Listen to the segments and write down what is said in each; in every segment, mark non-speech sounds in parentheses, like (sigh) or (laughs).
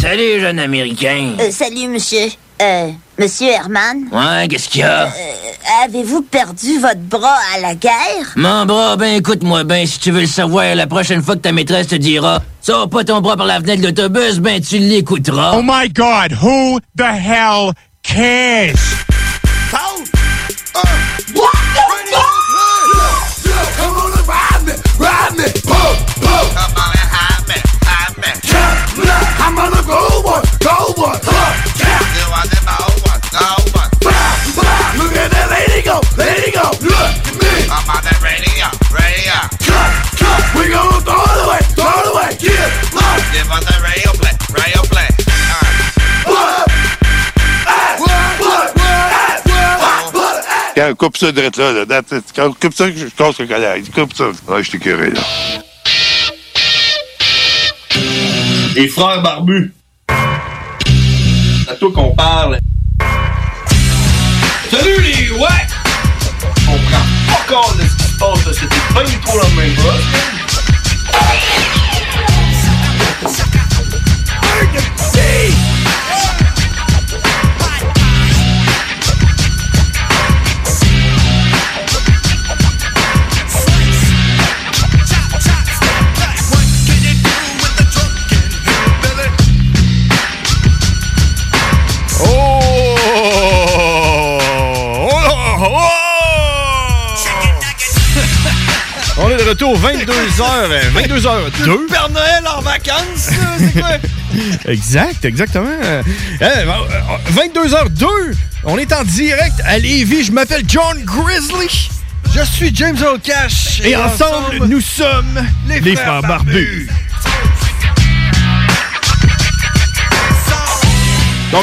Salut, jeune Américain. Euh, salut, monsieur. Euh, monsieur Herman, Euh, Ouais, qu'est-ce qu'il y a? avez-vous perdu votre bras à la guerre? Mon bras, ben écoute-moi ben si tu veux le savoir, la prochaine fois que ta maîtresse te dira « Sors pas ton bras par la fenêtre de l'autobus, ben tu l'écouteras. Oh my God, who the hell cares? Quand coupe ça direct là, là, that's it. Quand coupe ça, je casse le collègue. Coupe ça. Ouais, je t'ai curé, là. Les frères barbus. C'est à toi qu'on parle. Salut les ouais! On prend pas compte de ce qui se passe, là. C'était pas du tout la même chose. Oh! Oh! Oh! On est de retour euh, Euh, 22h, (laughs) 22h2. Père Noël en (laughs) vacances, là, c'est quoi? Exact, exactement. Euh, euh, 22h02, on est en direct à Lévis. Je m'appelle John Grizzly. Je suis James O'Cash. Et ensemble, nous sommes les, frères, barbus. Donc,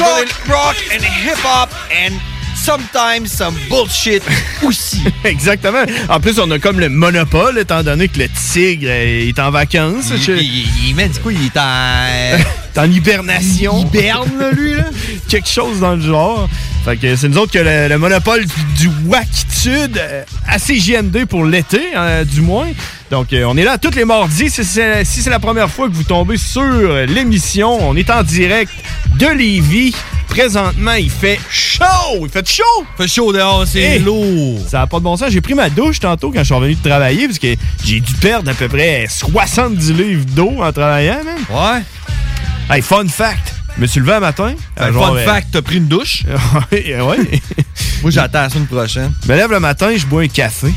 Donc, on rock, rock and hip-hop and sometimes some bullshit aussi. (laughs) Exactement. En plus, on a comme le monopole, étant donné que le tigre euh, est en vacances. il, Je- il- il met du coup, il est en... euh, T'es (laughs) en hibernation. Il hiberne, là, lui, là. (laughs) Quelque chose dans le genre. Fait que c'est nous autres que le, le monopole du, du Wackitude euh, à CGMD pour l'été, hein, du moins. Donc, euh, on est là tous les mardis. Si c'est si c'est la première fois que vous tombez sur euh, l'émission, on est en direct de Lévis. Présentement, il fait chaud! Il fait chaud! fait chaud dehors, c'est Hey! lourd. Ça n'a pas de bon sens. J'ai pris ma douche tantôt quand je suis revenu de travailler, parce que j'ai dû perdre à peu près 70 livres d'eau en travaillant, même. Ouais. Hey, fun fact! Je me suis levé un matin. Fait que genre, fun euh, fact, t'as pris une douche. (laughs) ouais, euh, ouais. (laughs) Moi, j'attends la semaine prochaine. Je me lève le matin, je bois un café.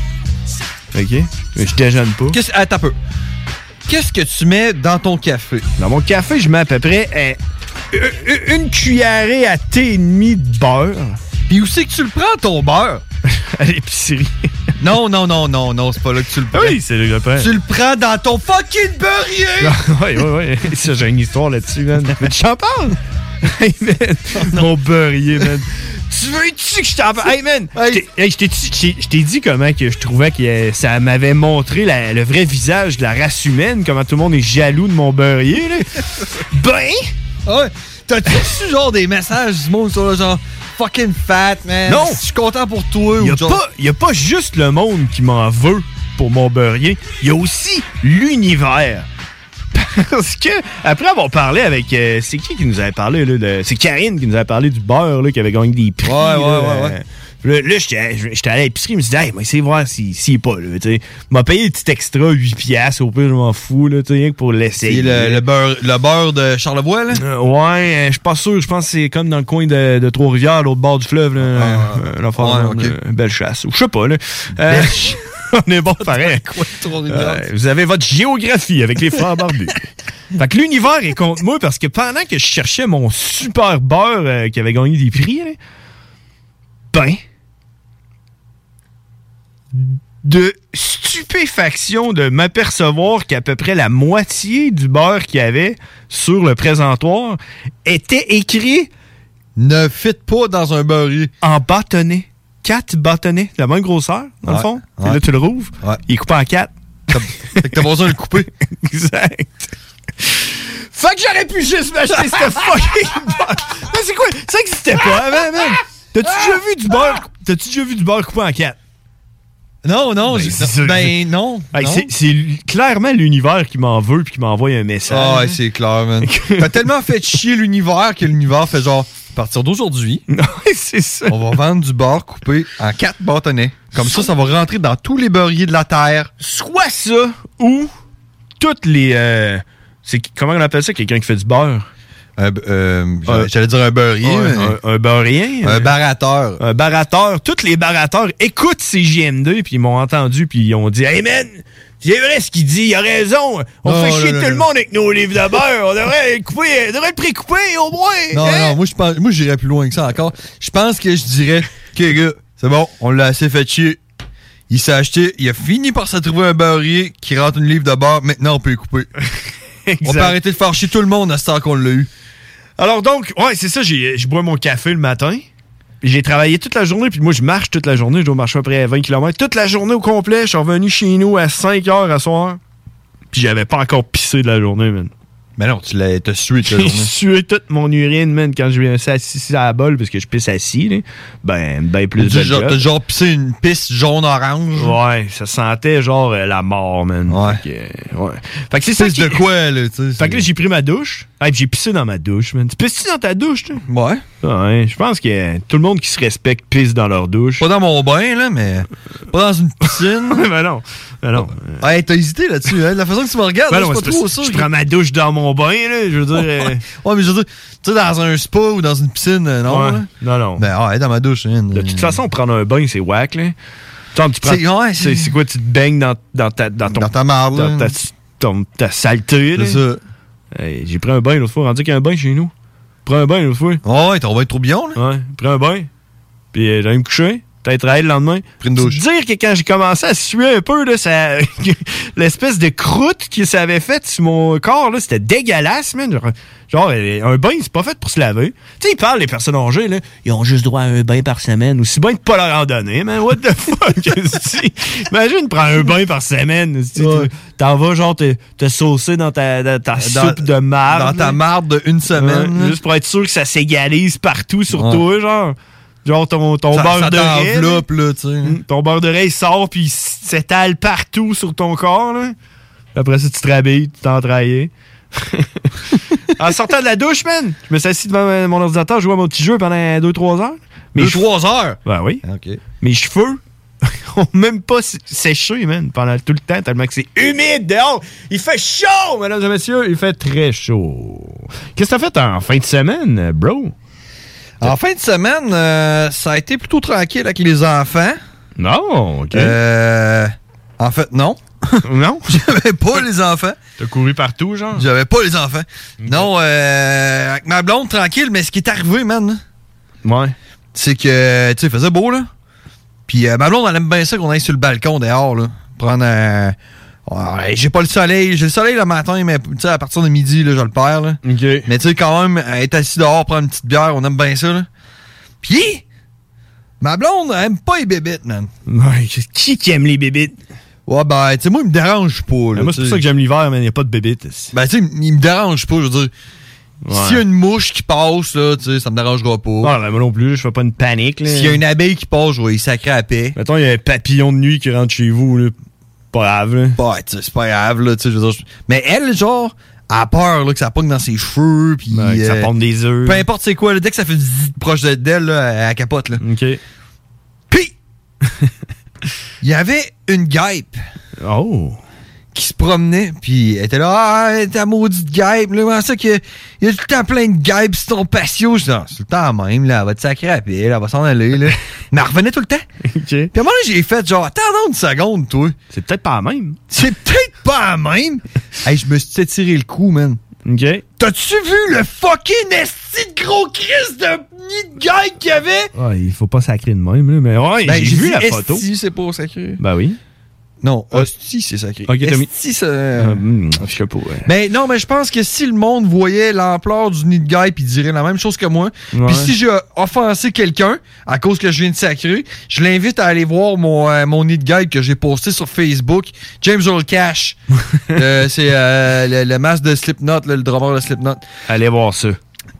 OK? Mais je déjeune pas. Qu'est-ce... Attends un peu. Qu'est-ce que tu mets dans ton café? Dans mon café, je mets à peu près euh, u- une cuillerée à thé et demi de beurre Puis où c'est que tu le prends, ton beurre? (laughs) à l'épicerie. Non, non, non, non, non, c'est pas là que tu le prends. Oui, c'est le pain. Tu le prends dans ton (laughs) fucking beurrier! Oui, oui, oui. Ça, J'ai une histoire là-dessus, (laughs) man. Mais tu t'en parles? Hey, man. Mon beurrier, man. Tu veux-tu que je t'en parle? Hey, man. Hey. je t'ai- hey, je t'ai dit- je t'ai- je t'ai dit comment que je trouvais que euh, ça m'avait montré la- le vrai visage de la race humaine, comment tout le monde est jaloux de mon beurrier, là. (laughs) Ben! Ouais. (laughs) T'as-tu reçu genre des messages du monde sur le genre fucking fat, man? Non. Je suis content pour toi Il ou n'y a, genre. pas- y a pas juste le monde qui m'en veut. pour Montbeurier, il y a aussi l'univers. (laughs) Parce que, après avoir parlé avec. euh, c'est qui qui nous avait parlé, là? de- c'est Karine qui nous avait parlé du beurre, là, qui avait gagné des prix. Ouais, ouais, ouais, ouais. Là, là, j'étais j'étais à l'épicerie, je me suis dit, hey, mais c'est voir s'il s'il est pas, là, tu sais. Il m'a payé le petit extra 8 piastres, au pire, je m'en fous, là, tu sais, rien que pour l'essayer. Et le, le beurre, le beurre de Charlevoix, là? Euh, ouais, euh, je suis pas sûr. Je pense que c'est comme dans le coin de, de Trois-Rivières, l'autre bord du fleuve. Là, euh, l'affaire, Ah, ouais, ok. euh, belle chasse. Ou je sais pas. Là. Euh, (laughs) on est bon (laughs) pareil. Trois-Rivières. Euh, vous avez votre géographie avec les frères (laughs) barbus. fait que l'univers est contre moi parce que pendant que je cherchais mon super beurre euh, qui avait gagné des prix, hein, ben, de stupéfaction de m'apercevoir qu'à peu près la moitié du beurre qu'il y avait sur le présentoir était écrit Ne fit pas dans un beurrier. en bâtonnet. Quatre bâtonnets, la même grosseur, dans le Ouais, fond. Et ouais. Là, tu le rouvres. Ouais. Il est coupé en quatre. T'as- Fait que t'as pas besoin de le couper. (laughs) exact. Fait que j'aurais pu juste m'acheter (laughs) ce fucking beurre. Mais c'est quoi? Ça existait pas avant, man. T'as-tu déjà vu du beurre? T'as-tu déjà vu du beurre coupé en quatre? Non, non, Ben, j'ai- c'est ça que ben non. Hey, non. c'est- C'est l- clairement l'univers qui m'en veut puis qui m'envoie un message. Ah, ouais, c'est clair, man. (laughs) T'as tellement fait chier l'univers que l'univers fait genre, à partir d'aujourd'hui, (laughs) Ouais, c'est ça. on va vendre du beurre coupé en quatre bâtonnets. Comme ça, ça va rentrer dans tous les beurriers de la Terre. Soit ça ou toutes les. euh, c'est comment on appelle ça quelqu'un qui fait du beurre? Un b- euh, j'allais- Euh, J'allais dire un beurrier, mais- Un, un beurrien? euh, un, barateur. un barateur, tous les barateurs écoutent ces GM2 puis ils m'ont entendu puis ils ont dit Hey man, c'est vrai ce qu'il dit, il a raison. On Non, fait non, chier non, tout le non. monde avec nos livres de beurre. On devrait (laughs) couper, on devrait le précouper au moins. Non, hein? non, moi, je pense- moi, j'irais plus loin que ça encore. Je pense que je dirais, OK, gars, c'est bon, on l'a assez fait chier. Il s'est acheté, il a fini par se trouver un beurrier qui rentre une livre de beurre. Maintenant, on peut y couper. On (laughs) peut Exact. arrêter de faire chier tout le monde à ce temps qu'on l'a eu. Alors donc, ouais, c'est ça, j'ai- je bois mon café le matin. Puis J'ai travaillé toute la journée, puis moi, je marche toute la journée. Je dois marcher à peu près à 20 km. Toute la journée au complet, je suis revenu chez nous à 5 heures à soir. Puis j'avais pas encore pissé de la journée, man. Mais non, tu l'as t'as sué (laughs) toute la J'ai journée. sué toute mon urine, man, quand je viens assis à la bolle, parce que je pisse assis, là. Ben, ben plus T'as de genre, t'as genre pissé une piste jaune-orange. Ouais, ça sentait genre euh, la mort, man. Ouais. Fait que, ouais. Fait que c'est ça Pisse qui... de quoi, là, tu sais. Fait que là, j'ai pris ma douche. Ah, puis j'ai pissé dans ma douche, man. Tu pisses-tu dans ta douche, toi? Ouais. Ouais, je pense que tout le monde qui se respecte pisse dans leur douche. Pas dans mon bain, là, mais. Pas dans une (laughs) piscine. Ben non, ben non. Ah, hey, t'as hésité là-dessus, hein? De la façon que tu me regardes, Ben là, non, je suis c'est pas trop parce que sûr. je prends ma douche dans mon bain, là, je veux dire... euh, Ouais, mais je veux dire, tu sais, dans un spa ou dans une piscine, euh, non, ouais. là? Non, non. Ben, ouais, dans ma douche, hein, De euh, toute façon, prendre un bain, c'est whack, là. Tom, tu prends- C'est- ouais, c'est c'est- c'est quoi, tu te baignes dans, dans ta, dans ton- Dans ta marde, dans là. ta, ton- ta saleté, là. C'est ça. Hey, J'ai pris un bain l'autre fois, rendu qu'il y a un bain chez nous. Prends un bain l'autre fois. Ouais, ouais, t'en vas être trop là. Ouais, prends un bain. Puis euh, j'allais me coucher. Peut-être travailler le lendemain. Pris une Tu douche. te Dire que quand j'ai commencé à suer un peu, là, ça... (laughs) l'espèce de croûte que ça avait faite sur mon corps, là, c'était dégueulasse, man. Genre, genre, euh, un bain, c'est pas fait pour se laver. Tu sais, ils parlent, les personnes âgées, là, ils ont juste droit à un bain par semaine. Aussi bien de pas leur en donner, man. What the (laughs) fuck? esti? Imagine, prends un bain par semaine. esti. Ouais. T'en vas, genre, te, te saucer dans ta, dans ta soupe de marde. Dans ta là. marde de une semaine. Ouais, là. juste pour être sûr que ça s'égalise partout sur Ouais. toi, genre. Genre ton, ton ça, beurre ça de raie. là. t'enveloppe, là, tu sais. hein. Mm, Ton beurre de raie, il sort puis il s'étale partout sur ton corps, là. Après ça, tu te rhabilles, tu (laughs) t'entrailles. en sortant de la douche, man, je me suis assis devant ma- mon ordinateur, je jouais à mon petit jeu pendant 2-3 heures. Mais Deux, trois heures. Ah, Ben oui. OK. Mes cheveux (laughs) ont même pas s- séché, man, pendant tout le temps, tellement que c'est humide dehors. Il fait chaud, mesdames et messieurs. Il fait très chaud. Qu'est-ce que t'as fait en fin de semaine, bro? En fin de semaine, euh, ça a été plutôt tranquille avec les enfants. Non, OK. Euh, en fait, non. (laughs) Non? (laughs) J'avais pas les enfants. T'as couru partout, genre? J'avais pas les enfants. Non, euh, avec ma blonde, tranquille, mais ce qui est arrivé, man, là, Ouais. c'est que, tu sais, il faisait beau, là. Puis euh, ma blonde, elle aime bien ça qu'on aille sur le balcon dehors, là. Prendre un. ouais, j'ai pas le soleil. J'ai le soleil le matin, mais tu sais, à partir de midi, là, je le perds, là. OK. Mais tu sais, quand même, euh, être assis dehors, prendre une petite bière, on aime bien ça, là. Puis, ma blonde, elle aime pas les bébites, man. Ouais, qui qui aime les bébites? Ben, Ouais, ben, tu sais, moi, il me dérange pas, là. moi, c'est pour ça tu sais. que j'aime l'hiver, mais il n'y a pas de bébites. ici. Ben, tu sais, il me dérange pas, je veux dire. Ouais. S'il y a une mouche qui passe, là, tu sais, ça me dérangera pas. Ouais, ben, moi non plus, je fais pas une panique, là. S'il y a une abeille qui passe, je vais y sacrer à paix. Mettons, il y a un papillon de nuit qui rentre chez vous, là. Pas grave, là. Ouais, Bah, tu sais, c'est pas grave, là, tu sais, je veux dire, je- Mais elle, genre, elle a peur, là, que ça pogne dans ses cheveux, puis... Ouais, Ben, que ça euh, pompe des œufs. Peu importe c'est quoi, là, dès que ça fait zzz proche de- d'elle, là, elle, elle capote, là. OK. Puis, (laughs) il y avait une guêpe Oh. qui se promenait, puis elle était là, ah, ta maudite guêpe, là, comment ça que il y a tout le temps plein de guêpes sur ton patio? Je dis, Non, c'est tout le temps la même, là, elle va te sacrer à pile, elle va s'en aller, là. (laughs) Mais elle revenait tout le temps. Puis OK. à un moment donné, j'ai fait genre, attends donc une seconde, toi. C'est peut-être pas la même. C'est peut-être pas (laughs) la même. hey, je me suis tiré le cou, man. OK. T'as-tu vu le fucking esti de gros Chris de nid de guêpe qu'il y avait? Ouais, il faut pas sacrer de même, là. Mais ouais, j'ai vu Ben, dit, la photo. Esti, c'est pas sacré. Ben oui. Non, hostie, c'est sacré. Ok, t'as mis- Esti, c'est- Euh, hmm, je sais pas, ouais. Mais Ben, non, mais je pense que si le monde voyait l'ampleur du nid de guêpe, il dirait la même chose que moi. Ouais. Puis si j'ai offensé quelqu'un à cause que je viens de sacrer, je l'invite à aller voir mon, euh, mon nid de guêpe que j'ai posté sur Facebook. James Earl (laughs) Cash. Euh, c'est euh, le, le masque de Slipknot, là, (laughs) le drummer de Slipknot. Allez voir ça.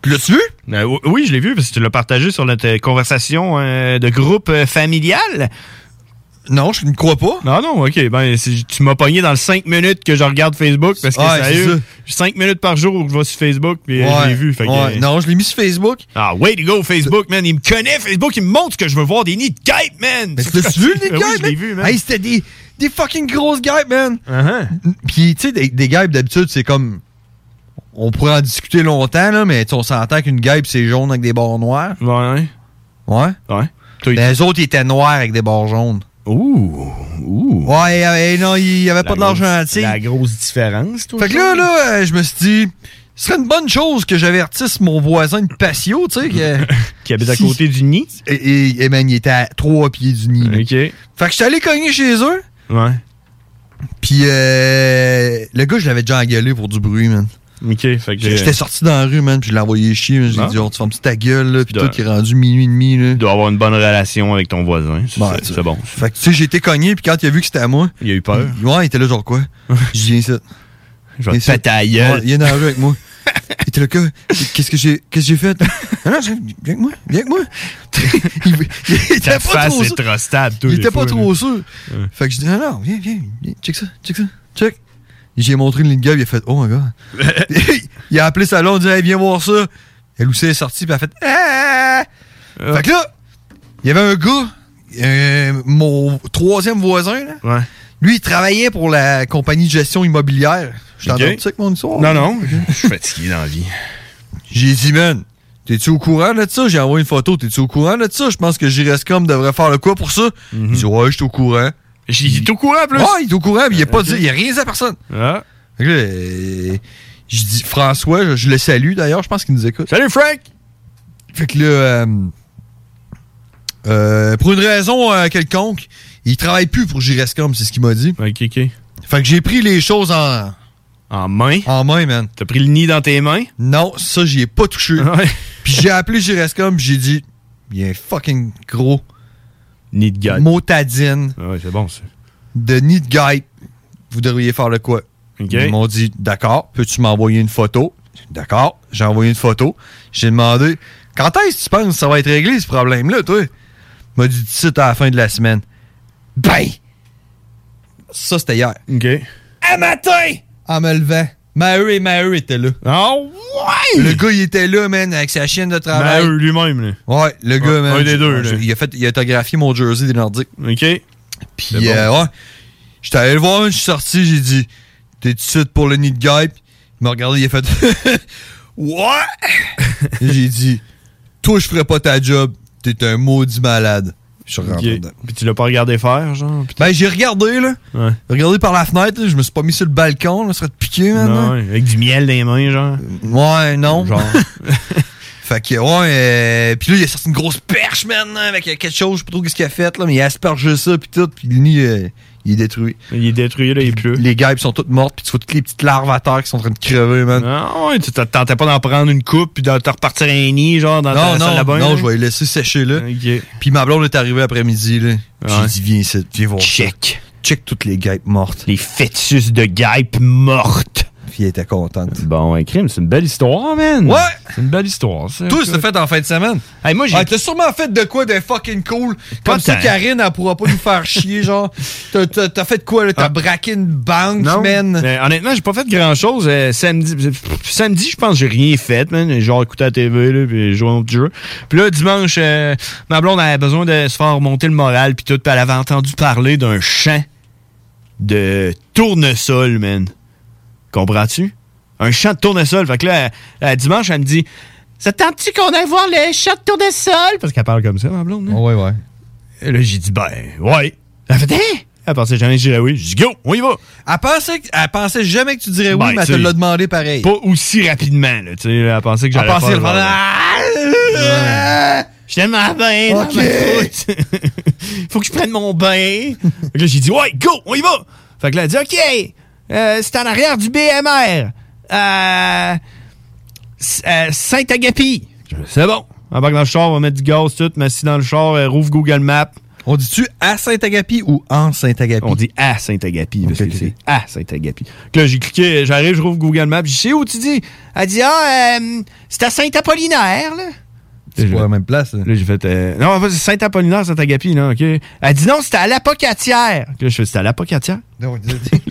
Tu L'as-tu vu? Euh, ou- oui, je l'ai vu parce que tu l'as partagé sur notre euh, conversation euh, de groupe euh, familial. Non, je ne crois pas. Non, non, ok. Ben, c'est- tu m'as pogné dans le 5 minutes que je regarde Facebook parce que Ouais, sérieux, c'est 5 minutes par jour où je vais sur Facebook puis euh, je l'ai vu. Fait que- ouais. Non, je l'ai mis sur Facebook. Ah, way to go, Facebook, man. Il me connaît, Facebook. Il me montre ce que je veux voir des nids de guêpes, man. Mais tu l'as-tu vu, les Ben (laughs) oui, guêpes? je l'ai vu, man. Hey, c'était des, des fucking grosses guêpes, man. Uh-huh. Puis, tu sais, des, des guêpes, d'habitude, c'est comme. On pourrait en discuter longtemps, là, mais tu sais, on s'entend qu'une guêpe, c'est jaune avec des bords noirs. Ouais, Ouais. ouais. Toi, il- Mais les autres, ils étaient noirs avec des bords jaunes. Ouh, ouh. Ouais, et, et non, il y avait pas de grosse- l'argentier. La grosse différence, toi. Fait que là, là, euh, je me suis dit, ce serait une bonne chose que j'avertisse mon voisin de patio, tu sais, que. (laughs) Qui habite à côté du nid. et, et, et, man, il était à trois pieds du nid. là. Ok. Ouais. Fait que je suis allé cogner chez eux. Ok. Puis euh, le gars, je l'avais déjà engueulé pour du bruit, man. Fait que. J'étais sorti dans la rue, man, puis je l'ai envoyé chier. man. J'ai Ah. dit, oh, tu fermes ta gueule, là, puis Putain. tout, qui est rendu minuit et demi, là. Tu dois avoir une bonne relation avec ton voisin. C'est Ouais, c'est- c'est bon. Fait que, tu sais, j'ai été cogné, puis quand il a vu que c'était à moi, Il a eu peur. il- ouais, il était là, genre quoi? J'ai viens ça. (laughs) Je vais te péter la gueule. Il est dans la rue (laughs) avec moi. Il était là, quoi? Qu'est-ce que j'ai qu'est-ce que j'ai fait? Non, non, j'ai- viens avec moi, viens avec moi. (laughs) il, il était Ta pas face trop est sûr. trop stable, toi. Il des était pas fois, trop sûr. Fait que je dis, non, non, viens, viens, viens, check ça, check ça, check. J'ai montré une ligne de gueule, il a fait, oh my god. (laughs) (laughs) il a appelé sa blonde, il a dit, hey, viens voir ça. Elle aussi est sortie, puis elle a fait, ah! Euh. Fait que là, il y avait un gars, euh, mon troisième voisin, là. là. Ouais. lui, il travaillait pour la compagnie de gestion immobilière. Je t'en Ok. donne ça avec mon histoire? Non, non. Je (laughs) suis fatigué dans la vie. J'ai dit, man, t'es-tu au courant de ça? J'ai envoyé une photo, t'es-tu au courant de ça? Je pense que JRESCOM devrait faire le quoi pour ça? Il dit, ouais, je suis au courant. Mhm. J'ai tout courant, en plus. Ouais, il est au courant, mais il a pas dit, il a rien dit à personne. Ah. Fait que là, euh, je dis François, je, je le salue d'ailleurs, je pense qu'il nous écoute. Salut, Frank! Fait que là, euh, euh, pour une raison euh, quelconque, il travaille plus pour Girescom, c'est ce qu'il m'a dit. Ok, ok. Fait que j'ai pris les choses en, En main. en main, man. T'as pris le nid dans tes mains? Non, ça, j'y ai pas touché. (laughs) Ouais. Puis j'ai appelé Girescom, puis j'ai dit, il y a un fucking gros Nid de guêpe. motadine Ah Ouais, c'est bon, ça. de nid de guêpe. Vous devriez faire le quoi? Ok. Ils m'ont dit D'accord, peux-tu m'envoyer une photo J'ai dit, D'accord, j'ai envoyé une photo. J'ai demandé Quand est-ce que tu penses que ça va être réglé ce problème-là, toi Il m'a dit D'ici à la fin de la semaine. Ben Ça, c'était hier. Ok. À matin En me levant, Mary, Mary était là. Oh, ouais! Le gars, il était là, man, avec sa chaîne de travail. Maheu Ben, lui-même, là. Ouais, le gars, Ouais, man. un des deux, je- là. Il a, fait, il a autographié mon jersey des Nordiques. OK. Puis, euh, ouais, j'étais allé le voir, je suis sorti, j'ai dit, t'es tout de suite pour le nid de guêpe? Il m'a regardé, il a fait, (laughs) ouais! j'ai dit, toi, je ferais pas ta job, t'es un maudit malade. Je suis rentré OK. dedans. Puis tu l'as pas regardé faire, genre? puis- Ben, j'ai regardé, là. Ouais. Regardé par la fenêtre, là, je me suis pas mis sur le balcon, là, ça serait de piquer, man. Non, là. ouais, avec du miel dans les mains, genre. Ouais, non. Genre. (laughs) Fait que, ouais, euh, pis là, il a sorti une grosse perche, man, là, avec euh, quelque chose, je sais pas trop qu'est-ce qu'il a fait, là, mais il a aspergé ça, pis tout, pis le nid, euh, il est détruit. Il est détruit, là, il est plus. les guêpes sont toutes mortes, puis tu vois toutes les petites larves à terre qui sont en train de crever, man. Non, ouais, tu te tentais pas d'en prendre une coupe puis de te repartir un nid, genre, dans Non, ta salle non, à bain. non, là? je vais les laisser sécher là. OK. Puis ma blonde est arrivée après-midi, là. J'ai Ouais. dit, viens ici, viens voir. ça. Check. Check toutes les guêpes mortes. Les fœtus de guêpes mortes. Puis elle était contente. Bon, un crime, c'est une belle histoire, man. Ouais! C'est une belle histoire, ça. Tout s'est fait en fin de semaine. Hey, moi, j'ai- Ah, t'as sûrement fait de quoi de fucking cool. Pas Comme ça, tant. Karine, elle pourra pas nous (laughs) faire chier, genre. T'as, t'as- t'as fait de quoi, là? Ah. T'as braqué une banque, man. Mais honnêtement, j'ai pas fait grand chose. samedi, pff, samedi, je pense que j'ai rien fait, man. Genre écouté la TV, là, puis joué à un petit jeu. Puis là, dimanche, euh, ma blonde avait besoin de se faire monter le moral, puis tout. Puis elle avait entendu parler d'un champ de tournesol, man. Comprends-tu? Un champ de tournesol. Fait que là, elle- elle- dimanche, elle me dit Ça te tente-tu qu'on aille voir le champ de tournesol? Parce qu'elle parle comme ça, ma blonde. là. Ouais, ouais. Et là, j'ai dit Ben, ouais. Elle fait Hein? Elle pensait jamais que j'irais oui. J'ai dit Go, on y va. Elle pensait, que- elle pensait jamais que tu dirais oui, Ben, mais elle te tu- l'a demandé pareil. pas aussi rapidement. Là, tu sais, elle pensait que Elle j'allais pensait faire le genre, Ah! Je suis tellement bien dans Ok. ma croûte. Ah! (laughs) Faut que je prenne mon bain. Fait que là, j'ai dit, ouais, go, on y va. Fait que là, elle dit, OK, euh, c'est en arrière du BMR. Euh, s- euh, Saint-Agapi. Je dis, C'est bon. Embarque dans le char, on va mettre du gaz, tout. M'assis dans le char, euh, rouvre Google Maps. On dit-tu à Saint-Agapi ou en Saint-Agapi? On dit à Saint-Agapi, parce Ok, que ok, ok. c'est à Saint-Agapi. Fait que Là, j'ai cliqué, j'arrive, je rouvre Google Maps, je sais où tu dis. Elle dit, ah, euh, c'est à Saint-Apollinaire, là. C'est Je- pas la même place. là. Là, j'ai fait. euh, non, vas-y, Saint-Apollinaire, Saint-Agapi, non, OK. Elle dit non, c'était à l'Apocatière. Là, je fais, c'était à l'Apocatière. (laughs) Non, Là,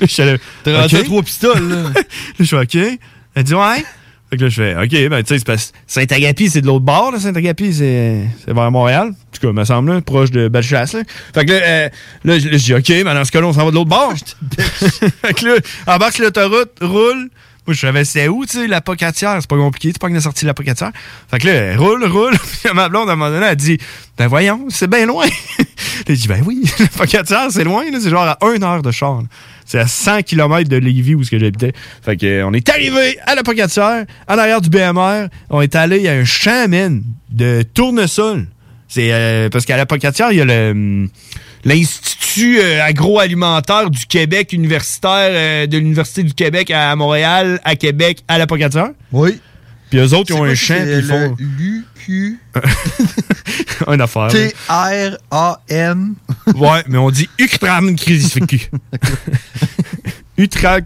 je suis allé. T'as rendu OK. à trois pistoles, là. (laughs) Là, je fais OK. Elle dit ouais. Fait que là, je fais OK, ben, tu sais, c'est parce que Saint-Agapi, c'est de l'autre bord, là. Saint-Agapi, c'est c'est vers Montréal. En tout cas, me semble, là, proche de Bellechasse, là. Fait que là, euh, là, je là, je dis OK, ben, dans ce cas-là, on s'en va de l'autre bord. (laughs) fait que là, embarque sur l'autoroute, roule. Moi, je savais c'était où, tu sais, la pocatière. C'est pas compliqué, tu pas la sortie de la pocatière. Fait que là, elle roule, roule. (laughs) Puis ma blonde, à un moment donné, elle dit Ben voyons, c'est bien loin. (laughs) Là, je dis Ben oui, (laughs) la pocatière, c'est loin, là. C'est genre à une heure de char. là. C'est à 100 km de Lévis où ce que j'habitais. Fait que, euh, on est arrivé à la pocatière, à l'arrière du BMR. On est allé à un champ, man, de tournesol. C'est euh, parce qu'à la pocatière, il y a le. hum, l'Institut euh, agroalimentaire du Québec universitaire euh, de l'Université du Québec à Montréal, à Québec, à la Pocatière. Oui. Puis eux autres, ils ont un champ, chien puis ils font (laughs) une affaire. là. L-U-Q-T-R-A-N. (laughs) ouais, mais on dit Uctram Crisifcu. Utram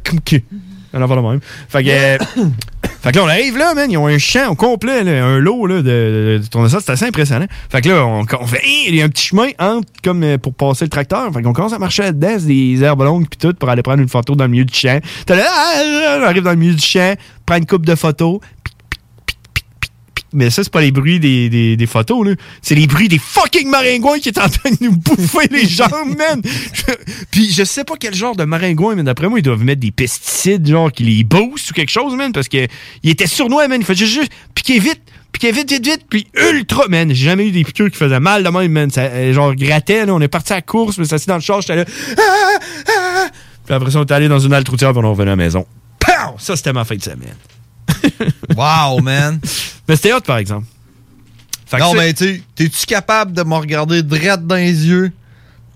On en parle même. Fait que, euh, (coughs) fait que là, on arrive là, man. Ils ont un champ au complet, là, un lot là, de, de tournesol. C'est assez impressionnant. Fait que là, on, on fait. Hey, Il y a un petit chemin entre, comme euh, pour passer le tracteur. Fait qu'on commence à marcher là-dedans, c'est des herbes longues, puis tout, pour aller prendre une photo dans le milieu du champ. T'as là, ah, ah, on arrive dans le milieu du champ, prend une coupe de photos, mais ça, c'est pas les bruits des, des, des photos, là. C'est les bruits des fucking maringouins qui est en train de nous bouffer (laughs) les jambes, man. Je- Puis je sais pas quel genre de maringouin, mais d'après moi, ils doivent mettre des pesticides, genre, qui les boostent ou quelque chose, man, parce que il était sournois, man. Il fallait juste, juste piquer vite, piquer vite, vite, vite, puis ultra, man. J'ai jamais eu des piqûres qui faisaient mal de même, man. Ça, euh, genre, grattait, là. On est parti à la course, mais ça assis dans le char, j'étais là. Ah, ah. Puis après ça, on est allé dans une halte routière, puis on est revenu à la maison. Pow! Ça, c'était ma fin de semaine. (laughs) Wow, man. Mais c'était hot, par exemple. Fait que non, ça- mais tu sais, t'es-tu capable de me regarder droit dans les yeux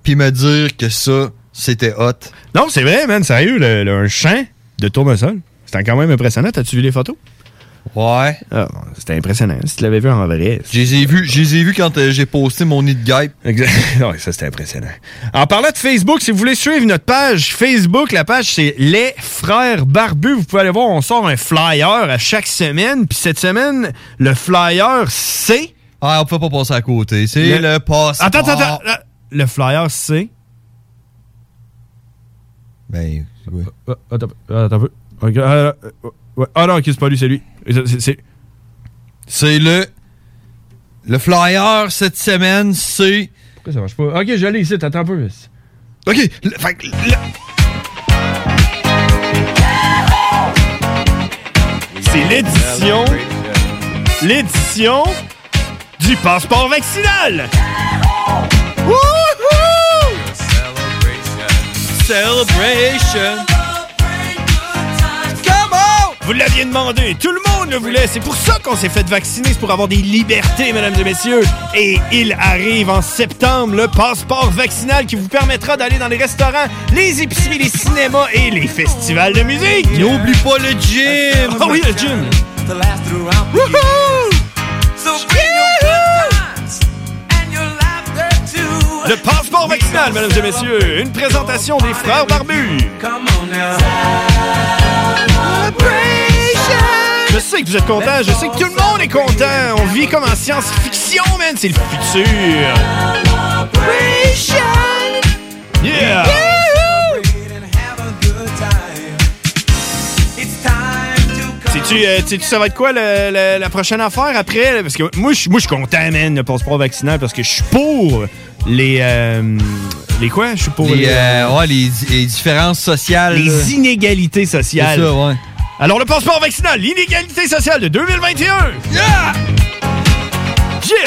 puis me dire que ça, c'était hot? Non, c'est vrai, man, sérieux, le, le- un champ de tournesol. C'était quand même impressionnant. T'as-tu vu les photos? Ouais. Ah, c'était impressionnant. Si tu l'avais vu en vrai. Je les ai vus, je les ai vus quand euh, j'ai posté mon nid de guêpe. Exact. (laughs) Non, ça, c'était impressionnant. En parlant de Facebook, si vous voulez suivre notre page Facebook, la page, c'est Les Frères Barbus. Vous pouvez aller voir, on sort un flyer à chaque semaine. Puis cette semaine, le flyer, c'est... Ah, on peut pas passer à côté. C'est Le- le, passeport. Attends, attends, attends. Le flyer, c'est... Ben, ouais. Ah, Attends, attends un peu. Ok, ah, ah, ouais. Ah non, ok, c'est pas lui, c'est lui. C'est- c'est- C'est le. Le flyer cette semaine, c'est. Pourquoi ça marche pas? Ok, je l'ai ici, attends un peu. OK. le- fait que le- C'est l'édition. L'édition du passeport vaccinal! Wouhou! Celebration. Come on! Vous l'aviez demandé, tout le monde le voulait. C'est pour ça qu'on s'est fait vacciner, c'est pour avoir des libertés, mesdames et messieurs. Et il arrive en septembre le passeport vaccinal qui vous permettra d'aller dans les restaurants, les épiceries, les cinémas et les festivals de musique. N'oublie pas le gym! Ah oui, le gym! Le passeport vaccinal, mesdames et messieurs, une présentation des frères barbus. Come on now. Ah, vous êtes contents. Je sais que tout le monde est content. On vit comme en science-fiction, man. C'est le futur. Yeah! Sais-tu, euh, sais-tu ça va être quoi le- le- la prochaine affaire après? Parce que moi, je suis- moi, je suis content, man, le passeport vaccinal, parce que je suis pour les... euh, les quoi? Je suis pour Les, euh, ouais, les, les différences sociales. Euh, là. les inégalités C'est sociales. ça, ouais. Alors, le passeport vaccinal, l'inégalité sociale de 2021. Yeah! Yeah!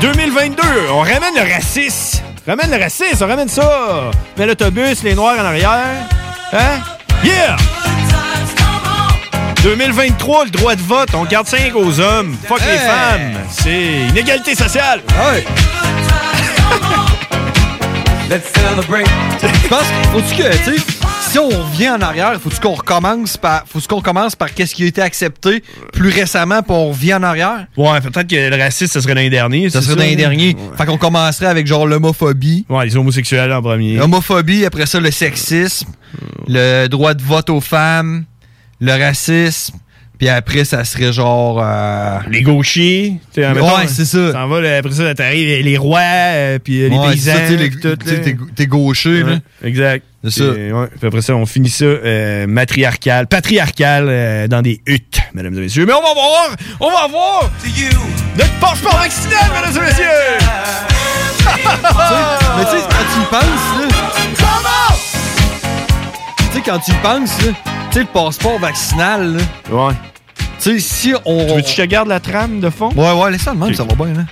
2022, on ramène le racisme. Ramène le racisme, on ramène ça. Mais l'autobus, les noirs en arrière. Hein? Yeah! 2023, le droit de vote, on garde 5 aux hommes. Fuck les Hey! femmes. C'est inégalité sociale. (laughs) Ouais. Je pense qu'il faut-tu que, tu sais, si on revient en arrière, faut-tu qu'on recommence par, faut-tu qu'on recommence par qu'est-ce qui a été accepté plus récemment, puis on revient en arrière? Ouais, peut-être que le racisme, ça serait l'année dernière. Ça serait dans les derniers. Fait qu'on commencerait avec genre l'homophobie. Ouais, les homosexuels en premier. L'homophobie, après ça, le sexisme, le droit de vote aux femmes, le racisme, puis après, ça serait genre. euh, les gauchers. tu sais, admettons, Ouais, c'est ça. T'en vas, là, après ça, t'arrives, les rois, euh, puis euh, les ouais, paysans, c'est ça, tu sais, les- puis tout, tu sais, là. t'es- T'es gaucher, là. Ouais, Exact. C'est ça. Puis, ouais, puis après ça, on finit ça euh, matriarcal, patriarcal euh, dans des huttes, mesdames et messieurs. Mais on va voir, on va voir notre passeport vaccinal, mesdames et (laughs) messieurs. Mais tu sais, quand tu y penses, là. Tu sais, quand tu y penses, là. Tu sais, le passeport vaccinal, là. Ouais. Tu sais, si on. Tu veux que je te garde la trame de fond? Ouais, ouais, laisse ça de même, Ok. ça va bien, là.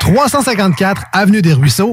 354 Avenue des Ruisseaux,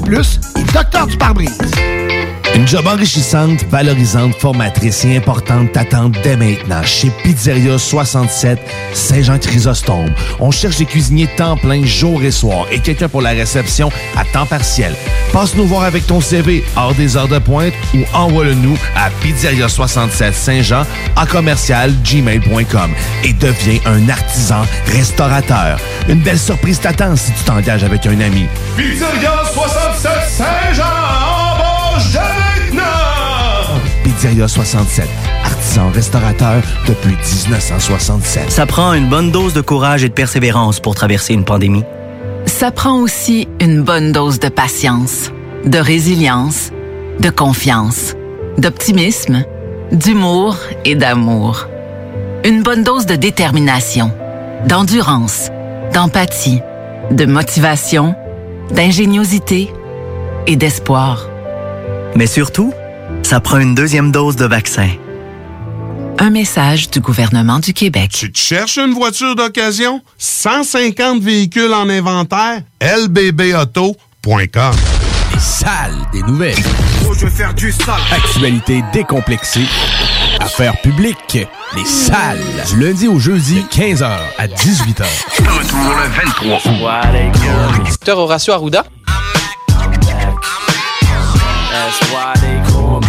Plus et Docteur du Pare-Brise. Une job enrichissante, valorisante, formatrice et importante t'attend dès maintenant chez Pizzeria 67 Saint-Jean-Chrysostome. On cherche des cuisiniers temps plein jour et soir et quelqu'un pour la réception à temps partiel. Passe nous voir avec ton CV hors des heures de pointe ou envoie-le-nous à pizzeria 67 Saint-Jean à commercial gmail.com et deviens un artisan restaurateur. Une belle surprise t'attend si tu t'engages avec un ami. Pizzeria 67 Saint-Jean, embauche dès maintenant! Pizzeria 67, artisan restaurateur depuis 1967. Ça prend une bonne dose de courage et de persévérance pour traverser une pandémie. Ça prend aussi une bonne dose de patience, de résilience, de confiance, d'optimisme, d'humour et d'amour. Une bonne dose de détermination, d'endurance, d'empathie, de motivation, d'ingéniosité et d'espoir. Mais surtout, ça prend une deuxième dose de vaccin. Un message du gouvernement du Québec. Tu te cherches une voiture d'occasion? 150 véhicules en inventaire? lbbauto.com Sale des nouvelles. Oh, je vais faire du sale. Actualité décomplexée. Affaires publiques. Les salles. Du lundi au jeudi, 15h à 18h. Retour le 23 Docteur Horacio Arruda.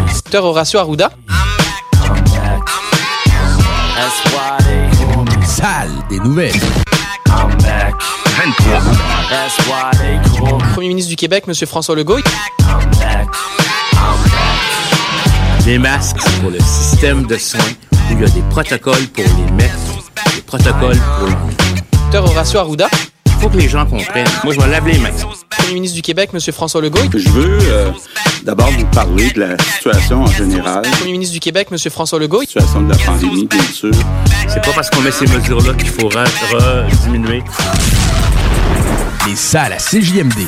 Docteur Horacio Arruda. Sale des nouvelles. 23 Premier ministre du Québec, M. François Legault. Des masques pour le système de soins où il y a des protocoles pour les mettre, des protocoles pour les Docteur Horacio Arruda. Il faut que les gens comprennent. Moi, je vais laver les mains. Premier ministre du Québec, M. François Legault. Je veux euh, d'abord vous parler de la situation en général, la Premier ministre du Québec, M. François Legault. situation de la pandémie, bien sûr. C'est pas parce qu'on met ces mesures-là qu'il faut re- re- diminuer. Les salles à CJMD.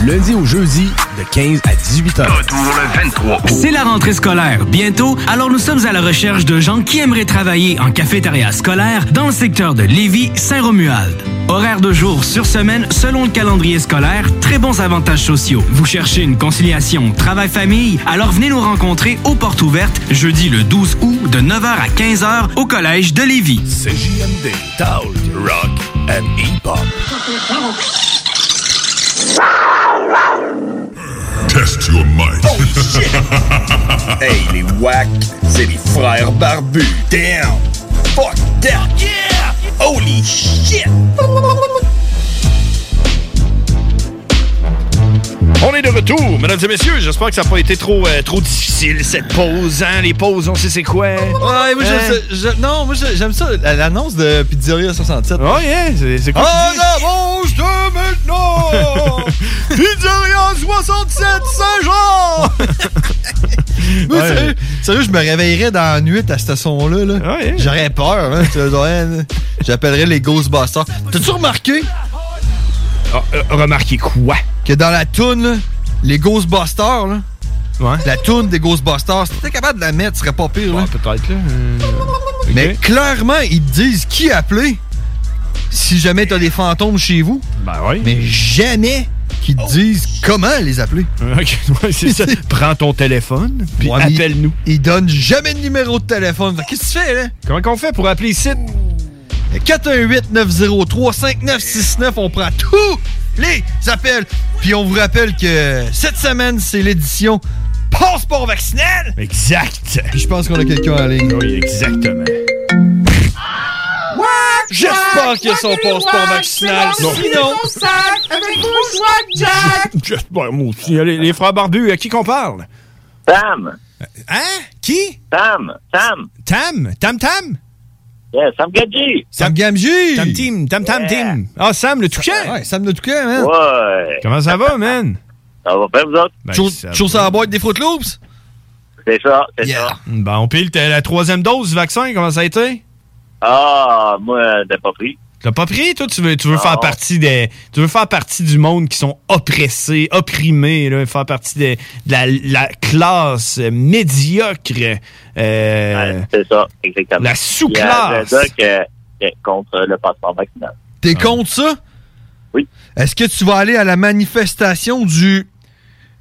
Du lundi au jeudi, de 15 à 18h. C'est la rentrée scolaire bientôt, alors nous sommes à la recherche de gens qui aimeraient travailler en cafétéria scolaire dans le secteur de Lévis, Saint-Romuald. Horaire de jour sur semaine selon le calendrier scolaire, très bons avantages sociaux. Vous cherchez une conciliation travail-famille, alors venez nous rencontrer aux portes ouvertes jeudi le 12 août de 9h à 15h au collège de Lévis. CJMD, Talk, Rock and Hip-Hop. Test your mic. (laughs) Oh, hey, les wack, c'est les frères barbus. Damn! Fuck that! Yeah! Holy shit! Oh, On est de retour, mesdames et messieurs. J'espère que ça n'a pas été trop, euh, trop difficile, cette pause. Hein? Les pauses, on sait c'est quoi. Ouais, moi, j'aime Hein? ça. Je- non, moi, je- j'aime ça. la- L'annonce de Pizzeria 67. Oh, yeah. C'est c'est quoi? Ah, tu dis? non, bon, je te maintenant! (laughs) Pizzeria 67 Saint-Jean! (laughs) Moi, Ouais. sérieux, sérieux, je me réveillerais dans la nuit à cette son-là. Là. J'aurais peur. hein. Tu vois, ouais, J'appellerais les Ghostbusters. T'as-tu remarqué? remarqué Ah, euh, quoi? Que dans la toune, là, les Ghostbusters, là, la toune des Ghostbusters, si t'étais capable de la mettre, ce serait pas pire. là. Peut-être, là. euh, Mais clairement, ils te disent qui appeler si jamais t'as des fantômes chez vous. Ben oui. Oh. Mais jamais qu'ils te disent comment les appeler. (laughs) Ok, ouais, c'est (laughs) ça. Prends ton téléphone, puis Ouais, mais ils- appelle-nous. Ils donnent jamais de numéro de téléphone. Fait que Qu'est-ce que tu fais, là? Comment qu'on fait pour appeler ici? 418-903-5969, on prend tous les appels. Puis on vous rappelle que cette semaine, c'est l'édition Passeport vaccinal. Exact. Puis je pense qu'on a quelqu'un en ligne. Oui, exactement. J'espère qu'il y a son passeport vaccinal. Sinon, avec vous, Jack! j'espère, moi aussi. Les, les frères barbus, à qui qu'on parle? Sam! Hein? Qui? Sam! Sam! Tam? Tam Tam? Yeah, Sam Gadji! Sam Gamji! Tam Team, Tam Tam Team. Ah, Sam le toucan! Ouais, Sam le toucan, man. Ouais! Comment ça va, man? Ça va bien, vous autres? Chose Chose à la boîte des Fruit Loops? C'est ça, c'est ça. Ben, on pile t'as la troisième dose du vaccin, comment ça a été? Ah, moi, t'as pas pris. T'as pas pris, toi? Tu veux, tu veux Non. faire partie des. Tu veux faire partie du monde qui sont oppressés, opprimés, là, faire partie des- de la, la classe euh, médiocre. euh, C'est ça, exactement. La sous-classe. Il y a un doc, euh, qui est contre le passeport vaccinal. Ah. T'es contre ça? Oui. Est-ce que tu vas aller à la manifestation du.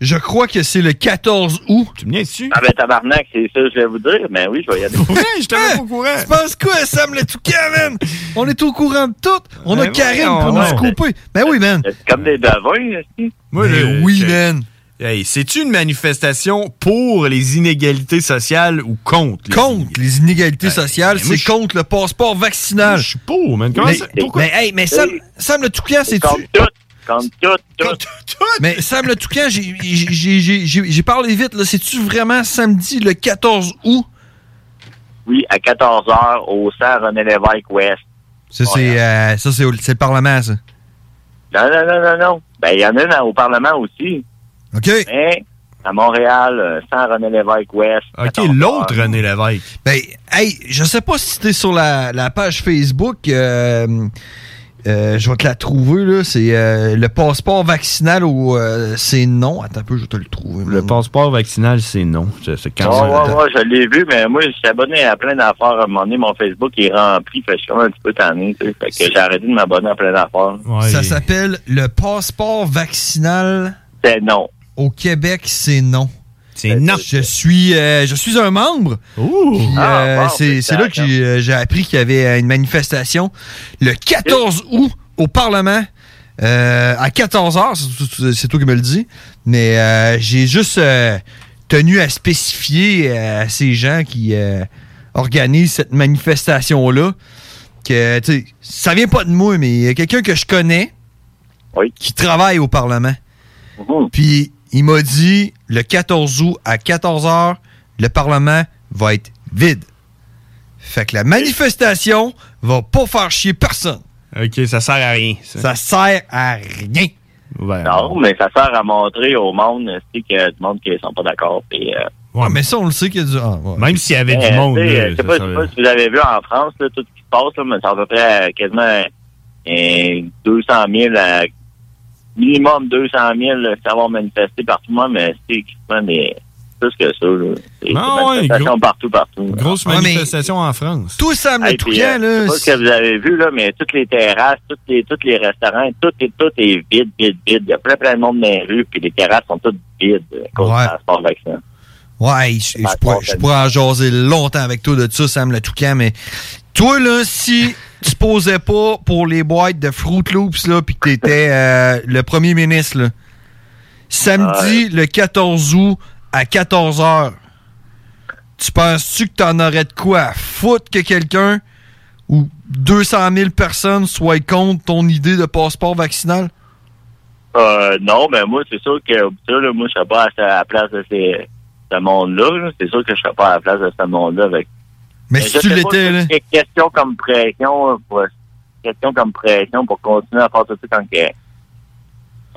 Je crois que c'est le 14 août. Tu me dessus? Ah ben tabarnak, c'est ça que je vais vous dire, mais oui, je vais y (laughs) aller. je t'avais pas au courant. Hein? Tu penses quoi, Sam le toucan, man? On est au courant de tout. On a Ben Karine voyons pour nous donc. couper. Ben oui, man. Comme des bavins, aussi. Moi, Ben oui, man. euh, Hey, c'est-tu une manifestation pour les inégalités sociales ou contre? Les Ben, Contre les inégalités sociales, moi, c'est contre le passeport vaccinal. Je suis pour, man. Comment Mais, ça- pourquoi- mais, hey, mais Sam, Hey. Sam le toucan, c'est tu. Comme tout, tout. Mais Sam le toucan, j'ai- j'ai- j'ai j'ai- j'ai- j'ai parlé vite, là. C'est-tu vraiment samedi le 14 août? Oui, à 14h au 100 René Lévesque Ouest. Ça, c'est euh, ça, c'est au- c'est le Parlement, ça. Non, non, non, non, non. Ben, il y en a une au Parlement aussi. OK. Mais à Montréal, euh, 100 René Lévesque Ouest. OK, l'autre euh, René Lévesque. Ben, hey, je sais pas si t'es sur la, la page Facebook. euh, euh, je vais te la trouver, là. C'est euh, le passeport vaccinal ou euh, c'est non. Attends un peu, je vais te le trouver. Le passeport vaccinal, c'est non. C'est c'est Ouais, quand même- ouais, ouais, je l'ai vu, mais moi, je suis abonné à plein d'affaires. À un moment donné, mon Facebook est rempli, fait que je suis un petit peu tanné, tu sais. Fait que j'ai arrêté de m'abonner à plein d'affaires. Ça s'appelle le passeport vaccinal C'est non. au Québec, c'est non. C'est non. Je suis, euh, je suis un membre. Puis, Ah, euh, c'est c'est là que j'ai euh, j'ai appris qu'il y avait euh, une manifestation le 14 août au Parlement. euh, à 14h, c'est- c'est toi qui me le dis. Mais euh, j'ai juste euh, tenu à spécifier euh, à ces gens qui euh, organisent cette manifestation-là que tu sais, ça vient pas de moi, mais il y a quelqu'un que je connais qui travaille au Parlement. Puis il m'a dit le 14 août à 14h, le Parlement va être vide. Fait que la manifestation va pas faire chier personne. OK, ça sert à rien. Ça sert à rien. Non, mais ça sert à montrer au monde, euh, tu sais, que du monde qui sont pas d'accord. puis, euh, Ah, mais ça, on le sait qu'il y a du. ah, ouais. Même s'il y avait Mais, euh, tu sais, Je sais pas, je sais pas si vous avez vu en France, là, tout ce qui se passe, là, mais c'est à peu près euh, quasiment euh, 200 000, à- euh, minimum 200 000 là, qui vont manifester partout, moi, mais c'est quasiment des, plus que ça. Là. C'est des Ah ouais, manifestations gros- partout, partout. Grosse manifestation en France. Ah, Tout ça, Ah. Hey, puis, euh, Je sais pas si vous avez vu, là, mais toutes les terrasses, toutes les, tous les restaurants, tout est, tout est vide, vide, vide. Il y a plein, plein de monde dans les rues, puis les terrasses sont toutes vides euh, à cause Ouais. du transport vaccinal. Ouais, je, je pourrais, je pourrais en jaser longtemps avec toi de ça, Sam le Toucan, mais toi, là, si tu posais pas pour les boîtes de Fruit Loops, là, puis que t'étais euh, le premier ministre, là, samedi, le 14 août, à 14h, tu penses-tu que t'en aurais de quoi à foutre que quelqu'un ou 200 000 personnes soient contre ton idée de passeport vaccinal? Euh, non, mais moi, c'est sûr que ça, là, moi, je serais pas à, sa- à la place de ces, ce monde-là. là. C'est sûr que je serais pas à la place de ce monde-là. Avec... Mais si tu l'étais, là... Question comme pression, euh, pour, question comme pression pour continuer à faire ça, tu sais, quand que...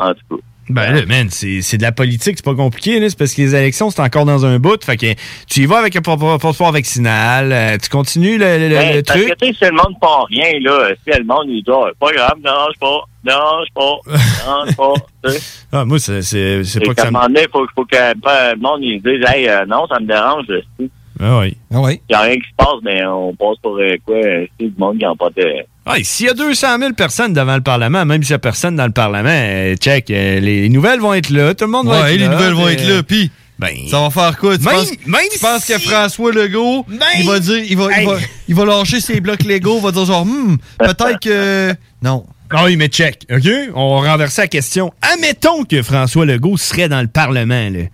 En tout cas. Ben là, man, c'est c'est de la politique, c'est pas compliqué, là. C'est parce que les élections, c'est encore dans un bout. Fait que tu y vas avec un pa- pa- passeport vaccinal, euh, tu continues le, le- le- Ben, le parce truc. que, tu sais, si le monde prend rien, là, si le monde, il dit, Ah, pas grave, non, je pas, non, je pas, non, je pas, tu sais. Ah, moi, c'est- c'est (laughs) c'est Et pas que qu'à ça un me... moment donné, faut, faut que euh, le monde, il dise, hey, euh, non, ça me dérange, là, si. Ah oui. Ah oui. Il y a rien qui se passe, mais on passe pour euh, quoi, euh, si, du monde qui n'a pas de... Ouais, Ah, S'il y a 200 000 personnes devant le Parlement, même s'il y a personne dans le Parlement, euh, check, euh, les nouvelles vont être là, tout le monde va Ouais, être les là. nouvelles vont euh, être là, puis ben, ça va faire quoi? Tu Même- penses, tu penses que François Legault, il va dire, il va, il, va, il va lâcher ses blocs Lego, va dire genre, hmm, peut-être (laughs) que... Non. Ah oui, mais check, OK? On va renverser la question. Admettons que François Legault serait dans le Parlement, là.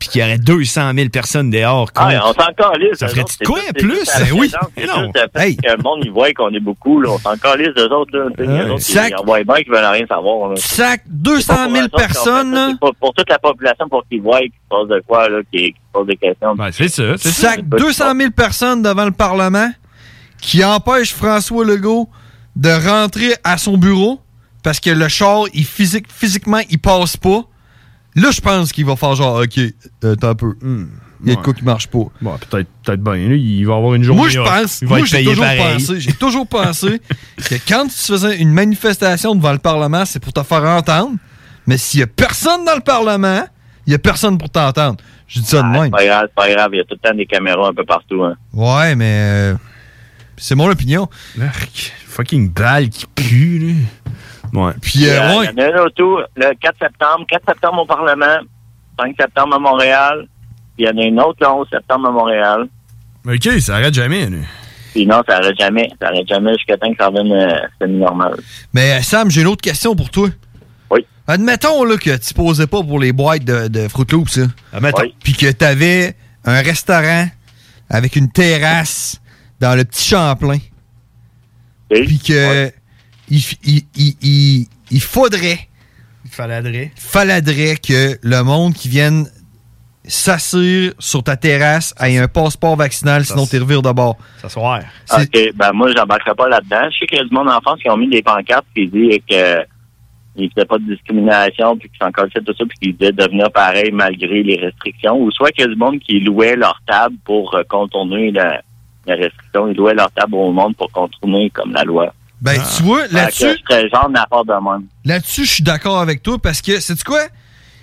puis qu'il y aurait 200 000 personnes dehors. Ah, contre. on s'en calisse. Ça eux ferait autres, c'est quoi juste- plus? c'est juste la Eh Ben oui, présence, c'est non. juste le fait que le monde, il voit qu'on est beaucoup, là. On s'en calisse d'eux autres, là. Tu sais, Ouais. eux autres, Sac- Ils en voient bien qu'ils veulent rien savoir, là. Sac C'est pas 200 pour 000 eux autres qu'ils ont fait ça, personnes. là. c'est Pour, pour toute la population, pour qu'ils voient qu'ils se passe de quoi, là, qu'ils qu'ils se posent des questions. Ben, c'est ça, Sac 200 000 personnes devant le Parlement qui empêche François Legault de rentrer à son bureau parce que le char, il physique, physiquement, il passe pas. Là, je pense qu'il va faire Ah, genre, OK, euh, t'as un peu. Il y a de quoi qui marche pas. Bon, peut-être peut bien. là, il va avoir une journée. Moi, je off. pense, Il va moi, être j'ai payé toujours, pareil. pensé, (laughs) j'ai toujours pensé que quand tu faisais une manifestation devant le Parlement, c'est pour te faire entendre. Mais s'il y a personne dans le Parlement, il y a personne pour t'entendre. Je dis ça de même. C'est pas grave, c'est pas grave. Il y a tout le temps des caméras un peu partout, hein. Ouais, mais euh, c'est mon opinion. fucking balle qui pue, là. Ouais. Puis, euh, Euh, ouais. Il y en a un autour, le 4 septembre, 4 septembre au Parlement, 5 septembre à Montréal, puis il y en a une autre le 11 septembre à Montréal. OK, ça arrête jamais, là. Puis non, ça arrête jamais. Ça arrête jamais jusqu'à temps que ça revienne euh, semi-normal. Mais euh, Sam, j'ai une autre question pour toi. Oui. Admettons là, que tu posais pas pour les boîtes de, de Fruit Loops. là. Oui. Puis que tu avais un restaurant avec une terrasse dans le petit Champlain. Puis que il, f- il- il- il- il faudrait, Faladré. faladrait que le monde qui vienne s'assire sur ta terrasse ait un passeport vaccinal, sinon t'es revire de bord. S'asseoir. OK, ben moi, j'embarquerai pas là-dedans. Je sais qu'il y a du monde en France qui ont mis des pancartes qui dit que ils faisaient pas de discrimination, puis qu'ils s'en collaient tout ça, puis qu'ils disaient devenir pareil malgré les restrictions. Ou soit qu'il y a du monde qui louait leur table pour euh, contourner la, la restriction. Ils louaient leur table au monde pour contourner comme la loi. Ben, Ah. tu vois, Fait que là-dessus, Je serais le genre d'apport de monde. Là-dessus, je suis d'accord avec toi parce que, sais-tu quoi?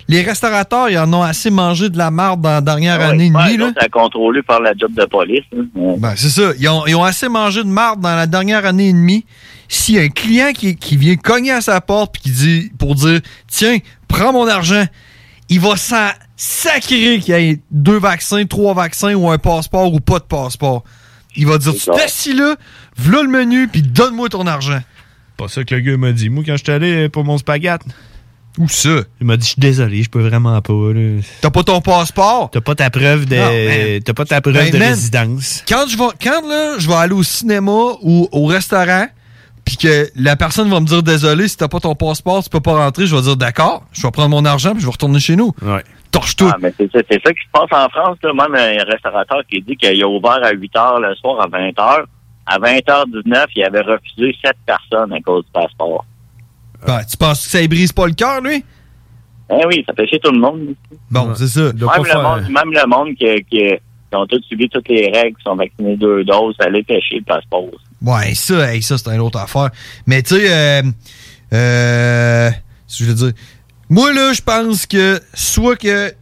Les restaurateurs, ils en ont assez mangé de la marde dans la dernière année et ben demie. là. Ça contrôlé par la job de police. hein. Ouais. Ben, c'est ça. Ils ont, ils ont assez mangé de marde dans la dernière année et demie. S'il y a un client qui, qui vient cogner à sa porte puis qui dit, pour dire Tiens, prends mon argent, il va s'en sacrer qu'il y ait deux vaccins, trois vaccins ou un passeport ou pas de passeport. Il va dire Tu t'assis là, v'là le menu puis donne-moi ton argent. Pas ça que le gars m'a dit. Moi, quand j'étais allé euh, pour mon spaghette. Où ça? Il m'a dit, je suis désolé, je peux vraiment pas. là. T'as pas ton passeport? T'as pas ta preuve Non, mais- de, t'as pas ta preuve Ben, de man, résidence. Quand je vais, quand là, je vais aller au cinéma ou au restaurant, puis que la personne va me dire désolé, si t'as pas ton passeport, tu peux pas rentrer, je vais dire d'accord, je vais prendre mon argent puis je vais retourner chez nous. Torche tout. Ah, mais c'est ça, c'est ça qui se passe en France. Là. Même un restaurateur qui dit qu'il a ouvert à 8 heures le soir à 20 heures. À 20h19, il avait refusé 7 personnes à cause du passeport. Ben, tu penses que ça lui brise pas le cœur, lui? Eh oui, ça fait chier tout le monde. Bon, c'est ça. Même le, monde, même le monde qui, qui, qui ont tous subi toutes les règles, qui sont vaccinés deux doses, ça les fait chier le passeport. Ouais, ça, hey, ça c'est une autre affaire. Mais tu sais, euh, euh, si je veux dire, moi là, je pense que soit que,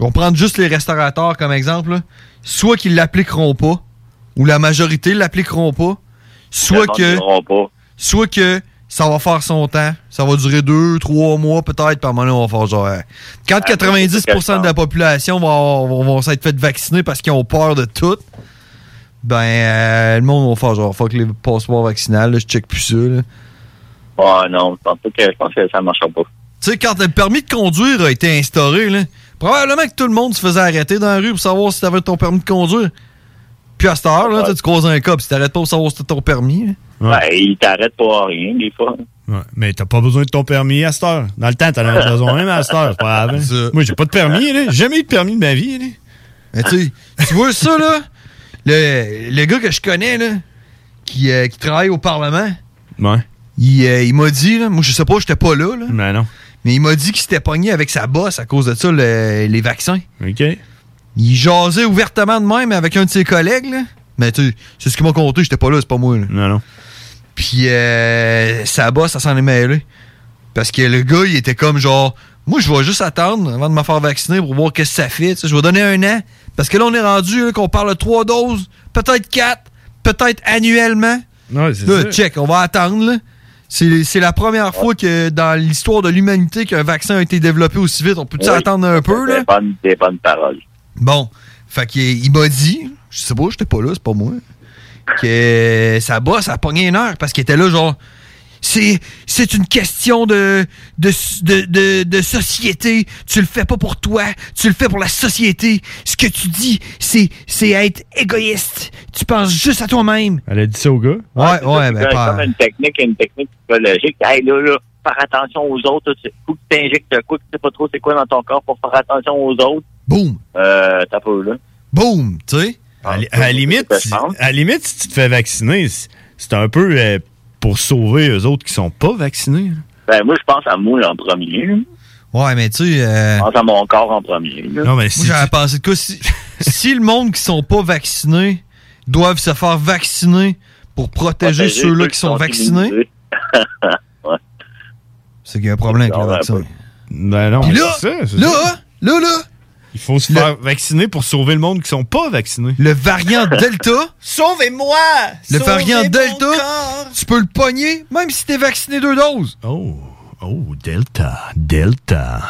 on prend juste les restaurateurs comme exemple, là, soit qu'ils l'appliqueront pas, ou la majorité l'appliqueront pas, soit Le monde que, n'aura pas. soit que ça va faire son temps, ça va durer deux, trois mois peut-être, par moment on va faire genre, euh, quand 90% de la population va, avoir- vont, vont s'être fait vacciner parce qu'ils ont peur de tout ben euh, le monde va faire genre fuck les passeports vaccinales, là, je check plus ça. là. Ah non, je pense, pas que, je pense que ça ne marchera pas. Tu sais, quand le permis de conduire a été instauré, là, probablement que tout le monde se faisait arrêter dans la rue pour savoir si t'avais ton permis de conduire. Puis à cette heure, là, tu sais, tu causes un cop, si t'arrêtes pas pour savoir si t'as ton permis. là. Ben, ils t'arrêtent pour rien, des fois. Ouais, mais t'as pas besoin de ton permis à cette heure. Dans le temps, t'en avais besoin même à cette heure. c'est Pas grave, hein. Moi, j'ai pas de permis. Là. J'ai Jamais eu de permis de ma vie. Là. Mais tu sais, tu vois ça, là? Le, le gars que je connais, là, qui, euh, qui travaille au Parlement, Ouais. il, euh, il m'a dit, là, moi, je sais pas, j'étais pas là, là. Mais non. Mais il m'a dit qu'il s'était pogné avec sa bosse à cause de ça, le- les vaccins. OK. Il jasait ouvertement de même avec un de ses collègues, là. Mais tu sais, c'est ce qu'il m'a conté, j'étais pas là, c'est pas moi, là. Non, non. Puis euh, sa bosse, ça s'en est mêlé. Parce que le gars, il était comme genre, moi, je vais juste attendre avant de me faire vacciner pour voir qu'est-ce que ça fait. tu sais, Je vais donner un an. Parce que là, on est rendu là, qu'on parle de trois doses, peut-être quatre, peut-être annuellement. Ouais, c'est Là, ça. check, on va attendre. là. C'est c'est la première fois que dans l'histoire de l'humanité qu'un vaccin a été développé aussi vite. On peut-tu Oui. attendre un peu? là? Des bonnes, des bonnes paroles. Bon, fait qu'il il m'a dit, je sais pas, j'étais pas là, c'est pas moi, que sa bosse a pogné une heure parce qu'il était là, genre, C'est, c'est une question de, de, de, de, de société. Tu le fais pas pour toi, tu le fais pour la société. Ce que tu dis, c'est, c'est être égoïste. Tu penses juste à toi-même. Elle a dit ça au gars. Ouais, ouais, C'est ben, pas- comme une technique, une technique psychologique. Hey, là, là, faire attention aux autres. là, Tu faut que tu t'injectes quoi, que tu sais pas trop c'est quoi dans ton corps pour faire attention aux autres. Boum! Euh, t'as peu, là. Boum! Tu sais? À, li- à la limite, si- à la limite, si tu te fais vacciner, c- c'est un peu euh, pour sauver eux autres qui sont pas vaccinés. Ben, moi, je pense à moi en premier. là. Ouais, mais tu sais. Je pense à mon corps en premier. là. Moi, j'avais pensé de quoi. Si, si le monde qui sont pas vaccinés doivent se faire vacciner pour protéger, Protéger ceux-là qui sont vaccinés, immunisés. Ouais. c'est qu'il y a un problème avec le vaccin. Ah, Ben non, Ah, Puis mais là, c'est ça, c'est là, ça. là, là, Il faut se faire vacciner pour sauver le monde qui sont pas vaccinés. (laughs) Le variant Delta. Sauvez-moi! Le variant Delta, tu peux le pogner même si t'es vacciné deux doses. Oh, oh, Delta, Delta.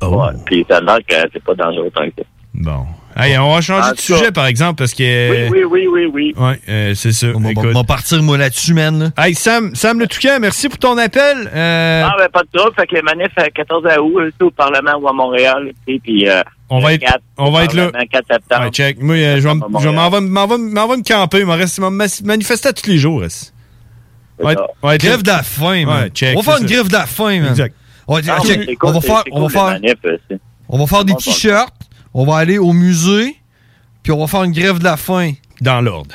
Oh. Ouais, Puis ça a l'air que c'est pas dangereux tant que ça. Bon. Hey, on va changer En de tout cas- sujet, par exemple, parce que... Ah, Oui, oui, oui, oui. Ouais, euh, c'est ça. On va partir, moi, là-dessus, man. Hey, Sam, Sam Le Toucan, merci pour ton appel. Euh, Ah, ben, pas de trouble. Fait que les manifs euh, 14 août, euh, c'est au Parlement ou à Montréal. ici, Puis, euh, On va le être- on au va être là. Parlement, 4 septembre. ouais, check. Moi, euh, je vais m- Montréal. je vais m'en vais m'en vais- m'en vais me camper. Il m'en reste- il m'en mas- manifester à tous les jours. est-ce. On va être- on va être Grève de là. la faim, man. Ouais, check, on va faire c'est une ça. grève de la faim, man. Exact. On va, dire, Ah, OK, mais c'est cool, on va c'est- faire, c'est on cool, va faire, les manifs, euh, on va faire des Bon, bon. t-shirts, on va aller au musée, puis on va faire une grève de la faim. Dans l'ordre.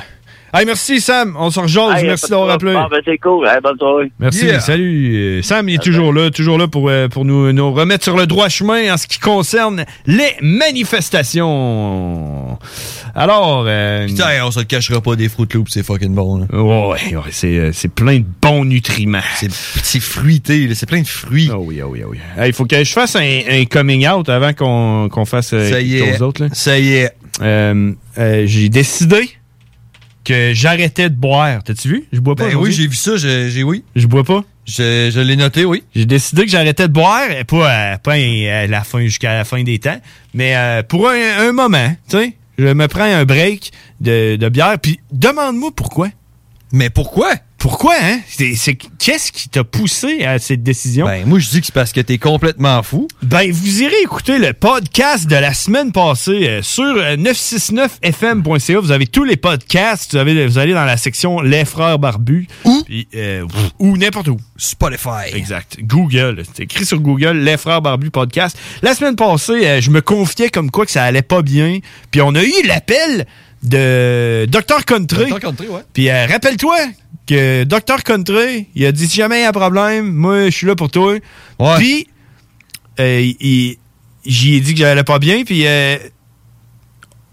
Hey, merci, Sam. On se rejoint. Hey, merci pas de d'avoir trouble. appelé. Ah, ben, c'est cool. Hey, bonne soirée. Merci, Yeah. salut. Euh, Sam il Ah, est toujours ben. là, toujours là pour, euh, pour nous, nous remettre sur le droit chemin en ce qui concerne les manifestations. Alors... euh, Putain, on se le cachera pas des Fruit Loops, c'est fucking bon. Ouais, ouais, c'est, euh, c'est plein de bons nutriments. C'est, fruité, là, c'est plein de fruits. Oh oui, oh oui, oh oui. Il faut que je fasse un, un coming out avant qu'on, qu'on fasse euh, Ça y quelque est. chose d'autre. Là. Euh, Ça y est. j'ai décidé que j'arrêtais de boire. T'as-tu vu? Je bois pas Ben oui, aujourd'hui. j'ai vu ça, j'ai, j'ai- oui. Je bois pas? Je, je l'ai noté, oui. J'ai décidé que j'arrêtais de boire, euh, pas, à, pas euh, à la fin jusqu'à la fin des temps, mais euh, pour un, un moment, tu sais, je me prends un break de, de bière, puis demande-moi pourquoi. Mais pourquoi? Pourquoi, hein? C'est- c'est- Qu'est-ce qui t'a poussé à cette décision? Ben, moi, je dis que c'est parce que t'es complètement fou. Ben, vous irez écouter le podcast de la semaine passée euh, sur euh, 969fm.ca. Vous avez tous les podcasts. Vous, avez, vous allez dans la section Les Frères Barbus. Ou? ou n'importe où. Spotify. Exact. Google. C'est écrit sur Google, Les Frères Barbus Podcast. La semaine passée, euh, je me confiais comme quoi que ça allait pas bien. Puis on a eu l'appel de Dr. Country. Dr. Country, ouais. Puis euh, rappelle-toi que Dr. Country, il a dit si jamais il y a un problème, moi je suis là pour toi. Puis euh, il- il- j'y ai dit que j'allais pas bien. Puis euh,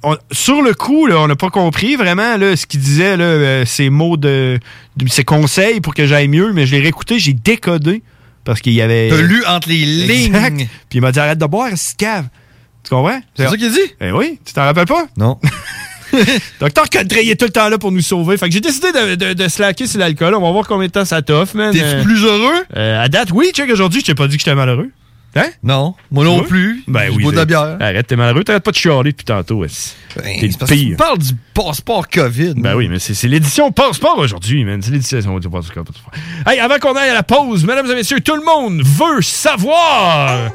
on- sur le coup, là, on n'a pas compris vraiment là, ce qu'il disait, là, euh, ses mots de, de- ses conseils pour que j'aille mieux. Mais je l'ai réécouté, j'ai décodé parce qu'il y avait. T'as lu entre les lignes. Exact. Puis il m'a dit arrête de boire, c'est cave. Tu comprends? C'est ça qu'il dit? Eh oui, tu t'en rappelles pas? Non. (laughs) Docteur Cotteret, il est tout le temps là pour nous sauver. Fait que j'ai décidé de, de, de slacker sur l'alcool. On va voir combien de temps ça t'offre, man. T'es-tu Euh, plus heureux? euh, à date, oui, check aujourd'hui, je t'ai pas dit que j'étais malheureux. Hein? Non, moi non plus. Ben Je oui. bois de la c'est- bière. Ben, Arrête, t'es malheureux, t'arrêtes pas de chialer depuis tantôt. est-ce. T'es c'est le parce que tu pire. parles du passeport COVID. Ben oui, mais c'est c'est l'édition Passeport aujourd'hui, man. C'est l'édition. on va dire Passeport, Passeport. Hey, avant qu'on aille à la pause, mesdames et messieurs, tout le monde veut savoir.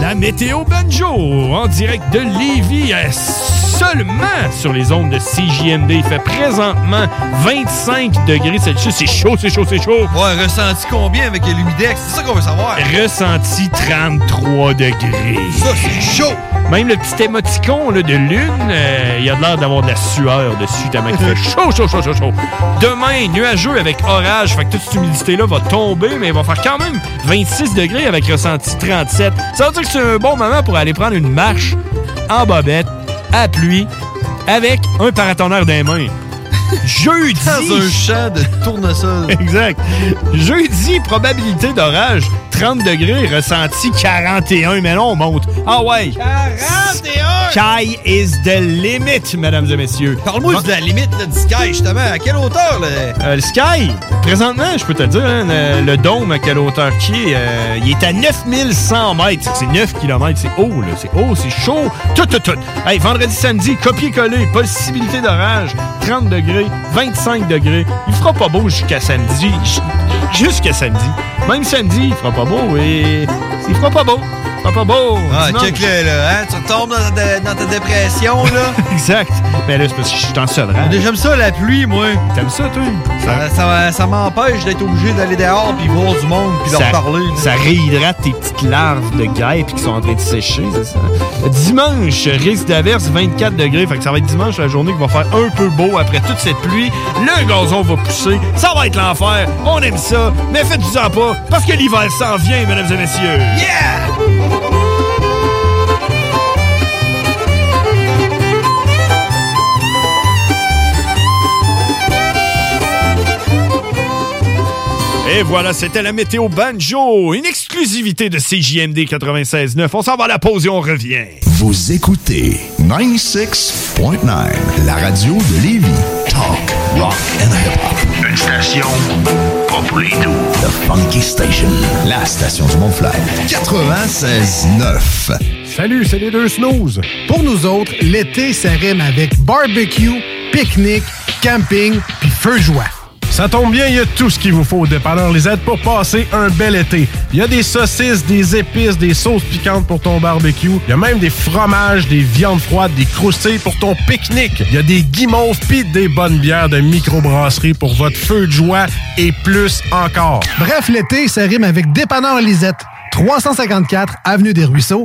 La météo banjo en direct de Lévis euh, seulement sur les ondes de CJMD. Il fait présentement 25 degrés Celsius. C'est chaud, c'est chaud, c'est chaud. Ouais, ressenti combien avec l'humidex? C'est ça qu'on veut savoir. Ressenti 33 degrés. Ça, c'est chaud. Même le petit émoticon là, de lune, euh, il a l'air d'avoir de la sueur dessus. Tellement il fait chaud, chaud, chaud, chaud, chaud. Demain, nuageux avec orage. Fait que toute cette humidité-là va tomber, mais il va faire quand même 26 degrés avec ressenti 37. Ça veut dire que c'est un bon moment pour aller prendre une marche en bobette, à pluie, avec un paratonnerre dans les (laughs) mains. Jeudi. Dans un champ de tournesol. (laughs) exact. Jeudi, probabilité d'orage, 30 degrés, ressenti 41. Mais là, on monte. Ah ouais. 41! Sky is the limit, mesdames et messieurs. Parle-moi de la limite là, du sky, justement. À quelle hauteur, là? Euh, le Sky, présentement, je peux te dire, hein, le, le dôme à quelle hauteur qui est, euh, il est à 9100 mètres. C'est 9 km, c'est haut, là. C'est haut, c'est chaud. Tout, tout, tout. Hey, vendredi, samedi, copier-coller, possibilité d'orage, 30 degrés. 25 degrés. Il fera pas beau jusqu'à samedi. J- Jusqu'à samedi. Même samedi, il fera pas beau et. Il fera pas beau. Il fera pas beau. Ah, dimanche. check-le, là. Hein? Tu retombes dans ta, dans ta dépression, là. (laughs) exact. Mais là, c'est parce que je suis en sevrant. J'aime ça, la pluie, moi. T'aimes ça, toi? Ça, ça, ça m'empêche d'être obligé d'aller dehors puis voir du monde puis ça, leur parler. ça réhydrate tes petites larves de guêpes qui sont en train de sécher. c'est ça. Dimanche, risque d'averse 24 degrés. Fait que ça va être dimanche la journée qui va faire un peu beau après toute cette pluie. Le gazon va pousser. Ça va être l'enfer. On aime ça. Mais faites-vous-en pas parce que l'hiver s'en vient, mesdames et messieurs. Et voilà, c'était la météo banjo. Une exclusivité de CJMD 96.9. On s'en va à la pause et on revient. Vous écoutez 96.9, la radio de Lévis. Talk, rock and hip-hop. Une station pas pour les doux. The Funky Station, la station du Mont-Flair. 96.9. Salut, c'est les deux snooze. Pour nous autres, l'été, ça rime avec barbecue, pique-nique, camping, puis feu joie. Ça tombe bien, il y a tout ce qu'il vous faut au dépanneur Lisette pour passer un bel été. Il y a des saucisses, des épices, des sauces piquantes pour ton barbecue. Il y a même des fromages, des viandes froides, des croustilles pour ton pique-nique. Il y a des guimauves pis des bonnes bières de microbrasserie pour votre feu de joie et plus encore. Bref, l'été, ça rime avec Dépanneur Lisette, 354 Avenue des Ruisseaux,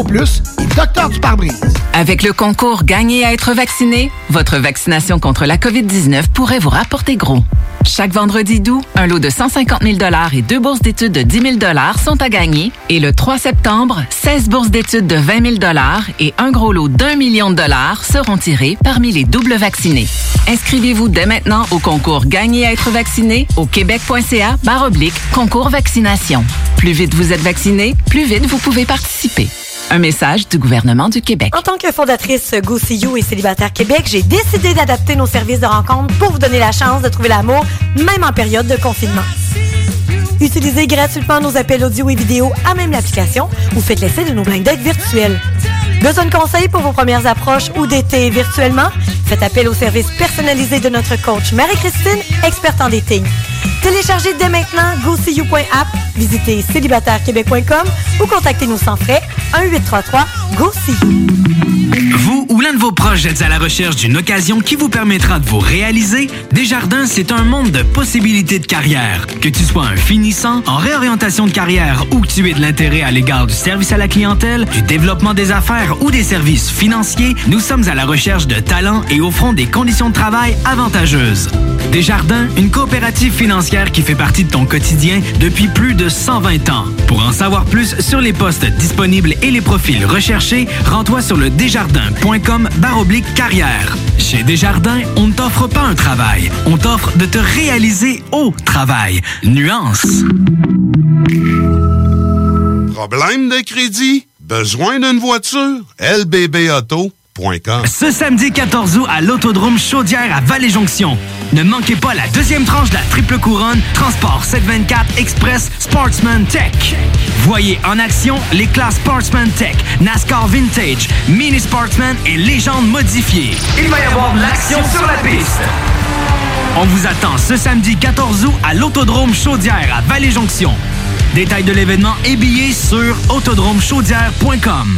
Plus et Docteur du Pare-Brise. Avec le concours Gagner à être vacciné, votre vaccination contre la COVID-19 pourrait vous rapporter gros. Chaque vendredi doux, un lot de 150 000 et deux bourses d'études de 10 000 sont à gagner. Et le 3 septembre, 16 bourses d'études de 20 000 et un gros lot d'un million de dollars seront tirés parmi les doubles vaccinés. Inscrivez-vous dès maintenant au concours Gagner à être vacciné au québec.ca barre oblique concours vaccination. Plus vite vous êtes vacciné, plus vite vous pouvez participer. Un message du gouvernement du Québec. En tant que fondatrice Go See You et Célibataire Québec, j'ai décidé d'adapter nos services de rencontre pour vous donner la chance de trouver l'amour, même en période de confinement. Utilisez gratuitement nos appels audio et vidéo à même l'application ou faites l'essai de nos blind dates virtuels. Besoin de conseils pour vos premières approches ou d'été virtuellement? Faites appel au service personnalisé de notre coach Marie-Christine, experte en dating. Téléchargez dès maintenant gocu.app, visitez célibatairequebec.com ou contactez-nous sans frais 1-833-GOCU. Vous ou l'un de vos proches êtes à la recherche d'une occasion qui vous permettra de vous réaliser? Desjardins, c'est un monde de possibilités de carrière. Que tu sois un finissant, en réorientation de carrière ou que tu aies de l'intérêt à l'égard du service à la clientèle, du développement des affaires ou des services financiers, nous sommes à la recherche de talents et offrons des conditions de travail avantageuses. Desjardins, une coopérative financière qui fait partie de ton quotidien depuis plus de 120 ans. Pour en savoir plus sur les postes disponibles et les profils recherchés, rends-toi sur le desjardins.com baroblique carrière. Chez Desjardins, on ne t'offre pas un travail, on t'offre de te réaliser au travail. Nuance. Problème de crédit? Besoin d'une voiture? lbbauto.com Ce samedi 14 août à l'Autodrome Chaudière à Vallée-Jonction. Ne manquez pas la deuxième tranche de la triple couronne Transport 724 Express Sportsman Tech. Voyez en action les classes Sportsman Tech, NASCAR Vintage, Mini Sportsman et Légende modifiée. Il va y avoir de l'action sur la piste. On vous attend ce samedi 14 août à l'Autodrome Chaudière à Vallée-Jonction. Détails de l'événement et billets sur autodromechaudière.com.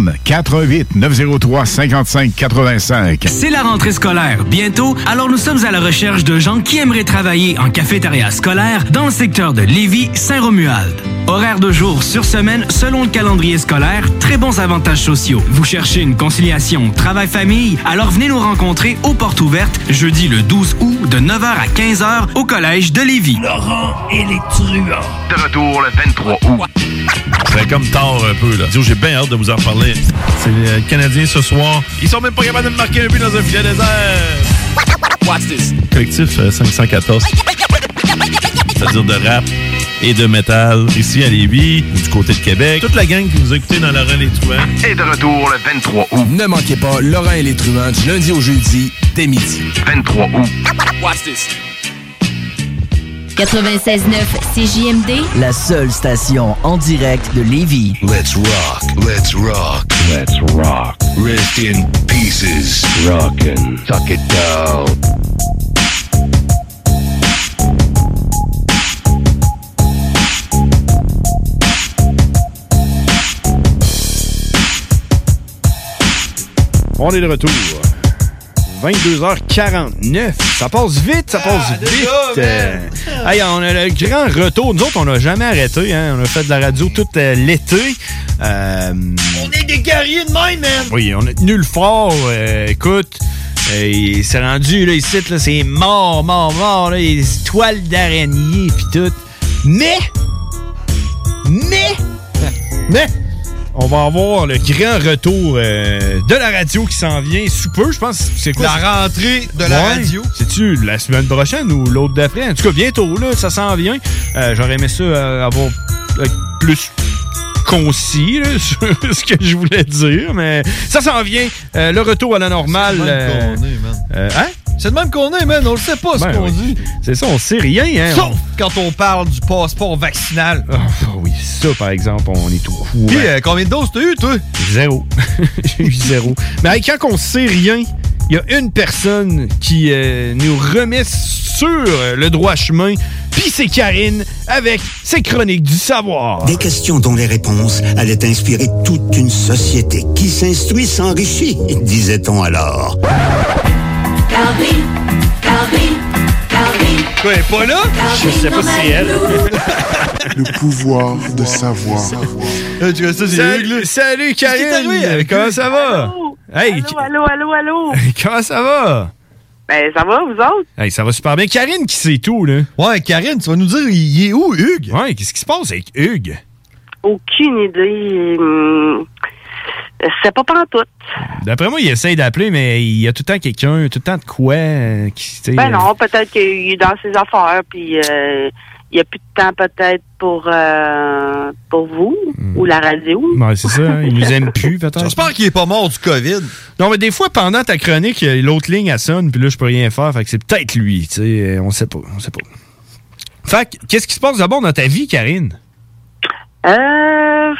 Téléphone 418 903 55 85. C'est la rentrée scolaire bientôt, alors nous sommes à la recherche de gens qui aimeraient travailler en cafétéria scolaire dans le secteur de Lévis, Saint-Romuald. Horaire de jour sur semaine selon le calendrier scolaire, très bons avantages sociaux. Vous cherchez une conciliation travail-famille, alors venez nous rencontrer aux portes ouvertes jeudi le 12 août de 9h à 15h au collège de Lévis. Laurent et les truands. De retour le 23 août. C'est Ben, comme tard un peu, là. Dis-vous, J'ai bien hâte de vous en reparler. C'est les Canadiens ce soir. Ils sont même pas capables de marquer un but dans un filet désert. Watch this. Collectif euh, 514. C'est-à-dire de rap et de métal. Ici à Lévis, ou du côté de Québec. Toute la gang qui nous a écoutés dans la relais Et de retour le 23 août. Ne manquez pas Laurent et les truands du lundi au jeudi dès midi. 23 août. Watch this. 96.9 CJMD. La seule station en direct de Lévis. Let's rock, let's rock, let's rock. Rest in pieces. Rockin', tuck it down. On est de retour. 22h49. Ça passe vite, ça passe Ah, vite. Euh, hey, on a le grand retour. Nous autres, on n'a jamais arrêté. hein. On a fait de la radio tout euh, l'été. Euh, On est des guerriers de même, man. oui, on a tenu le fort. euh, écoute, euh, il s'est rendu là, ici, là, c'est mort, mort, mort. Là, les toiles d'araignée puis tout. Mais, mais, mais, on va avoir le grand retour euh, de la radio qui s'en vient sous peu, je pense. C'est quoi? La rentrée de la radio. C'est-tu la semaine prochaine ou l'autre d'après? En tout cas, bientôt, là, ça s'en vient. Euh, J'aurais aimé ça euh, avoir euh, plus concis là, (laughs) sur ce que je voulais dire, mais ça s'en vient. Euh, le retour à la normale. C'est le même euh, qu'on est, man. euh, hein? C'est de même qu'on est, man. On le sait pas, Ben ce qu'on oui. dit. C'est ça, on sait rien. Hein? Sauf quand on parle du passeport vaccinal. Ah oui, ça, par exemple, on est au courant. Puis, euh, combien de doses t'as eu, toi? Zéro. (laughs) J'ai eu zéro. Mais hey, quand on sait rien, il y a une personne qui euh, nous remet sur euh, le droit chemin, puis c'est Karine avec ses chroniques du savoir. Des questions dont les réponses allaient inspirer toute une société qui s'instruit s'enrichit, (laughs) disait-on alors. Calvi, Calvi, Calvi. Quoi, elle est pas là? Je sais pas (laughs) si elle. Le pouvoir de (laughs) savoir. Euh, Salut, salut Karine! avec comment lui? ça va? Hey, Allô, allô, allô. comment ça va? Ben, ça va, vous autres? Hey, ça va super bien. Karine qui sait tout, là. Ouais, Karine, tu vas nous dire, il est où, Hugues? Ouais, qu'est-ce qui se passe avec Hugues? Aucune idée. hum, C'est pas pantoute. D'après moi, il essaye d'appeler, mais il y a tout le temps quelqu'un, tout le temps de quoi euh, qui. tu sais, Ben euh, non, peut-être qu'il est dans ses affaires, puis euh, il n'y a plus de temps peut-être pour, euh, pour vous ou la radio. Ouais, c'est ça. hein. Il nous aime plus, peut-être. J'espère qu'il est pas mort du COVID. Non, mais des fois, pendant ta chronique, euh, l'autre ligne, elle sonne, puis là, je peux rien faire. Fait que c'est peut-être lui, tu sais. euh, On sait pas, on sait pas. Fait que, qu'est-ce qui se passe d'abord dans ta vie, Karine? Euh,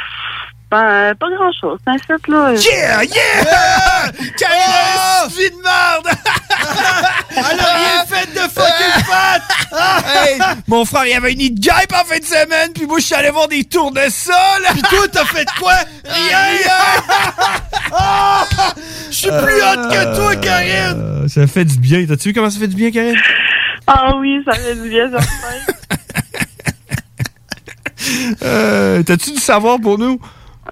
ben, pas grand-chose. C'est un site, là. Oh! Yeah, yeah! (laughs) Karine, vie de merde! Elle a rien fait de fucking fat! Hey, mon frère, il avait une idée de guêpe en fin de semaine, puis moi, je suis allé voir des tours de sol! Puis toi, t'as fait quoi? Rien! Je suis plus hot que toi, Karine! Euh, ça fait du bien. T'as-tu vu comment ça fait du bien, Karine? Ah oui, ça fait du bien, ça. Euh, T'as-tu du savoir pour nous?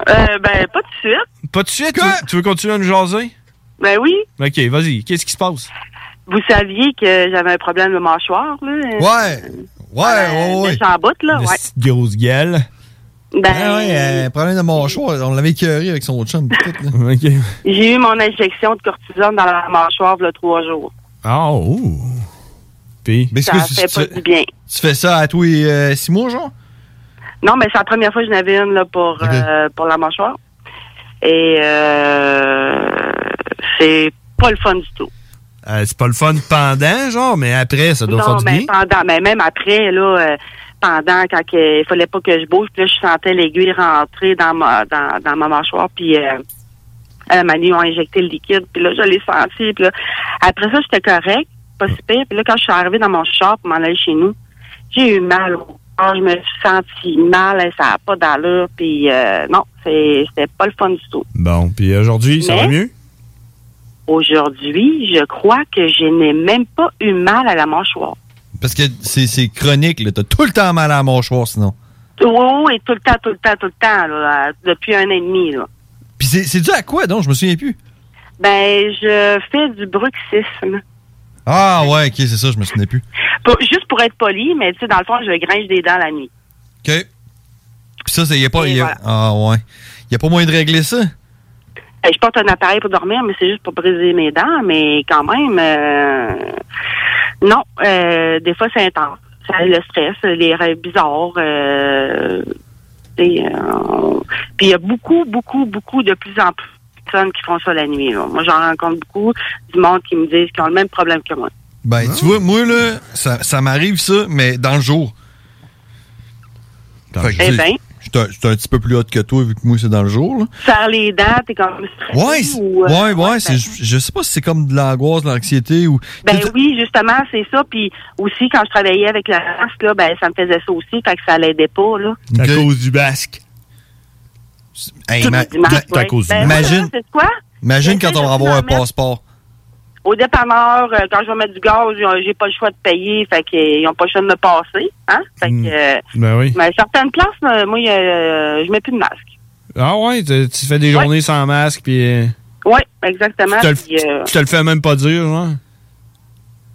Euh, ben, pas de suite. Pas de suite? Tu veux, tu veux continuer à nous jaser? Ben oui. Ok, vas-y. Qu'est-ce qui se passe? Vous saviez que j'avais un problème de mâchoire, là. Ouais! Ouais, ouais, ouais. J'en botte, là, Le ouais. sti- Grosse gueule. Ben, Ben- ouais, euh, problème de mâchoire. On l'avait écœuré avec son chum. pis tout, (laughs) là. J'ai eu mon injection de cortisone dans la mâchoire le trois jours. Ah, ouh. Puis, mais Ça fait pas tu, du bien. tu fais ça à tous les euh, six mois, genre? Non, mais c'est la première fois que j'en avais une là, pour, euh, pour la mâchoire. Et euh, c'est pas le fun du tout. Euh, c'est pas le fun pendant, genre, mais après, ça doit non, ben, faire du mais bien. pendant, mais même après, là, euh, pendant quand que- il fallait pas que je bouge, puis là, je sentais l'aiguille rentrer dans ma dans, dans ma mâchoire, puis euh, euh, Manu a injecté le liquide, puis là, je l'ai senti, puis là, après ça, j'étais correct, pas si pire, puis là, quand je suis arrivée dans mon char pour m'en aller chez nous, j'ai eu mal au Ah, je me suis sentie mal, hein, ça n'a pas d'allure, puis euh, non, c'est- c'était pas le fun du tout. Bon, puis aujourd'hui, ça va Mais- mieux? Aujourd'hui, je crois que je n'ai même pas eu mal à la mâchoire. Parce que c'est c'est chronique, là. T'as tout le temps mal à la mâchoire, sinon. Oh, et tout le temps, tout le temps, tout le temps, là, euh, depuis un an et demi. Là. Puis c'est c'est dû à quoi, donc? Je me souviens plus. Ben, je fais du bruxisme. Ah, ouais, ok, c'est ça, je me souvenais plus. Pour- juste pour être poli, mais tu sais, dans le fond, je gringe des dents la nuit. OK. Puis ça, il y a pas. y a- Ah, ouais. Il a pas moyen de régler ça? Euh, Je porte un appareil pour dormir, mais c'est juste pour briser mes dents, mais quand même, euh, non, euh, des fois, c'est intense. Ça, le stress, les rêves bizarres, euh, et, euh, on- puis il y a beaucoup, beaucoup, beaucoup de plus en plus de personnes qui font ça la nuit. là. Moi, j'en rencontre beaucoup du monde qui me disent qu'ils ont le même problème que moi. Ben, tu vois, moi, là, ça, ça m'arrive, ça, mais dans le jour. Fait que, Eh tu sais, ben. j'étais un- j'étais un petit peu plus haute que toi, vu que moi, c'est dans le jour, là. Serre les dents, t'es comme stressé Ouais, c'est- ou, euh, ouais, ouais, c'est- je, je sais pas si c'est comme de l'angoisse, de l'anxiété ou. Ben oui, justement, c'est ça. Puis aussi, quand je travaillais avec la race, là, ben, ça me faisait ça aussi, fait que ça l'aidait pas, là. À cause du basque. Hey, Tout ma- du masque, ma- ouais. Ben, moi, Imagine, c'est quoi? imagine quand on va avoir un mettre- passeport. Au dépanneur, euh, quand je vais mettre du gaz, ils ont- j'ai pas le choix de payer, fait qu'ils ont pas le choix de me passer, hein? Fait Hmm. que, euh, Ben oui. mais certaines places, euh, moi, euh, je mets plus de masque. Ben. Ah ouais, tu tu fais des journées sans masque, puis euh, Oui, tu exactement. te le- Puis, euh, tu te le fais même pas dire, genre.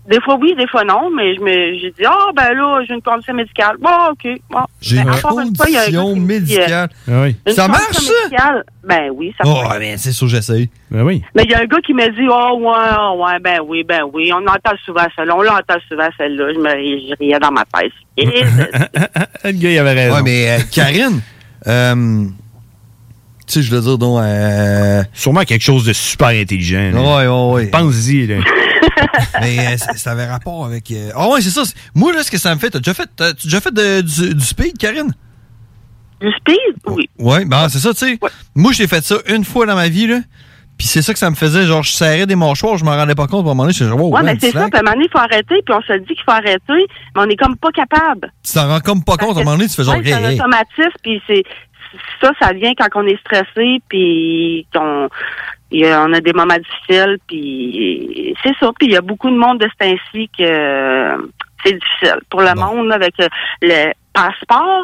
des fois oui, des fois non, mais je me, j'ai dit, ah, ben là, j'ai une condition médicale. Bon, ok, bon. J'ai Ben, une encore fois, il y a un gars condition qui me dit, euh, médicale. Ah Une Ça condition marche? médicale? Ben oui, ça Oh, marche. ben, c'est sûr, j'essaye. Ben oui. Mais il y a un gars qui m'a dit, oh, ouais, oh, ouais, ben oui, ben oui, on entend souvent celle-là, on l'entend souvent celle-là. Je, me, je riais dans ma tête. Et- Ah, Le gars, il avait raison. Ouais, mais euh, (laughs) Karine, euh, tu sais, je veux dire, donc. euh, Sûrement quelque chose de super intelligent. Ouais, ouais, ouais. Pense-y, là. Mais euh, c- ça avait rapport avec. euh, Ah ouais, c'est ça. c'est- Moi, là, ce que ça me fait, t'as déjà fait, t'as- tu as déjà fait de- du, du speed, Karine? Du speed? Oui. Ouais, ben c'est ça, tu sais. Moi, j'ai fait ça une fois dans ma vie, là. Puis c'est ça que ça me faisait. Genre, je serrais des mâchoires, je m'en rendais pas compte. Puis À un moment donné, je suis genre, wow, ouais, man, mais c'est ça, slack. puis à un moment donné, il faut arrêter, puis on se dit qu'il faut arrêter, mais on est comme pas capable. Tu t'en rends comme pas compte. À un moment donné, tu fais genre, Ouais, c'est un hey, hey. automatisme, puis c'est ça, ça vient quand on est stressé, puis qu'on il y a- on a des moments difficiles, puis c'est ça. Puis il y a beaucoup de monde de ce temps-ci que euh, c'est difficile pour le monde avec euh, le passeport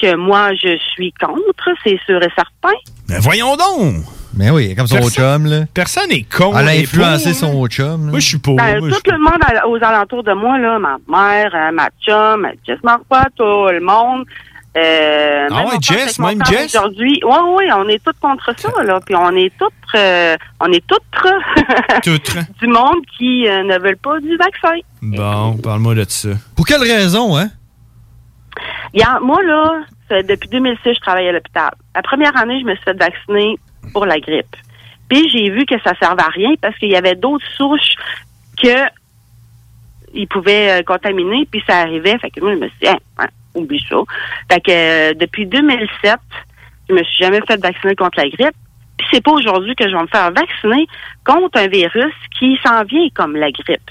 que moi je suis contre, c'est sûr et certain. Mais voyons donc! Mais oui, comme son Personne- autre chum, là. Personne est con. Elle a est influencé pour, hein. son autre chum. Moi, je suis pour. Ben, moi, tout je- le monde à- aux alentours de moi, là, ma mère, hein, ma chum, Jess Marquardt, tout le monde. Euh, Ah ouais, on pense Jess, avec mon même père Jess? Aujourd'hui, ouais, ouais, on est tous contre ça, là. Puis on est tous, euh, on est toutes, euh, (laughs) du monde qui euh, ne veulent pas du vaccin. Bon, parle-moi de ça. Pour quelle raison, hein? Regarde, moi, là, c'est- depuis 2006, je travaille à l'hôpital. La première année, je me suis fait vacciner pour la grippe. Puis j'ai vu que ça servait à rien parce qu'il y avait d'autres sources que ils pouvaient euh, contaminer, puis ça arrivait. Fait que moi, je me suis dit, Hein, hein, oublie ça. Fait que euh, depuis 2007, je me suis jamais fait vacciner contre la grippe. Puis c'est pas aujourd'hui que je vais me faire vacciner contre un virus qui s'en vient comme la grippe.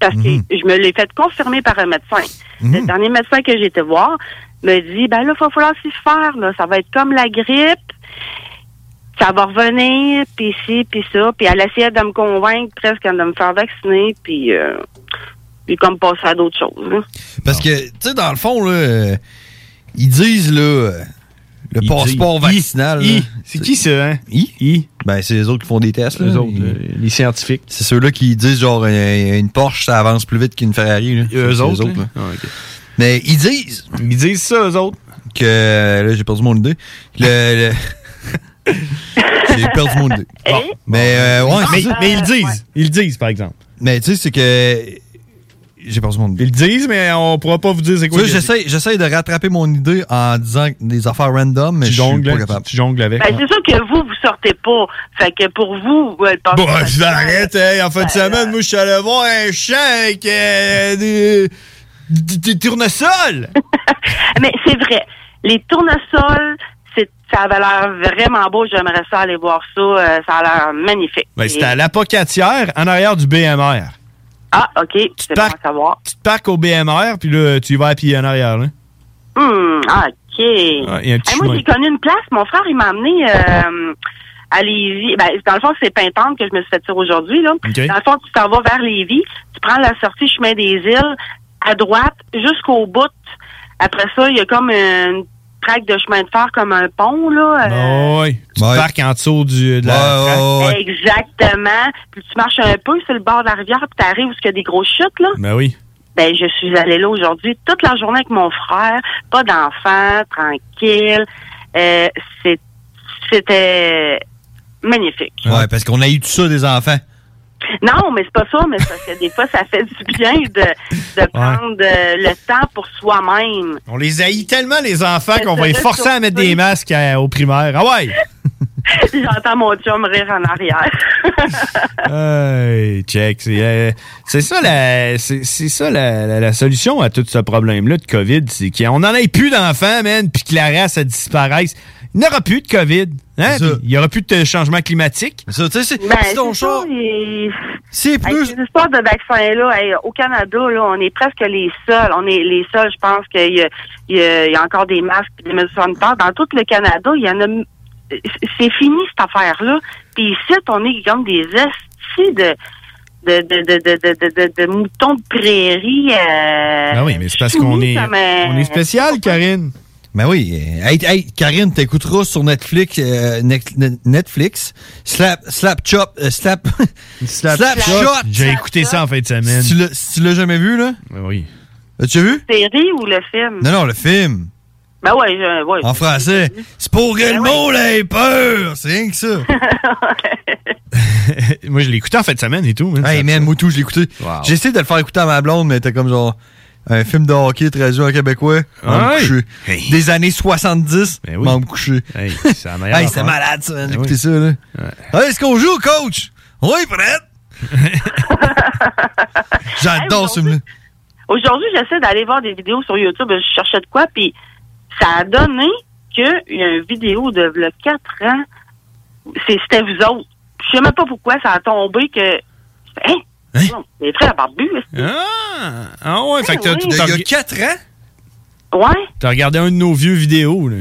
Parce Mhm. que je me l'ai fait confirmer par un médecin. Le dernier médecin que j'ai été voir me dit, ben là, il va falloir s'y faire, là. Ça va être comme la grippe ça va revenir, puis ci, puis ça. Puis elle essayait de me convaincre presque de me faire vacciner, puis euh, puis comme passer à d'autres choses. hein. Parce que, tu sais, dans le fond, là, euh, ils disent, là, euh, le passeport vaccinal. I. là. C'est qui ça, hein? I? Ben, c'est les autres qui font des tests. Eux là, autres, euh, les- les scientifiques. C'est ceux-là qui disent, genre, euh, une Porsche, ça avance plus vite qu'une Ferrari. Là. Eux C'est autres, hein? là? Ah, là. Mais ils disent. Ils disent ça, eux autres. Que. Là, j'ai perdu mon idée. Le. le- j'ai perdu mon idée. Bon. Mais, euh, ouais, mais, c'est ça. mais ils le disent. Ils le disent, par exemple. Mais tu sais, c'est que. J'ai perdu mon idée. Ils le disent, mais on pourra pas vous dire c'est Tu quoi. vois, qu'ils- j'essaie, j'essaie de rattraper mon idée en disant des affaires random, mais Tu je suis jongles, pas hein? capable. Tu jongles avec. Ben, c'est sûr que vous, vous sortez pas. Fait que pour vous, ouais, le Bon, euh, passeport- je l'arrête, hey, en fin ben, de semaine, moi, je suis allé voir un champ avec euh, des, des- (laughs) des tournesols. Mais c'est vrai. Les tournesols, c'est, ça avait l'air vraiment beau. J'aimerais ça aller voir ça. euh, ça a l'air magnifique. Ben, c'était à l'apocatière, en arrière du BMR. Ah, OK. C'est bon à savoir. Tu te parques au BMR, puis là, tu y vas à pied en arrière, là. Hum, ah, OK. Ah, il y a un petit Eh, moi, chemin. j'ai connu une place. Mon frère, il m'a amené euh, à Lévis. Ben, dans le fond, c'est Pintante que je me suis fait tirer aujourd'hui. Là. OK. Dans le fond, tu t'en vas vers Lévis, tu prends la sortie chemin des îles, à droite, jusqu'au bout. Après ça, il y a comme une traque de chemin de fer, comme un pont. là. Euh, Ah ouais. Tu parques en dessous du, de la. Exactement. Puis tu marches un peu sur le bord de la rivière, puis t'arrives où il y a des grosses chutes, là. Ben oui. Ben, je suis allée là aujourd'hui toute la journée avec mon frère, pas d'enfant, tranquille. Euh, c'est- C'était magnifique. Ouais, parce qu'on a eu tout ça des enfants. Non, mais c'est pas ça, mais c'est parce que des fois, ça fait du bien de, de prendre euh, le temps pour soi-même. On les haït tellement, les enfants, Je qu'on va les serais forcer à mettre des masques à- aux primaires. Ah ouais! (laughs) J'entends mon chum rire en arrière. Hey, check. C'est euh, c'est ça, la, c'est c'est ça la, la- la solution à tout ce problème-là de COVID. C'est qu'on n'en ait plus d'enfants, man, puis que la race, ça disparaisse. Il n'y aura plus de COVID. hein, puis Il n'y aura plus de changement climatique. Ben, c'est ça, et- C'est plus. Ces histoires de vaccins-là, hey, au Canada, là, on est presque les seuls. On est les seuls, je pense, qu'il y a, il y a- il y a encore des masques et des mesures sanitaires. Dans tout le Canada, il y en a. m- C'est fini, cette affaire-là. Puis ici, on est comme des estis de. De, de, de, de, de, de, de- de moutons de prairie. euh, Ben oui, mais c'est parce soumis qu'on est- comme, euh, on est spécial, Karine. Ben oui. euh, Hey, hey, Karine, t'écouteras sur Netflix, euh, Net- Net- Netflix, Slap, Slap Chop, (laughs) euh, Slap, Slap, Shot. Shot. J'ai écouté ça en fin de semaine. Si tu l'as- si tu l'as jamais vu, là? oui. As-tu vu? série ou le film? Non, non, le film. Ben ouais, je- ouais. Ben En français. C'est pour le mot, Oh, là, il est peur. C'est rien que ça. (laughs) Moi, je l'ai écouté en fin de semaine et tout. hey, man, Moutou, je l'ai écouté. J'ai essayé de le faire écouter à ma blonde, mais t'es comme genre un film de hockey traduit en québécois. M'en Hey. coucher. Hey. Des années 70. Ben oui. M'en coucher. Hey, c'est la meilleure Hey, c'est affaire. malade, ça, man. Ben Écoutez oui. ça, là. Hey, est-ce qu'on joue, coach? Oui, prête. (laughs) J'adore ce film-là. Aujourd'hui, j'essaie d'aller voir des vidéos sur YouTube. Je cherchais de quoi, puis ça a donné qu'il y a une vidéo de v'là quatre ans. C'est- C'était vous autres. Je sais même pas pourquoi ça a tombé que. Hein? Non, Les frères barbus. Ah! Ah ouais, fait que t'as- oui. Ben, t'as- Il y a 4 ans? Ouais. T'as regardé un de nos vieux vidéos, là.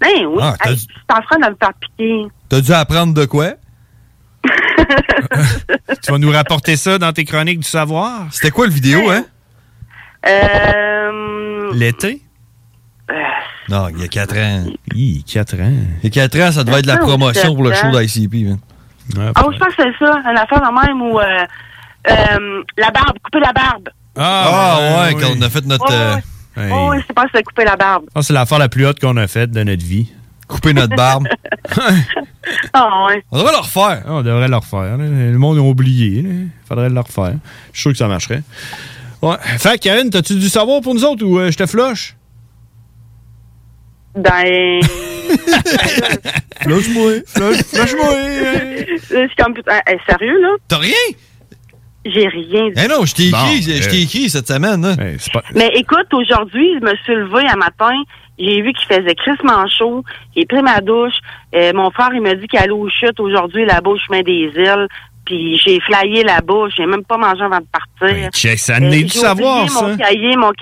Ben oui. Ah, t'as Hey, du- je suis en train de me faire piquer. (laughs) T'as dû apprendre de quoi? (laughs) tu vas nous rapporter ça dans tes chroniques du savoir. C'était quoi le vidéo, hein? Euh, L'été? Non, il y a 4 ans. Hi, 4 ans. Il y a 4 ans, ça devait être la Ah, promotion pour le show sept ans. d'ICP, man. Ah, je pense que c'est ça, une affaire de même où. euh, euh, la barbe, couper la barbe. Ah, ouais, oui. quand on a fait notre. Ouais, euh, ouais. Oh, oui, c'est pas ça, couper la barbe. Je pense que c'est l'affaire la plus haute qu'on a faite de notre vie. Couper notre (laughs) barbe. Ah, ouais. on devrait le refaire. on devrait le refaire. là. Le monde a oublié. Il faudrait le refaire. Je suis sûr que ça marcherait. Ouais. Fait que, Karine, t'as-tu du savoir pour nous autres ou euh, je te floche? (laughs) Ben. (laughs) Flush-moi. Flush-moi. Je suis comme putain. hey, sérieux, là? T'as rien? J'ai rien dit. Eh non, je t'ai Bon, écrit, je t'ai euh. ben, écrit cette semaine. Hein. Mais écoute, aujourd'hui, je me suis levée un matin, j'ai vu qu'il faisait crissement chaud, j'ai pris ma douche. Euh, mon frère, il m'a dit qu'il allait aux chutes aujourd'hui, là-bas, au chemin des îles. Puis j'ai flyé là-bas, j'ai même pas mangé avant de partir. Check, ça Euh, n'est j'ai du savoir, oublié ça. mon cahier, mon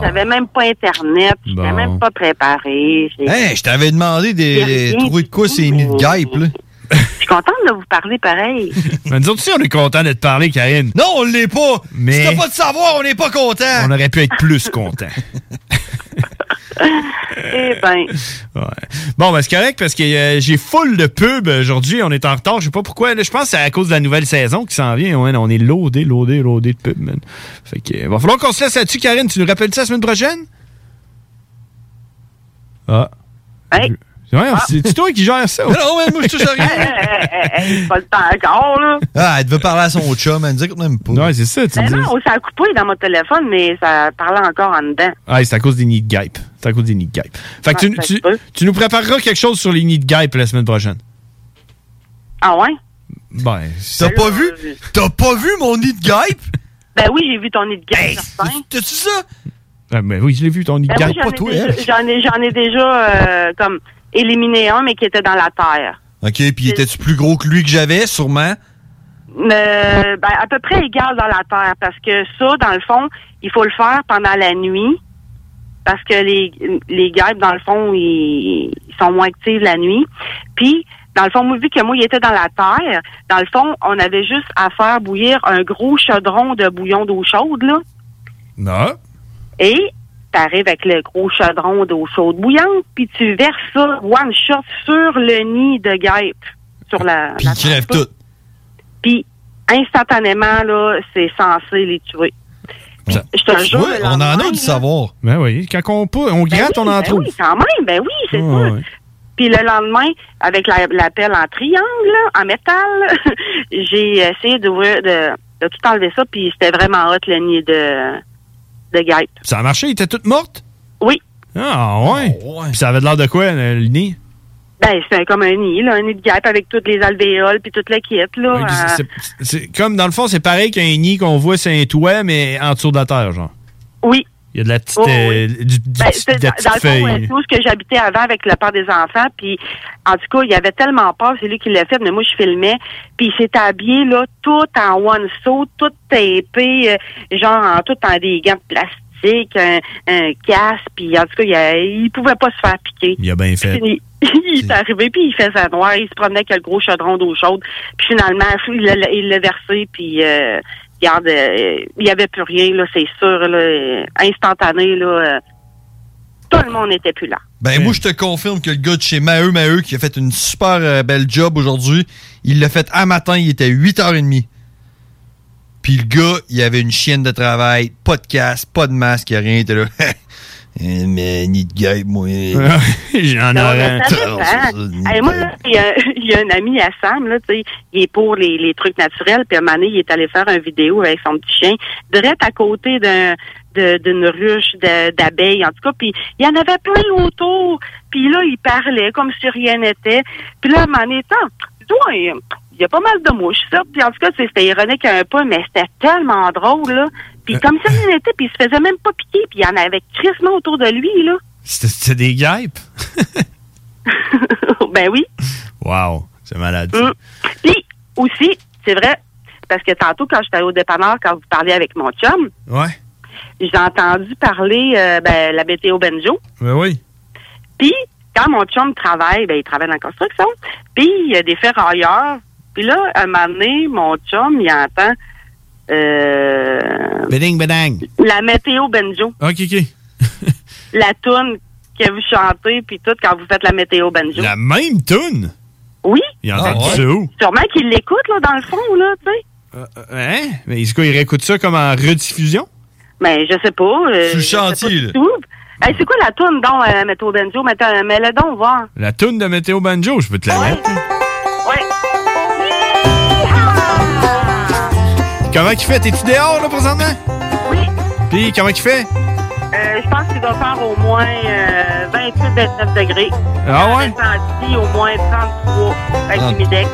calepin, j'avais même pas Internet, j'étais Bon. même pas préparée. J'ai- Hey, je t'avais demandé Y a des rien trouver de quoi ces nids de guêpes, là. Je suis contente de vous parler (laughs) pareil. (laughs) Mais nous autres aussi, on est content de te parler, Karine. Non, on l'est pas. Mais Si t'as pas de savoir, on n'est pas content. on aurait pu être plus content. eh ben, Ouais. Bon, ben, c'est correct parce que euh, j'ai full de pubs aujourd'hui. On est en retard. Je sais pas pourquoi. là. je pense que c'est à cause de la nouvelle saison qui s'en vient. Ouais, on est loadé, loadé, loadé de pubs, man. Fait que, euh, va falloir qu'on se laisse là-dessus, Karine. Tu nous rappelles ça la semaine prochaine? Ah. Hey. Ah. Ouais, (laughs) c'est toi qui gère ça. Non, mais moi, je touche à rien. c'est pas le temps encore, là. Ah, elle devait parler à son chum, elle ne dit qu'on même pas. Ouais, c'est (laughs) ça, tu Ben non, ça a coupé dans mon téléphone, mais ça parlait encore en dedans. Ah, c'est à cause des nids de guêpes. C'est à cause des nids de guêpes. Fait que tu, Ouais, ça tu- se peut. tu nous prépareras quelque chose sur les nids de guêpes la semaine prochaine. Ah ouais? Ben, T'as pas vu? T'as pas vu mon nid de guêpe? Ben oui, j'ai vu ton nid de guêpe, certain. T'as-tu ça? Ah, ben oui, je l'ai vu, ton nid de Ben oui, guêpe. j'en ai déjà- j'en ai, j'en ai déjà euh, comme éliminé un, mais qui était dans la terre. OK, puis étais-tu plus gros que lui que j'avais, sûrement? Euh, ben, à peu près égal dans la terre, parce que ça, dans le fond, il faut le faire pendant la nuit. parce que les, les guêpes, dans le fond, ils, ils sont moins actives la nuit. Puis, dans le fond, moi, vu que moi, il était dans la terre, dans le fond, on avait juste à faire bouillir un gros chaudron de bouillon d'eau chaude, là. Non. Et t'arrives avec le gros chaudron d'eau chaude bouillante, puis tu verses ça one shot sur le nid de guêpe. Sur la, Puis la- ils crèvent tout. Puis instantanément, là, c'est censé les tuer. Je te jure, Ouais, le on en lendemain, a du savoir. Ben oui, quand on, pou- on Ben gratte, oui, on en ben trouve. Oui, quand même, ben oui, c'est Ah, ça. ouais. Puis le lendemain, avec la, la pelle en triangle, là, en métal, (laughs) j'ai essayé d'ouvrir, de, de tout enlever ça, puis c'était vraiment hot le nid de, de guêpe. Ça a marché, il était toute morte? Oui. Ah ouais. Puis ça avait de l'air de quoi, le, le nid? Ben, c'est comme un nid, là, un nid de guêpe avec toutes les alvéoles, puis toute la quitte, là. Fait que euh, c'est- c'est- c'est comme dans le fond, c'est pareil qu'un nid qu'on voit sur un toit, mais en dessous de la terre, genre. Oui. Il y a de la petite, Oh, oui. euh, du- du- Ben, de c'est- la dans, dans petite le fond, euh, feuille. tout ce que j'habitais avant avec le père des enfants, puis en tout cas, il avait tellement peur, c'est lui qui l'a fait, mais moi je filmais, puis il s'est habillé là tout en one saut, tout tapé, euh, genre en tout en des gants de plastique, un, un casque, puis en tout cas, il, a- il pouvait pas se faire piquer. Il a bien fait. Puis, (laughs) Il il est arrivé, puis il faisait noir, il se promenait avec le gros chaudron d'eau chaude, puis finalement, (laughs) il l'a- il l'a versé, puis euh, regarde, euh, il n'y avait plus rien, là, c'est sûr, là, euh, instantané, là, euh, tout le monde n'était plus là. Ben, moi, je te confirme que le gars de chez Maheu Maheu, qui a fait une super euh, belle job aujourd'hui, il l'a fait à matin, il était 8h30. Puis le gars, il avait une chienne de travail, pas de casque, pas de masque, il a rien, il était là. (laughs) Eh, Mais ni de guêpe, moi. (laughs) J'en Non, mais ça dépend. Hey, moi, là, il y, a- (laughs) il y a un ami à Sam, là, tu sais, il est pour les, les trucs naturels, puis à un moment donné, il est allé faire une vidéo avec son petit chien, direct à côté d'un de- d'une ruche de- d'abeilles, en tout cas, puis il y en avait plein autour, puis là, il parlait comme si rien n'était, puis là, à un moment donné, Attends, dis-donc, il y a pas mal de mouches, ça, puis en tout cas, c'est- c'était ironique un peu, mais c'était tellement drôle, là, puis comme ça, il était, puis il se faisait même pas piquer, puis il y en avait crissement autour de lui, là. C'était c'était des guêpes? (laughs) ben oui. (laughs) Wow, c'est malade. ça. Mm. Puis aussi, c'est vrai, parce que tantôt, quand j'étais au dépanneur, quand vous parliez avec mon chum, Mm. Ouais. j'ai entendu parler euh, ben, la météo Benjo. Ben oui. Puis, quand mon chum travaille, ben, il travaille dans la construction, puis il y a des ferrailleurs. Puis là, un moment donné, mon chum, il entend euh, Beding, bedang. la météo Benjo, Ok, ok. (laughs) la toune que vous chantez, puis tout, quand vous faites la météo Benjo. La même toune? Oui. Il Ah, entend ouais. ça où? Sûrement qu'il l'écoute, là, dans le fond, là, tu sais. Euh, euh, hein? Mais c'est quoi, il réécoute ça comme en rediffusion? Ben, je sais pas. euh, Sur je le sais chantier, pas du là. tout. Hey, c'est quoi la toune, donc, euh, Météo Benjo? Mais t'as- Mets-le donc, voir. La toune de Météo Banjo, je peux te la mettre. Comment il fait? T'es-tu dehors, là, présentement? Oui. Puis, comment il fait? Euh, je pense qu'il doit faire au moins euh, 28-29 degrés. Ah ouais? Ressenti au moins 33 avec Ah. l'humidex.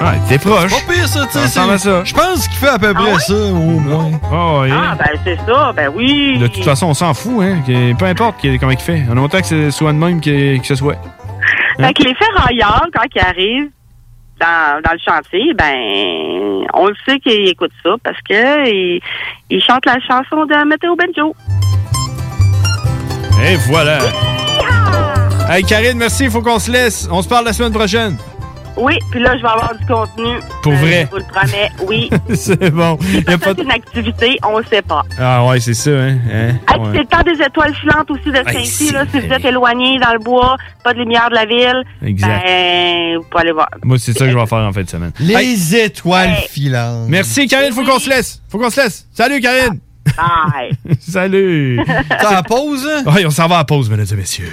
Ouais, t'es proche. C'est pas pire, ça, tu sais. Ça ressemble à ça. c'est- Je pense qu'il fait à peu près ça, au moins. Oh, oui. Ah, ben, c'est ça, ben oui. De toute façon, on s'en fout, hein. que- peu importe que- comment il fait. En longtemps que ce soit de même que, que ce soit. hein? Fait que les ferrailleurs, quand ils arrivent dans, dans le chantier, ben, on le sait qu'ils écoutent ça parce que ils, ils chantent la chanson de Météo Benjo. Et voilà. Hey, Karine, merci. Il faut qu'on se laisse. On se parle la semaine (laughs) prochaine. Oui, puis là, je vais avoir du contenu. Euh, Pour vrai? Je vous le promets, oui. (laughs) c'est bon. Y a pas C'est de... une activité, on ne sait pas. Ah, ouais, c'est ça, hein. hein, Hey, puis ouais. C'est le temps des étoiles filantes aussi de Hey, Saint-Cy. c'est là, si vous êtes éloigné dans le bois, pas de lumière de la ville, Exact. ben, vous pouvez aller voir. Moi, c'est ça que je vais faire en fin de semaine. Les étoiles Hey. filantes. Merci, Karine. Faut qu'on se laisse. Faut qu'on se laisse. Salut, Karine. Bye. Salut. T'as la pause, hein? Ouais, Ah, on s'en va à pause, mesdames et messieurs.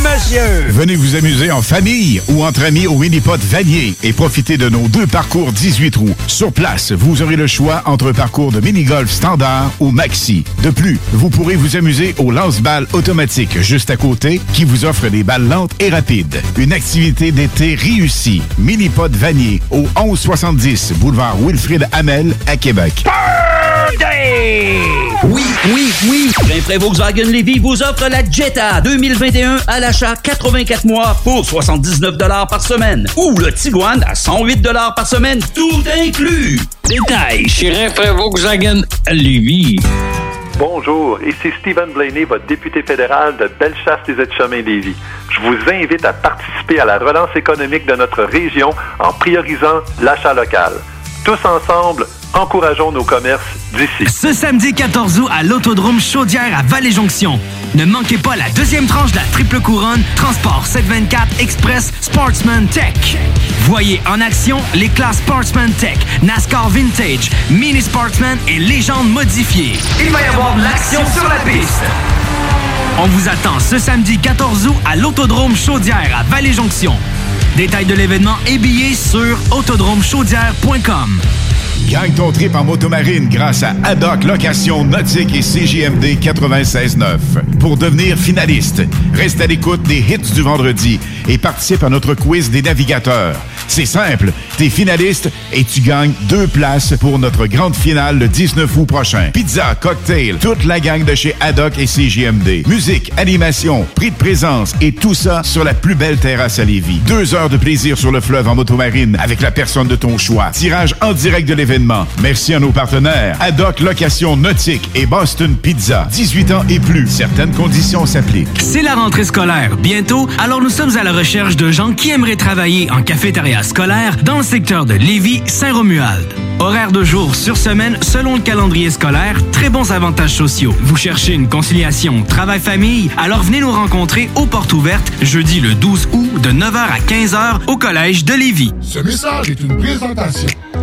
monsieur! Venez vous amuser en famille ou entre amis au Minipod Vanier et profitez de nos deux parcours 18 trous. Sur place, vous aurez le choix entre un parcours de mini-golf standard ou maxi. De plus, vous pourrez vous amuser au lance-balles automatique juste à côté qui vous offre des balles lentes et rapides. Une activité d'été réussie. Minipod Vanier au 1170 boulevard Wilfrid Hamel à Québec. Oui, oui, oui. Rainfray Volkswagen Lévy vous offre la Jetta 2021 à l'achat 84 mois pour 79 par semaine. Ou le Tiguan à 108 par semaine, tout inclus. Détail chez Rainfray Volkswagen Lévis. Bonjour, ici Stephen Blaney, votre député fédéral de Bellechasse-des-Etchemins-Lévis. Je vous invite à participer à la relance économique de notre région en priorisant l'achat local. Tous ensemble, encourageons nos commerces d'ici. Ce samedi 14 août à l'Autodrome Chaudière à Vallée-Jonction. Ne manquez pas la deuxième tranche de la triple couronne Transport 724 Express Sportsman Tech. Voyez en action les classes Sportsman Tech, NASCAR Vintage, Mini Sportsman et Légende modifiée. Il va y avoir de l'action sur la piste. On vous attend ce samedi 14 août à l'Autodrome Chaudière à Vallée-Jonction. Détails de l'événement et billets sur autodromechaudière.com. Gagne ton trip en motomarine grâce à Adoc Location Nautique et CGMD 96.9. Pour devenir finaliste, reste à l'écoute des hits du vendredi et participe à notre quiz des navigateurs. C'est simple, t'es finaliste et tu gagnes deux places pour notre grande finale le 19 août prochain. Pizza, cocktail, toute la gang de chez Adoc et CGMD. Musique, animation, prix de présence et tout ça sur la plus belle terrasse à Lévis. Deux heures de plaisir sur le fleuve en motomarine avec la personne de ton choix. Tirage en direct de l'événement. Merci à nos partenaires Adoc Location Nautique et Boston Pizza. 18 ans et plus. Certaines conditions s'appliquent. C'est la rentrée scolaire bientôt, alors nous sommes à la recherche de gens qui aimeraient travailler en cafétéria scolaire dans le secteur de Lévis, Saint-Romuald. Horaire de jour sur semaine selon le calendrier scolaire, très bons avantages sociaux. Vous cherchez une conciliation travail-famille, alors venez nous rencontrer aux portes ouvertes jeudi le 12 août de 9h à 15h au collège de Lévis. Ce message est une présentation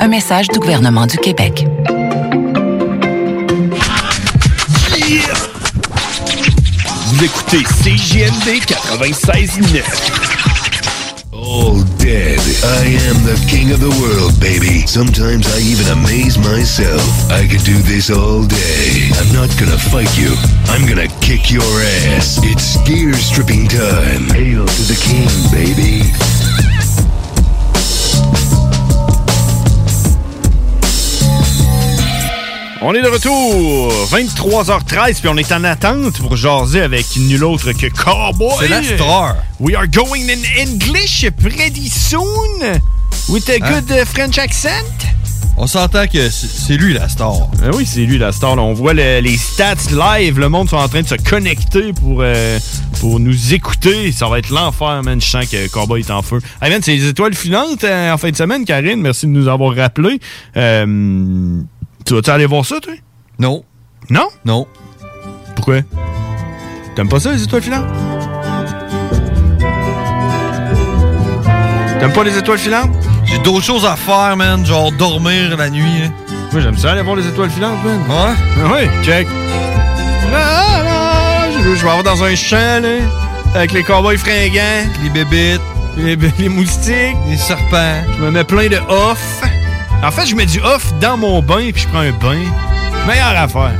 Un message du gouvernement du Québec. Vous écoutez CJMD 96.9. all dead. I am the king of the world, baby. Sometimes I even amaze myself. I could do this all day. I'm not gonna fight you. I'm gonna kick your ass. It's gear stripping time. Hail to the king, baby. On est de retour, 23h13, puis on est en attente pour jaser avec nul autre que Cowboy. C'est la star. Euh, We are going in English pretty soon with a Hein? good uh, French accent. On s'entend que c'est- c'est lui la star. Ah oui, c'est lui la star. là. On voit le- les stats live. Le monde sont en train de se connecter pour, euh, pour nous écouter. Ça va être l'enfer, man. Je sens que Cowboy est en feu. Hey, man, c'est les étoiles filantes euh, en fin de semaine, Karine. Merci de nous avoir rappelé. Euh, tu vas-tu aller voir ça, toi? Non. Non? Non. Pourquoi? T'aimes pas ça, les étoiles filantes? T'aimes pas les étoiles filantes? J'ai d'autres choses à faire, man. Genre dormir la nuit. hein. Moi, j'aime ça aller voir les étoiles filantes, man. Ouais? Ouais, check. Ah, là, je, je vais avoir dans un champ, là, avec les cowboys fringants. Les bébites. Les, bé- les moustiques. Les serpents. Je me mets plein de off. En fait, je mets du off dans mon bain, puis je prends un bain. Meilleure affaire.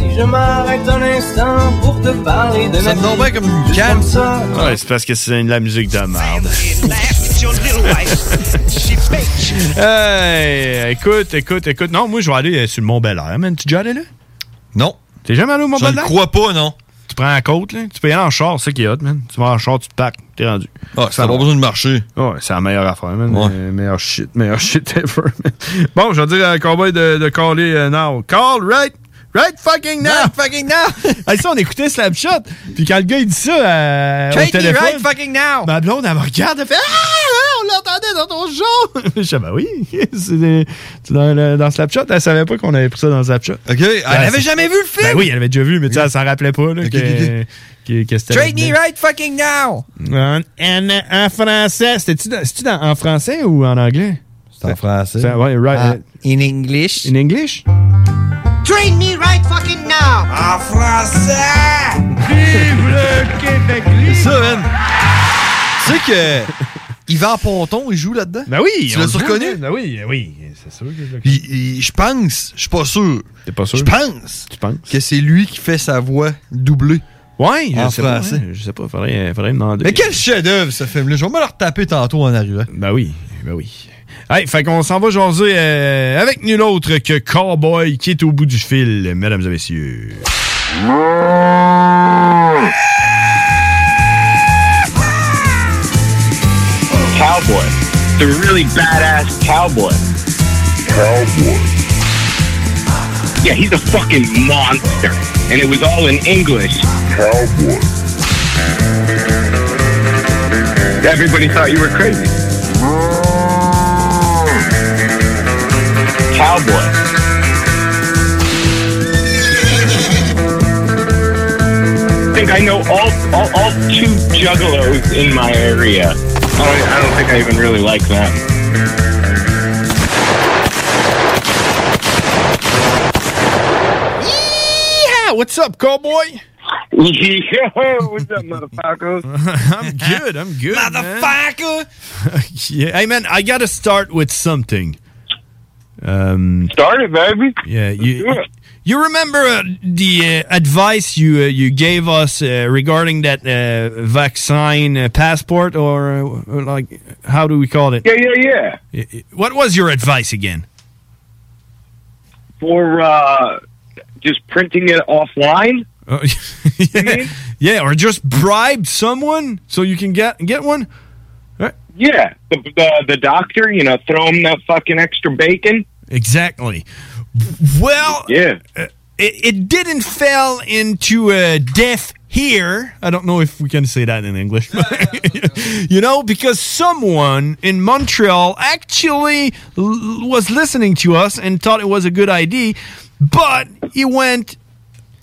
Si je m'arrête un instant pour te parler de Ça ma me vie, donne bien comme une juste canne. ça. Ouais, c'est parce que c'est de la musique de merde. Hey, écoute, écoute, écoute. Non, moi, je vais aller euh, sur le Mont-Bel-Air, man. Tu es déjà allé là? Non. T'es jamais allé au Je ne Mont-Bel-Air? crois pas, non. Tu prends la côte, là. Tu peux y aller en char, c'est ça qui est hot, man. Tu vas en char, tu te packs, t'es rendu. Ah, ça n'a pas besoin de marcher. Ouais, c'est la meilleure affaire, man. Euh, meilleur shit, meilleur (laughs) shit ever, man. Bon, je vais dire à Cowboy de, de caller euh, now. Call right, right fucking now! fucking now! (laughs) hey, ça, on écoutait Slapshot, puis quand le gars, il dit ça euh, au Take me téléphone... right fucking now! Ma blonde, elle me regarde, elle fait... Ah, on l'entendait dans ton show! (laughs) Je sais, ben oui, c'est des- c'est dans, le- dans Slapshot. Elle savait pas qu'on avait pris ça dans Slapshot. OK, elle avait jamais vu le film! Ben oui, elle avait déjà vu, mais tu sais, elle s'en rappelait pas, là, que, que- que c'était... là-dedans. right fucking now! En, en, en français. C'était-tu dans- c'est-tu dans- en français ou en anglais? C'est en français. Ah, C'est- ouais, right. euh, in English. In English? Train me right fucking now! En français! Vive le Québec Ça, man. tu sais que Yvan Ponton, il joue là-dedans? Ben oui! Tu on l'as le voit, reconnu? Ben oui, oui, c'est sûr que je le Il- il- Je pense, je suis pas sûr. T'es pas sûr? Je pense. Tu penses? Que c'est lui qui fait sa voix doublée. Ouais, je en sais pas. français. Ben ouais, je sais pas, faudrait, faudrait demander. Mais quel chef-d'œuvre ce film-là. Je vais me le retaper tantôt en arrivant. Ben oui, ben oui. Hey, fait qu'on s'en va jaser euh, avec nul autre que Cowboy qui est au bout du fil, mesdames et messieurs. Cowboy. The really badass cowboy. Cowboy. Yeah, he's a fucking monster. And it was all in English. Cowboy. Everybody thought you were crazy. Cowboy. I think I know all, all, all two juggalos in my area. I don't, I don't think I even really like them. Yeah, what's up, Cowboy? Yo, what's up, (laughs) motherfuckers? I'm good. I'm good. Motherfucker. (laughs) yeah. Hey, man, I got to start with something. Um, start it, baby. Yeah. You, you remember uh, the uh, advice you uh, you gave us uh, regarding that uh, vaccine uh, passport, or uh, or like how do we call it? Yeah, yeah, yeah. What was your advice (laughs) again? For uh, just printing it offline. Uh, yeah, yeah, or just bribe someone so you can get get one. Yeah, the, the the doctor, you know, throw him that fucking extra bacon. Exactly. Well, yeah, it, it didn't fell into uh, death here. I don't know if we can say that in English, (laughs) but you know, because someone in Montreal actually l- was listening to us and thought it was a good idea, but he went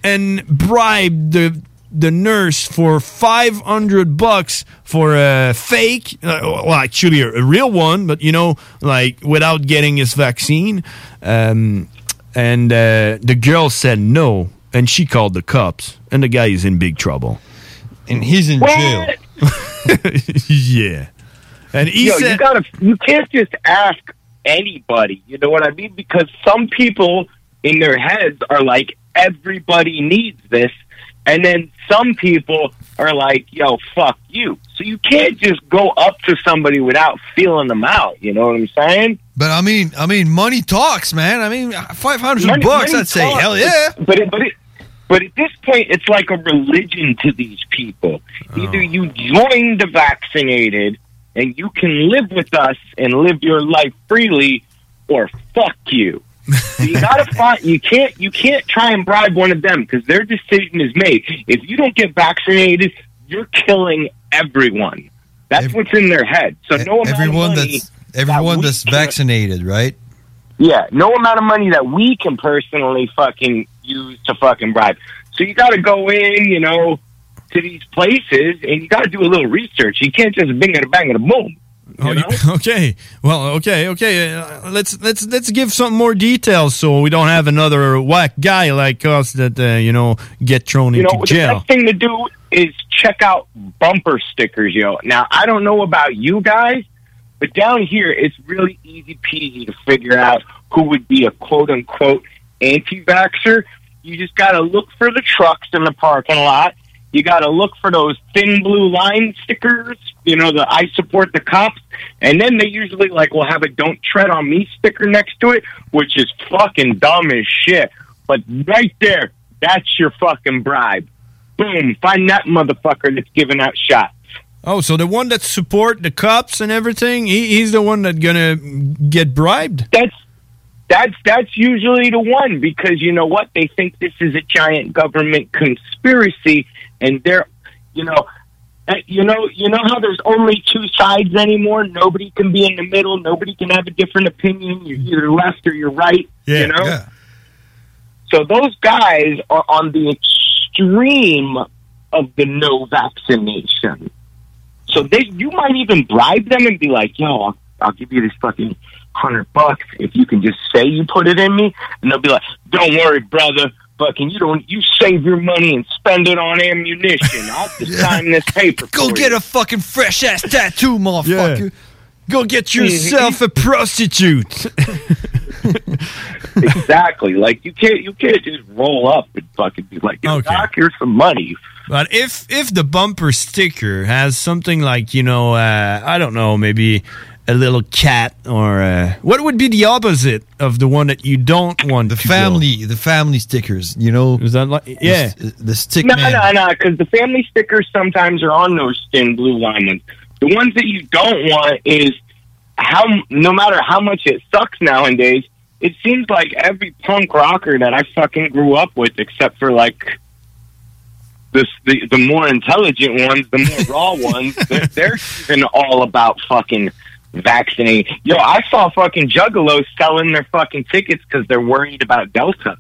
and bribed the the nurse for 500 bucks for a fake uh, well actually a, a real one but you know like without getting his vaccine um, and uh, the girl said no and she called the cops and the guy is in big trouble and he's in jail (laughs) yeah And he you know, you said, gotta, you can't just ask anybody. You know what I mean? Because some people in their heads are like, everybody needs this, and then some people are like, yo, fuck you. So you can't just go up to somebody without feeling them out. You know what I'm saying? But Ben, I mean, I mean, money talks, man. I mean, five hundred Money- bucks. money I'd say, talks. hell yeah. But it, but it, but at this point, it's like a religion to these people. Oh. Either you join the vaccinated and you can live with us and live your life freely, or fuck you. So you (laughs) gotta find. You can't. You can't try and bribe one of them because their decision is made. If you don't get vaccinated, you're killing everyone. That's what's in their head. So no amount e- everyone of money that's everyone that's vaccinated, right? yeah, no amount of money that we can personally fucking use to fucking bribe. So you got to go in, you know, to these places and you got to do a little research. You can't just bing it a bang and a boom. Oh, you- (laughs) okay. Well, okay, okay. Uh, let's let's let's give some more details so we don't have another whack guy like us that uh, you know get thrown You into know, the jail. best thing to do is check out bumper stickers, yo. Now, I don't know about you guys, but down here it's really easy peasy to figure out who would be a quote unquote anti vaxxer. You just got to look for the trucks in the parking lot. You got to look for those thin blue line stickers, you know, the I support the cops. And then they usually, like, will have a don't tread on me sticker next to it, which is fucking dumb as shit. But right there, that's your fucking bribe. Boom, find that motherfucker that's giving out shots. Oh, so the one that support the cops and everything, he, he's the one that gonna get bribed. That's that's that's usually the one because you know what they think this is a giant government conspiracy and they're you know eh, you know you know how there's only two sides anymore nobody can be in the middle nobody can have a different opinion you're either left or you're right Yeah, you know so those guys are on the extreme of the no vaccination so they you might even bribe them and be like yo I'll, I'll give you this fucking hundred bucks if you can just say you put it in me, and they'll be like, "Don't worry, brother. Fucking you don't you save your money and spend it on ammunition. (laughs) I'll just sign this paper. Go for get you." a fucking fresh ass tattoo, motherfucker. Go get yourself a prostitute. (laughs) exactly. Like you can't you can't just roll up and fucking be like, "Yo, Doc, here's some money." But if if the bumper sticker has something like you know, uh, I don't know, maybe a little cat or uh, what would be the opposite of the one that you don't want? The family, the family stickers. You know, is that like yeah? The, the stick no, man. no, no, because the family stickers sometimes are on those thin blue line ones. The ones that you don't want is how no matter how much it sucks nowadays, it seems like every punk rocker that I fucking grew up with, except for like this, the the more intelligent ones, the more (laughs) raw ones, they're, they're even all about fucking vaccinating. Yo, I saw fucking juggalos selling their fucking tickets because they're worried about Delta.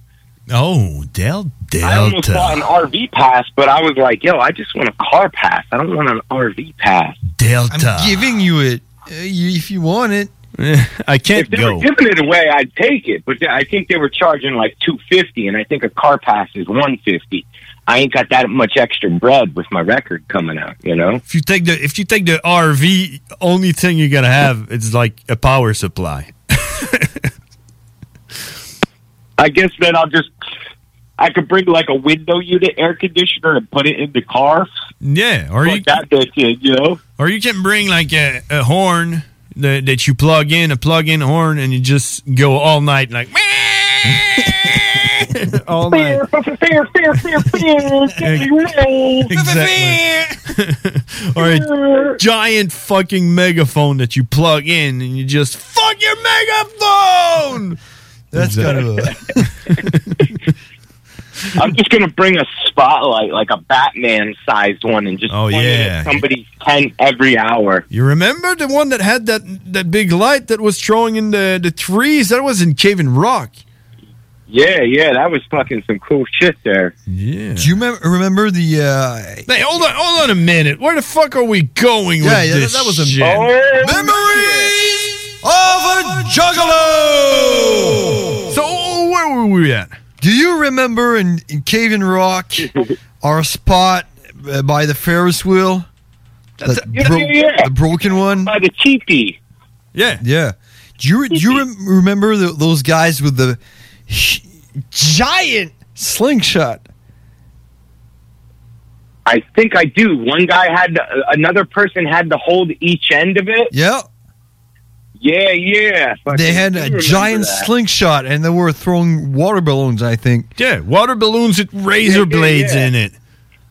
Oh, Del I almost bought an RV pass, but I was like, yo, I just want a car pass. I don't want an RV pass. Delta. I'm giving you it uh, you, if you want it. (laughs) I can't If they were giving it away, I'd take it, but I think they were charging like two fifty, and I think a car pass is one fifty. I ain't got that much extra bread with my record coming out, you know. If you take the if you take the RV, only thing you're gonna have is like a power supply. I guess then I'll just I could bring like a window unit air conditioner and put it in the car. Yeah, or you that bitch in, you know. Or you can bring like a, a horn that, that you plug in, a plug-in horn, and you just go all night like. all night. Exactly. or a giant fucking megaphone that you plug in and you just fuck your megaphone. That's Exactly. (laughs) kind of I'm just gonna bring a spotlight, like a Batman sized one, and just oh yeah. somebody's tent every hour. You remember the one that had that that big light that was throwing in the the trees? That was in Cave and Rock. Yeah, yeah, that was fucking some cool shit there. Yeah. Do you remember, remember the? Uh, Hey, hold on, hold on a minute. Where the fuck are we going Yeah, with yeah, this? that- that was a- shit? Oh, Juggalo! So where were we at? Do you remember in, (laughs) in Cave and Rock our spot uh, by the Ferris wheel? That Yeah, bro- yeah, yeah. The broken one? By the cheapy. Yeah. Yeah. Do you, do you rem- remember the, those guys with the sh- giant slingshot? I think I do. One guy had another person had to hold each end of it. Yeah. Yeah, yeah. They had a giant sling. slingshot and they were throwing water balloons, I think. Yeah, water balloons with razor blades in it.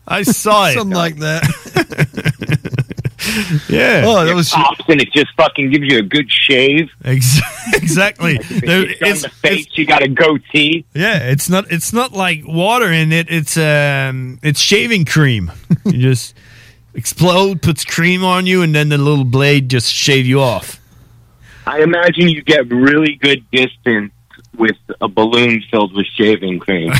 I (laughs) saw it. Something like that. Yeah. Oh, that was pops and it just fucking gives you a good shave. (laughs) Exactly. it's on the face. You got a goatee. Yeah, it's not it's not like water in it. It's um it's shaving cream. (laughs) you just explode, puts cream on you, and then the little blade just shave you off. (laughs) I imagine you get really good distance with a balloon filled with shaving cream.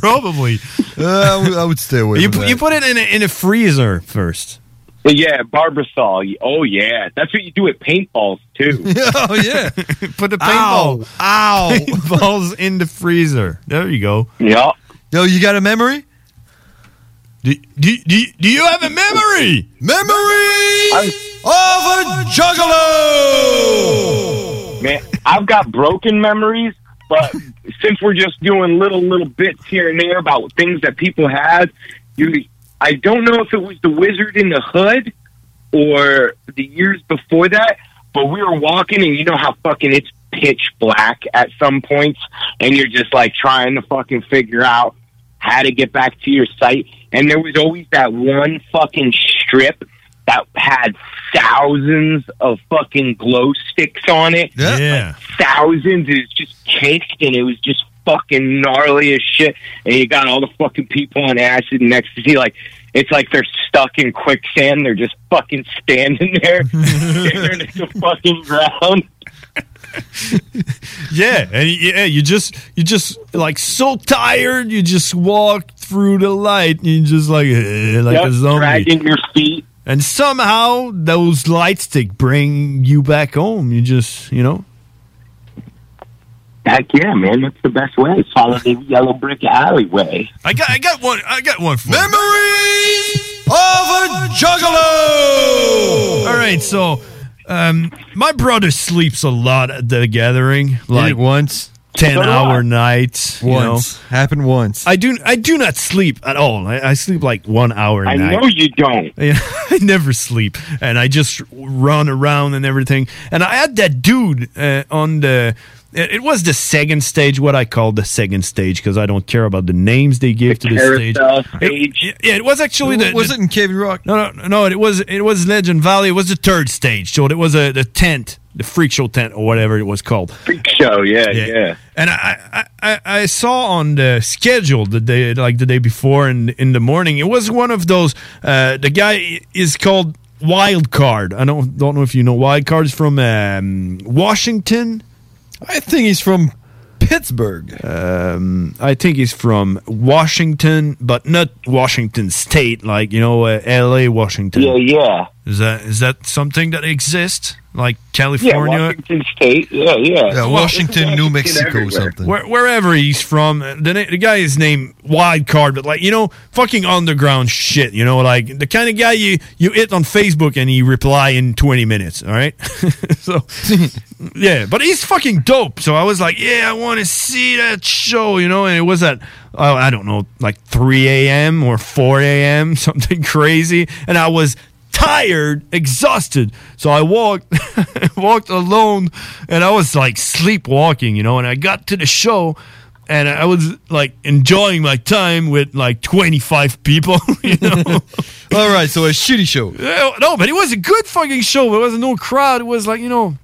Probably. Uh, I would- I would stay (laughs) away. You from pu- that. you put it in a, in a freezer first. But yeah, Barbasol. Oh yeah, that's what you do with paintballs too. (laughs) oh yeah, put the Ow. paintball. Ow! (laughs) Paintballs in the freezer. There you go. Yeah. Yo, you got a memory? Do, do, do, do you have a memory? Memory of a juggalo. Man, I've got broken memories, but since we're just doing little little bits here and there about things that people had, you I don't know if it was the wizard in the hood or the years before that, but we were walking and you know how fucking it's pitch black at some points and you're just like trying to fucking figure out how to get back to your site and there was always that one fucking strip that had thousands of fucking glow sticks on it Yeah. thousands. It was just caked and it was just fucking gnarly as shit. And you got all the fucking people on acid and ecstasy. Like, it's like they're stuck in quicksand. They're just fucking standing (laughs) there, staring at the fucking ground. Yeah, and y- yeah, you just you just like so tired, you just walk through the light, and you just like eh, like a Yep, zombie, dragging your feet. And somehow those light stick bring you back home. You just you know Heck yeah, man. That's the best way. Follow the yellow brick alleyway. I got I got one I got one for Memories of a juggalo. All right, so um, my brother sleeps a lot at the gathering, like once ten So do I. hour nights. you know. Once (laughs) happened once. I do I do not sleep at all. I, I sleep like one hour. A I night. know you don't. (laughs) Yeah, I never sleep, and I just run around and everything. And I had that dude uh, on the. It it was the second stage, what I call the second stage, because I don't care about the names they give to the stage. Carousel It- stage. yeah, it was actually the, was the- it in Cave Rock? No, no, no. It was it was Legend Valley. It was the third stage, so it was a the tent, the freak show tent or whatever it was called. Show, yeah, yeah. And I, I, I, I saw on the schedule the day, like the day before, and in the morning, it was one of those. Uh, the guy is called Wild Card. I don't don't know if you know Wild Card is from um, Washington. I think he's from Pittsburgh. Um, I think he's from Washington, but not Washington State, like you know, uh, L.A. Washington. Yeah, yeah. Is that is that something that exists, like California? Yeah, Washington State. Yeah, yeah. Well, Washington, New Mexico, everywhere. something. Where, wherever he's from, uh, the, na- the guy is named Wild Card, but like you know, fucking underground shit. You know, like the kind of guy you you hit on Facebook and he reply in twenty minutes. All right, (laughs) (laughs) so yeah, but he's fucking dope. So I was like, yeah, I want to see that show. You know, and it was at oh, I don't know, like three a.m. or four a.m. (laughs) something crazy, and I was tired, exhausted. So I walked (laughs) walked alone and I was like sleepwalking, you know, and I got to the show and I was like enjoying my time with like 25 people, (laughs) you know. (laughs) All right, so a shitty show. Yeah, No, but it was a good fucking show. There wasn't no crowd. It was like, you know,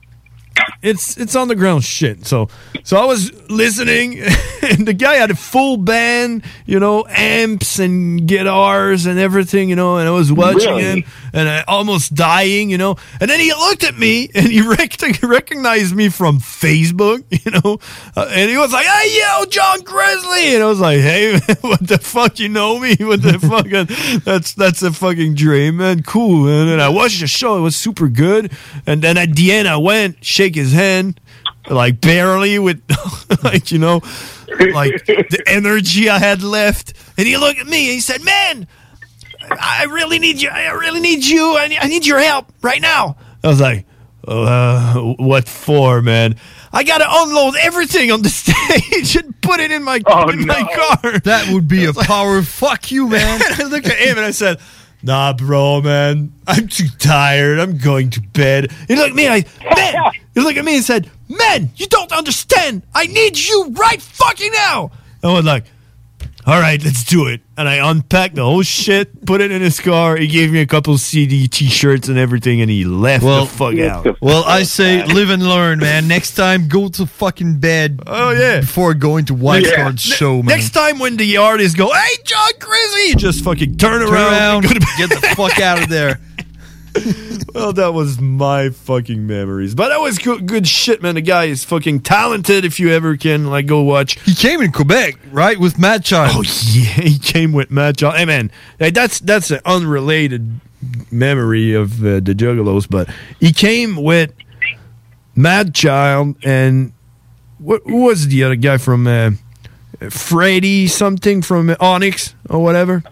it's it's underground shit. So so I was listening (laughs) and the guy had a full band, you know, amps and guitars and everything, you know, and I was watching Really? him and I almost dying, you know. And then he looked at me and he (laughs) rec- recognized me from Facebook, (laughs) you know. Uh, and he was like, "Hey, yo, John Grizzly," and I was like, "Hey, (laughs) man, what the fuck? You know me? (laughs) What the fucking? That's that's a fucking dream, man. Cool." man." And then I watched the show; it was super good. And then at the end, I went shake his hand. Like barely with, (laughs) like you know, like the energy I had left, and he looked at me and he said, "Man, I really need you. I really need you. I need, I need your help right now. I was like, uh, what for, man? (laughs) I gotta unload everything on the (laughs) stage and put it in my Oh, in my car. That would (laughs) be a power fuck (laughs) you, man. I looked at him and I said, Nah, bro, man. I'm too tired. I'm going to bed. He looked at me. I man. He looked at me and said, "Man, you don't understand. I need you right fucking now." I was like, all right, let's do it. And I unpacked the whole shit, put it in his car. He gave me a couple CD t-shirts and everything, and he left Well- the fuck out. Well, I say live and learn, (laughs) man. Next time, go to fucking bed. Oh yeah. Before going to White Yeah. Card show, man. Next time when the artists go, hey, John Crazy, just fucking turn around. around, (laughs) get the fuck out of there. (laughs) well, that was my fucking memories. But that was good, good shit, man. The guy is fucking talented if you ever can, like, go watch. He came in Quebec, right, with Matt Child. Oh, yeah, (laughs) he came with Matt Child. Hey, man, hey, that's, that's an unrelated memory of uh, the Juggalos, but he came with Mad Child and what who was the other guy from uh, Freddy something from Onyx or whatever?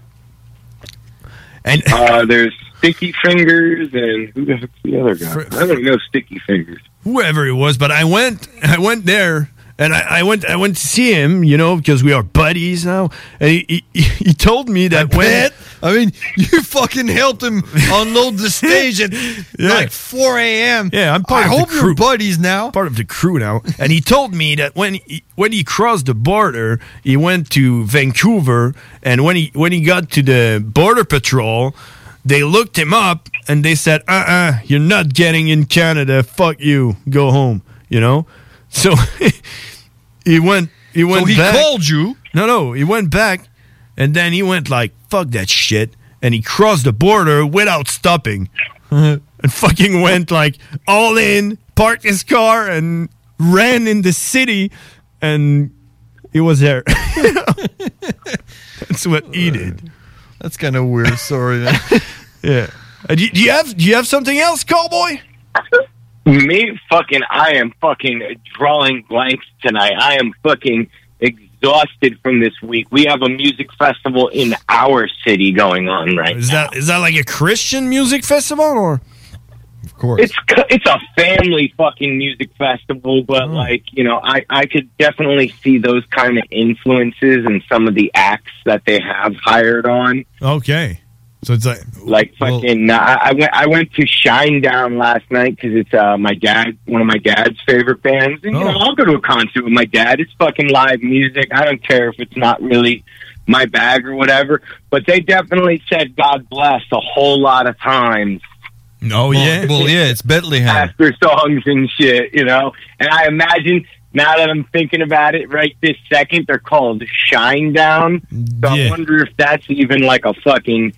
And uh, there's Sticky Fingers and who the heck's the other guy? I don't know Sticky Fingers. whoever it was, but I went, I went there, and I, I went, I went to see him, you know, because we are buddies now. And he, he, he told me that when, I mean, you fucking helped him (laughs) unload the stage (laughs) at like 4 a.m. Yeah, I'm part I of hope the you're crew. buddies now. Part of the crew now. And he told me that when he, when he crossed the border, he went to Vancouver, and when he when he got to the border patrol, they looked him up and they said, "Uh, uh-uh, uh, you are not getting in Canada. Fuck you. Go home." You know. So (laughs) he went. He went. he back. called you. No, no. He went back, and then he went like, "Fuck that shit," and he crossed the border without stopping (laughs) and fucking went like all in, parked his car and ran in the city and he was there. (laughs) That's what he did. Uh, That's kind of weird. Sorry, man. (laughs) yeah. Uh, do, do you have do you have something else, cowboy? Me fucking, I am fucking drawing blanks tonight. I am fucking exhausted from this week. We have a music festival in our city going on right Is that is that like a Christian music festival or? Of course. It's cu- it's a family fucking music festival, but Mm. like you know, I I could definitely see those kind of influences in some of the acts that they have hired on. Okay. So it's like Like fucking, I, I went I went to Shine Down last night because it's uh, my dad, one of my dad's favorite bands, and you Oh. know, I'll go to a concert with my dad. It's fucking live music. I don't care if it's not really my bag or whatever, but they definitely said God bless a whole lot of times No, Oh, yeah. Well, yeah, it's Bethlehem. after songs and shit, you know. And I imagine now that I'm thinking about it right this second, they're called Shine Down. So I wonder if that's even like a fucking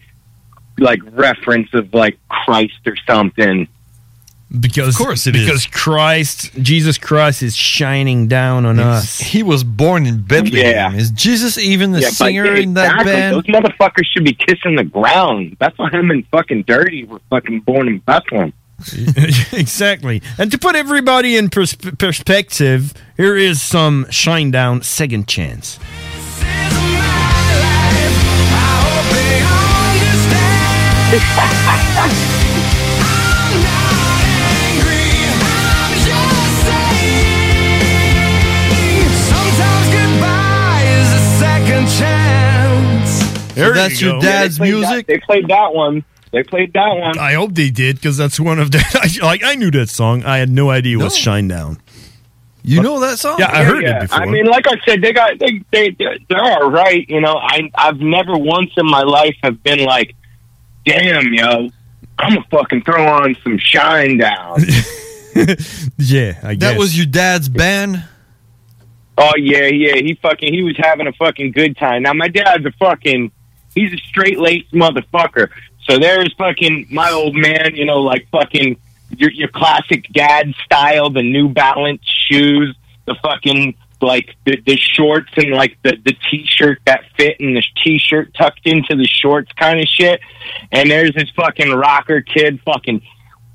like reference of like Christ or something. Because Of course it because Christ, Jesus Christ is shining down on us. He was born in Bethlehem. Is Jesus even the Yeah, but- singer in that exactly. band? Those motherfuckers should be kissing the ground. Bethlehem and fucking Dirty were fucking born in Bethlehem. (laughs) exactly. And to put everybody in pers- perspective, here is some Shinedown Second Chance. (laughs) So that's your dad's music. they played that one. They played that one. I hope they did because that's one of the. (laughs) I, like I knew that song. I had no idea it was Shinedown. You know that song? Yeah, I heard it before. I mean, like I said, they got they they they're they're all right. You know, I I've never once in my life have been like, damn, yo, I'm gonna fucking throw on some shine down. (laughs) (laughs) yeah, I guess that was your dad's band. oh yeah, yeah, he fucking he was having a fucking good time. Now my dad's a fucking he's a straight laced motherfucker. So there's fucking my old man, you know, like fucking your your classic dad style, the New Balance shoes, the fucking like the, the shorts and like the the t shirt that fit and the t shirt tucked into the shorts kind of shit. And there's this fucking rocker kid, fucking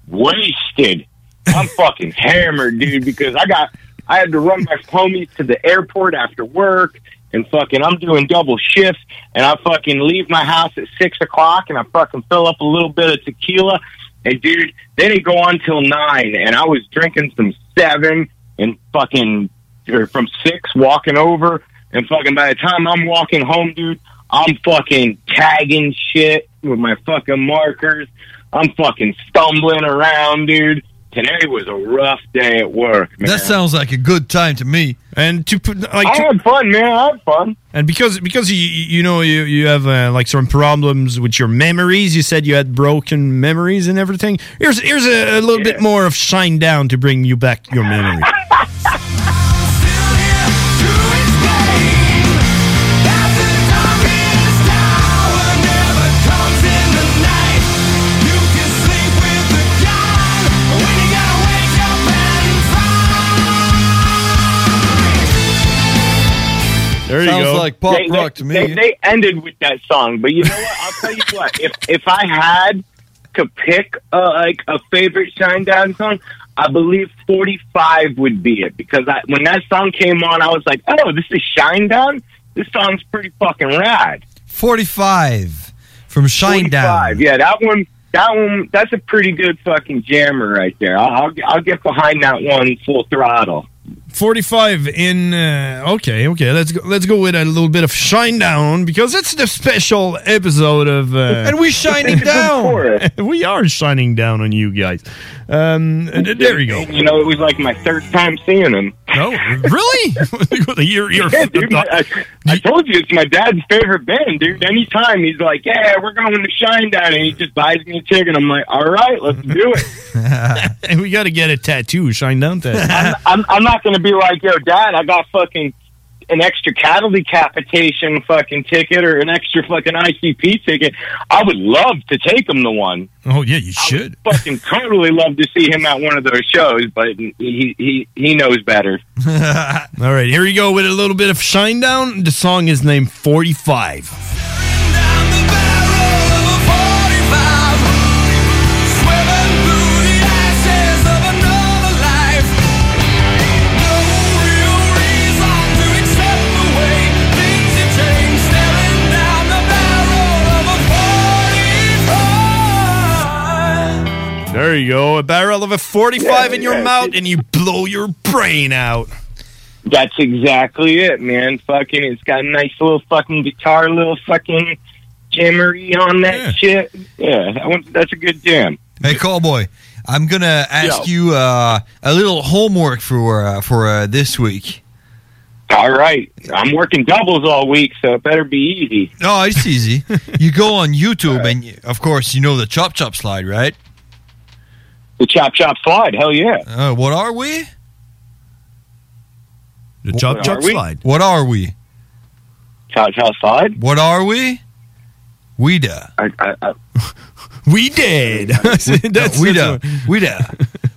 wasted. I'm fucking hammered, dude, because I got I had to run my homies to the airport after work and fucking I'm doing double shifts and I fucking leave my house at six o'clock and I fucking fill up a little bit of tequila and dude, they didn't go on till nine and I was drinking from seven and fucking or from six walking over and fucking by the time I'm walking home, dude, I'm fucking tagging shit with my fucking markers. I'm fucking stumbling around, dude. Today was a rough day at work, man. That sounds like a good time to me. And to put like I had fun, man. I had fun. And because because you you know you you have uh, like some problems with your memories, you said you had broken memories and everything. Here's here's a, a little bit more of Shine Down to bring you back your memory. There you Sounds go. like pop they, rock they, to me. They, they ended with that song, but you know what? I'll tell you what. If if I had to pick uh, like a favorite Shinedown song, I believe Forty Five would be it because I, when that song came on, I was like, oh, this is Shinedown. This song's pretty fucking rad. 45 from Shine Down. Yeah, that one. That one. That's a pretty good fucking jammer right there. I'll I'll, I'll get behind that one full throttle. 45 in uh, okay okay let's go let's go with a little bit of shine down because it's the special episode of uh, And we (laughs) shining down. we are shining down on you guys um and there you go You know, it was like my third time seeing him. (laughs) No, (laughs) really? you're, you're yeah, dude, my- I, I told you it's my dad's favorite band, dude. Anytime he's like, "Yeah, we're going to Shine Down," and he just buys me a ticket. I'm like, "All right, let's do it." (laughs) and we got to get a tattoo shine down tattoo (laughs) I'm, I'm, I'm not going to be like, yo, dad, I got fucking an extra cattle decapitation fucking ticket or an extra fucking ICP ticket. I would love to take him to one. oh yeah you should (laughs) Fucking totally love to see him at one of those shows, but he he he knows better. all right here you go with a little bit of shine down the song is named 45 There you go. A barrel of a 45 Yeah, in your yeah. mouth and you blow your brain out. That's exactly it, man. Fucking, it's got a nice little fucking guitar, little fucking jammery on that shit. Yeah, that one, that's a good jam. Hey, Cowboy, I'm going to ask you uh, a little homework for uh, for uh, this week. All right. I'm working doubles all week, so it better be easy. No, (laughs) it's easy. you go on YouTube, and you, of course, you know the Chop Chop slide, right? The Chop Chop slide, hell yeah. Uh, what are we? The Chop What Chop are we? slide. What are we? Chop Chop slide? What are we? We da. I, I, (laughs) I, We did. That's (laughs) we da. We da.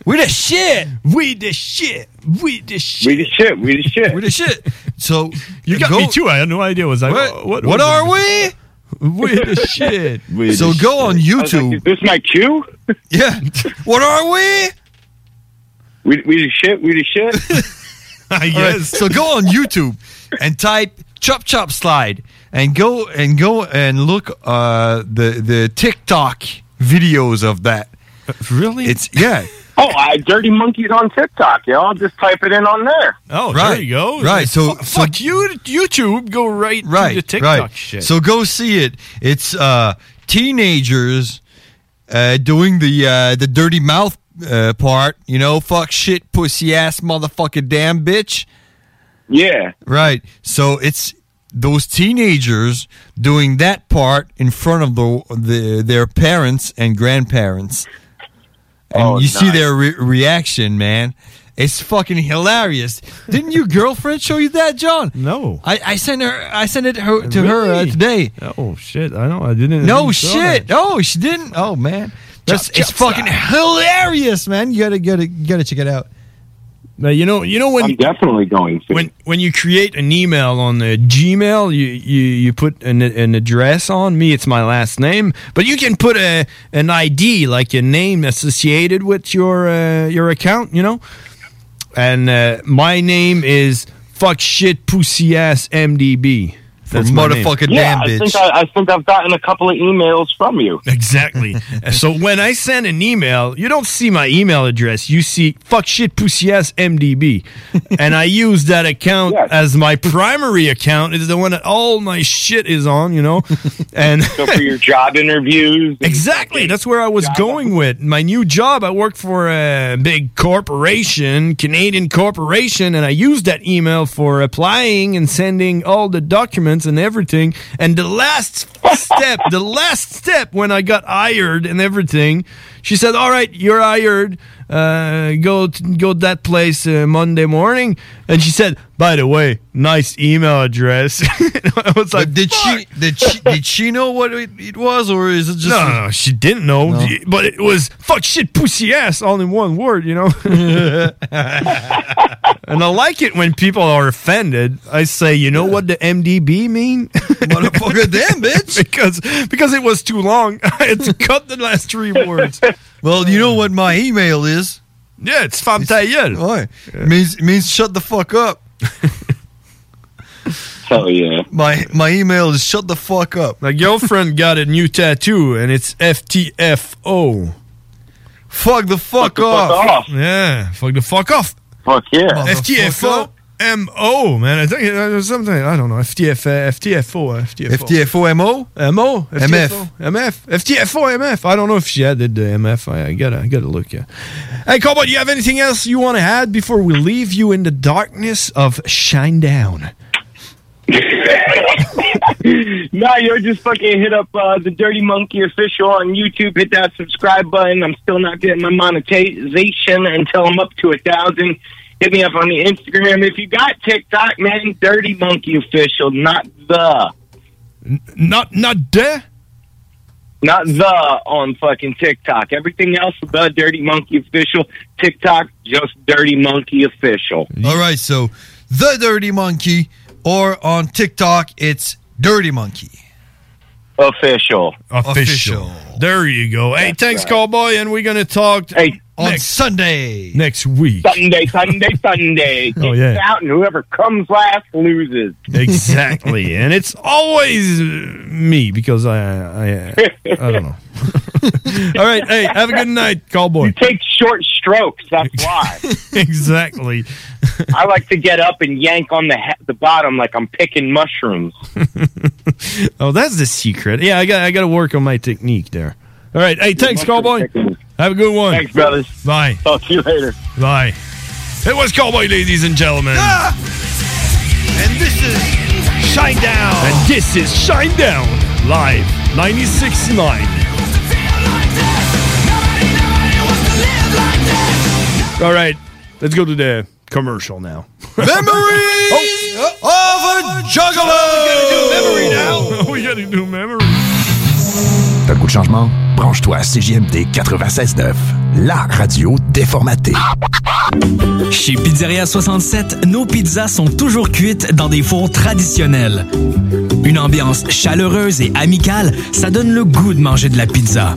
We the shit. We the shit. We the shit. We the shit. We the shit. We the shit. So You got me too. I had no idea. Was I What, what, are we? (laughs) We the shit. We So the go on shit. I was like, YouTube. is this my cue? yeah. What are we? We, we the shit. We the shit. All right, so go on YouTube and type chop chop slide and go and go and look uh the the TikTok videos of that. Really? It's yeah. oh, I Dirty Monkeys on TikTok, yo. I'll just type it in on there. Oh, right. there you go. Right. So, Fu- so fuck you, YouTube. Go right, right, to the TikTok right. shit. So go see it. It's uh teenagers uh doing the uh the dirty mouth uh, part, you know, fuck shit pussy ass motherfucker damn bitch. Yeah. Right. So it's those teenagers doing that part in front of the, the their parents and grandparents. And Oh, you see nice. their re- reaction, man. It's fucking hilarious. Didn't your girlfriend show you that, John? No. I, I sent her I sent it her, to her uh, Really? today. oh shit! I know. I didn't. I No didn't saw shit. that. No, she didn't. Oh man. That's, Chop, it's chop fucking hilarious, man. You gotta gotta gotta check it out. Now you know. You know when I'm definitely going to. when when you create an email on the Gmail, you you, you put an, an address on me. It's my last name, but you can put a an ID like a name associated with your uh, your account. You know, and uh, my name is fuck shit pussy ass MDB. That's my name. yeah, I think, I, I think I've gotten a couple of emails from you. (laughs) Exactly. so when I send an email, you don't see my email address. You see fuck shit pussy ass MDB. and I use that account as my primary account. It's the one that all my shit is on, you know? (laughs) And So for your job interviews. Exactly. That's where I was going with my new job. I work for a big corporation, Canadian corporation, and I used that email for applying and sending all the documents and everything. And the last step, the last step when I got hired and everything, she said, "All right, you're hired. Uh, go t- go to that place uh, Monday morning." And she said, "By the way, nice email address." (laughs) I was like, "Did she did she did she know what it, it was, or is it just no, no, no, she didn't know, but it was fuck shit pussy ass all in one word, (laughs) you know." and I like it when people are offended. I say, "You know what the MDB mean?" (laughs) Motherfucker, (laughs) damn bitch, because because it was too long. (laughs) I had to cut the last three words. Well, you know what my email is? Yeah, it's femme ta gueule. Ouais. Means, means shut the fuck up. (laughs) Hell yeah. My my email is shut the fuck up. My girlfriend got a new tattoo and it's FTFO. Fuck the fuck, off. off. Yeah, fuck the fuck off. Fuck yeah. FTFO MO, man. I think uh, there's something I don't know. FTF uh, FTFO uh, FTFO. FTFO MO? MO? MF. MF. FTFO MF. I don't know if she added the MF. I, I gotta I gotta look, yeah. Hey Cobalt, do you have anything else you wanna add before we leave you in the darkness of Shine Down? no, yo, just fucking hit up uh, the Dirty Monkey official on YouTube. Hit that subscribe button. I'm still not getting my monetization until I'm up to a thousand. Hit me up on the Instagram if you got TikTok, man. Dirty Monkey official, not the, not not the, not the on fucking TikTok. Everything else, the Dirty Monkey official. TikTok, just Dirty Monkey official. All right, so the Dirty Monkey, or on TikTok, it's Dirty Monkey. Official. Official. There you go. Hey, thanks, Cowboy, and we're gonna talk on Sunday next week. Sunday, Sunday, Sunday. Oh, Get yeah. out, and whoever comes last loses. (laughs) (laughs) Exactly, and it's always uh, me because I I, I don't know. All right, hey, have a good night, Cowboy. You take short strokes. (laughs) That's why. exactly. I like to get up and yank on the he- the bottom like I'm picking mushrooms. (laughs) Oh, that's the secret. Yeah, I got I got to work on my technique there. All right, hey, thanks, Cowboy. Have a good one. Thanks, brothers. Bye. Talk to you later. Bye. Ah! It was Cowboy, ladies and gentlemen. And this is Shine Down. And this is Shine Down Live 969. All right, let's go to the commercial now. (laughs) Memories Oh, of a juggalo. memory (laughs) now. we gotta do memory. T'as le goût de changement? Branche-toi à CJMD 96.9, la radio déformatée. Chez Pizzeria 67, nos pizzas sont toujours cuites dans des fours traditionnels. Une ambiance chaleureuse et amicale, ça donne le goût de manger de la pizza.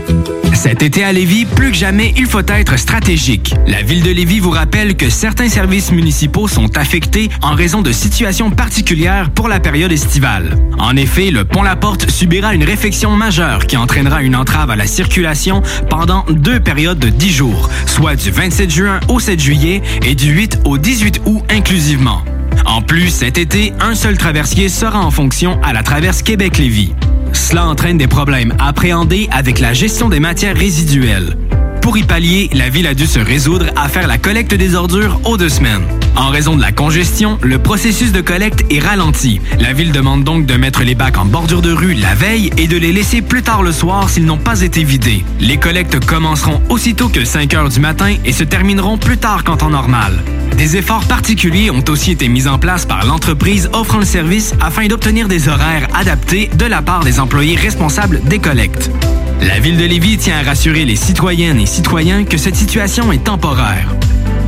Cet été à Lévis, plus que jamais, il faut être stratégique. La ville de Lévis vous rappelle que certains services municipaux sont affectés en raison de situations particulières pour la période estivale. En effet, le pont La Porte subira une réfection majeure qui entraînera une entrave à la circulation pendant deux périodes de 10 jours, soit du 27 juin au 7 juillet et du 8 au 18 août inclusivement. En plus, cet été, un seul traversier sera en fonction à la traverse Québec-Lévis. Cela entraîne des problèmes appréhendés avec la gestion des matières résiduelles. Pour y pallier, la ville a dû se résoudre à faire la collecte des ordures aux deux semaines. En raison de la congestion, le processus de collecte est ralenti. La ville demande donc de mettre les bacs en bordure de rue la veille et de les laisser plus tard le soir s'ils n'ont pas été vidés. Les collectes commenceront aussitôt que 5 heures du matin et se termineront plus tard qu'en temps normal. Des efforts particuliers ont aussi été mis en place par l'entreprise offrant le service afin d'obtenir des horaires adaptés de la part des employés responsables des collectes. La ville de Lévis tient à rassurer les citoyennes et citoyens que cette situation est temporaire.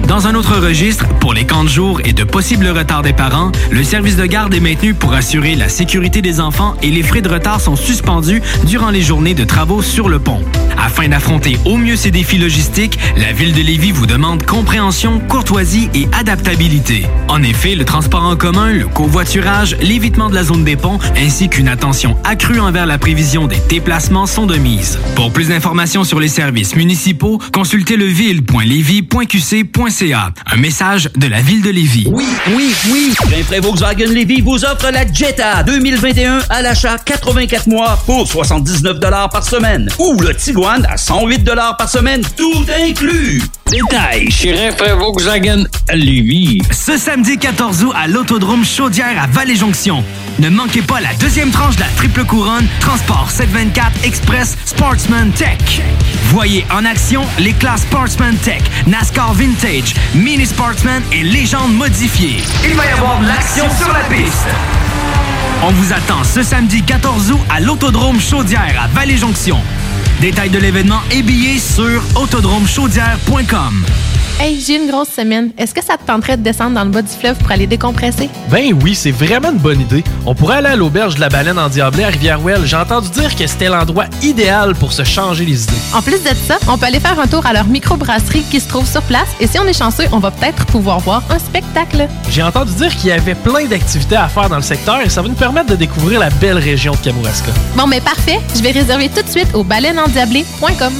Dans un autre registre, pour les camps de jour et de possibles retards des parents, le service de garde est maintenu pour assurer la sécurité des enfants et les frais de retard sont suspendus durant les journées de travaux sur le pont. Afin d'affronter au mieux ces défis logistiques, la Ville de Lévis vous demande compréhension, courtoisie et adaptabilité. En effet, le transport en commun, le covoiturage, l'évitement de la zone des ponts ainsi qu'une attention accrue envers la prévision des déplacements sont de mise. Pour plus d'informations sur les services municipaux, consultez leville.lévis.qc.ca. Un message de la Ville de Lévis. Oui, oui, oui. Rainfray Volkswagen Lévis vous offre la Jetta 2021 à l'achat 84 mois pour 79 par semaine. Ou le Tiguan à 108 par semaine, tout inclus. Détail chez Rainfray Volkswagen Lévis. Ce samedi 14 août à l'Autodrome Chaudière à Vallée-Jonction. Ne manquez pas la deuxième tranche de la triple couronne Transport 724 Express Sportsman Tech. Voyez en action les classes Sportsman Tech, NASCAR Vintage, Mini Sportsman et Légende modifiée. Il va y avoir de l'action sur la piste. On vous attend ce samedi 14 août à l'Autodrome Chaudière à Vallée-Jonction. Détails de l'événement et billets sur autodromechaudière.com. Hey, j'ai une grosse semaine. Est-ce que ça te tenterait de descendre dans le bas du fleuve pour aller décompresser? Ben oui, c'est vraiment une bonne idée. On pourrait aller à l'auberge de la baleine en Diablé à Rivière-Ouelle. J'ai entendu dire que c'était l'endroit idéal pour se changer les idées. En plus de ça, on peut aller faire un tour à leur microbrasserie qui se trouve sur place et si on est chanceux, on va peut-être pouvoir voir un spectacle. J'ai entendu dire qu'il y avait plein d'activités à faire dans le secteur et ça va nous permettre de découvrir la belle région de Kamouraska. Bon, mais parfait. Je vais réserver tout de suite au baleineendiablé.com.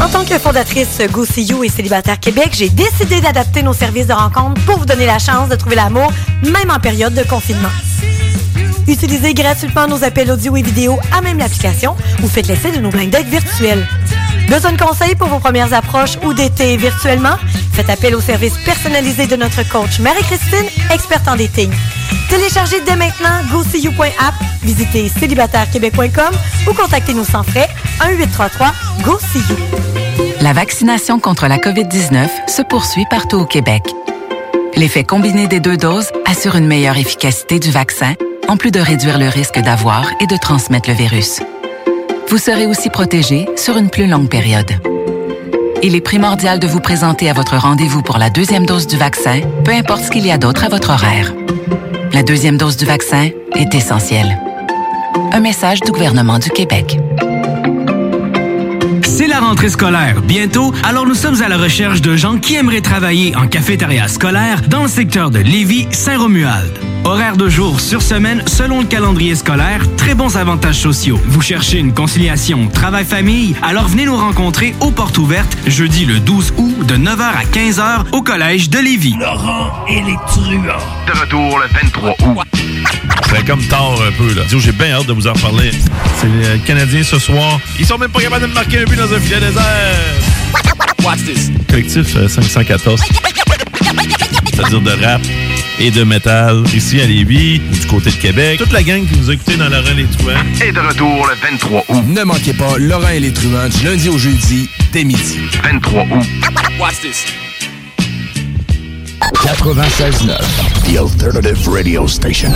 En tant que fondatrice Go See You et Célibataire Québec, j'ai décidé d'adapter nos services de rencontre pour vous donner la chance de trouver l'amour, même en période de confinement. Utilisez gratuitement nos appels audio et vidéo à même l'application ou faites l'essai de nos blind dates virtuels. Besoin de conseils pour vos premières approches ou d'été virtuellement? Faites appel au service personnalisé de notre coach Marie-Christine, experte en dating. Téléchargez dès maintenant GoSeeYou.app, visitez célibatairequebec.com ou contactez-nous sans frais 1-833 go See You. La vaccination contre la COVID-19 se poursuit partout au Québec. L'effet combiné des deux doses assure une meilleure efficacité du vaccin, en plus de réduire le risque d'avoir et de transmettre le virus. Vous serez aussi protégé sur une plus longue période. Il est primordial de vous présenter à votre rendez-vous pour la deuxième dose du vaccin, peu importe ce qu'il y a d'autre à votre horaire. La deuxième dose du vaccin est essentielle. Un message du gouvernement du Québec. C'est la rentrée scolaire bientôt, alors nous sommes à la recherche de gens qui aimeraient travailler en cafétéria scolaire dans le secteur de Lévis-Saint-Romuald. Horaire de jour sur semaine selon le calendrier scolaire, très bons avantages sociaux. Vous cherchez une conciliation travail-famille? Alors venez nous rencontrer aux portes ouvertes jeudi le 12 août de 9h à 15h au collège de Lévis. Laurent et les truands. De retour le 23 août. C'est comme tard un peu, là. Dis-vous, J'ai bien hâte de vous en reparler. C'est les Canadiens ce soir. Ils sont même pas capables de marquer un but dans un filet désert. Watch this. Collectif euh, 514. C'est-à-dire de rap et de métal. Ici à Lévis, ou du côté de Québec. Toute la gang qui nous a écoutés dans Laurent Les Truands. Et de retour le 23 août. Ne manquez pas Laurent et les truands du lundi au jeudi dès midi. 23 août. Watch this. 96.9 The Alternative Radio Station.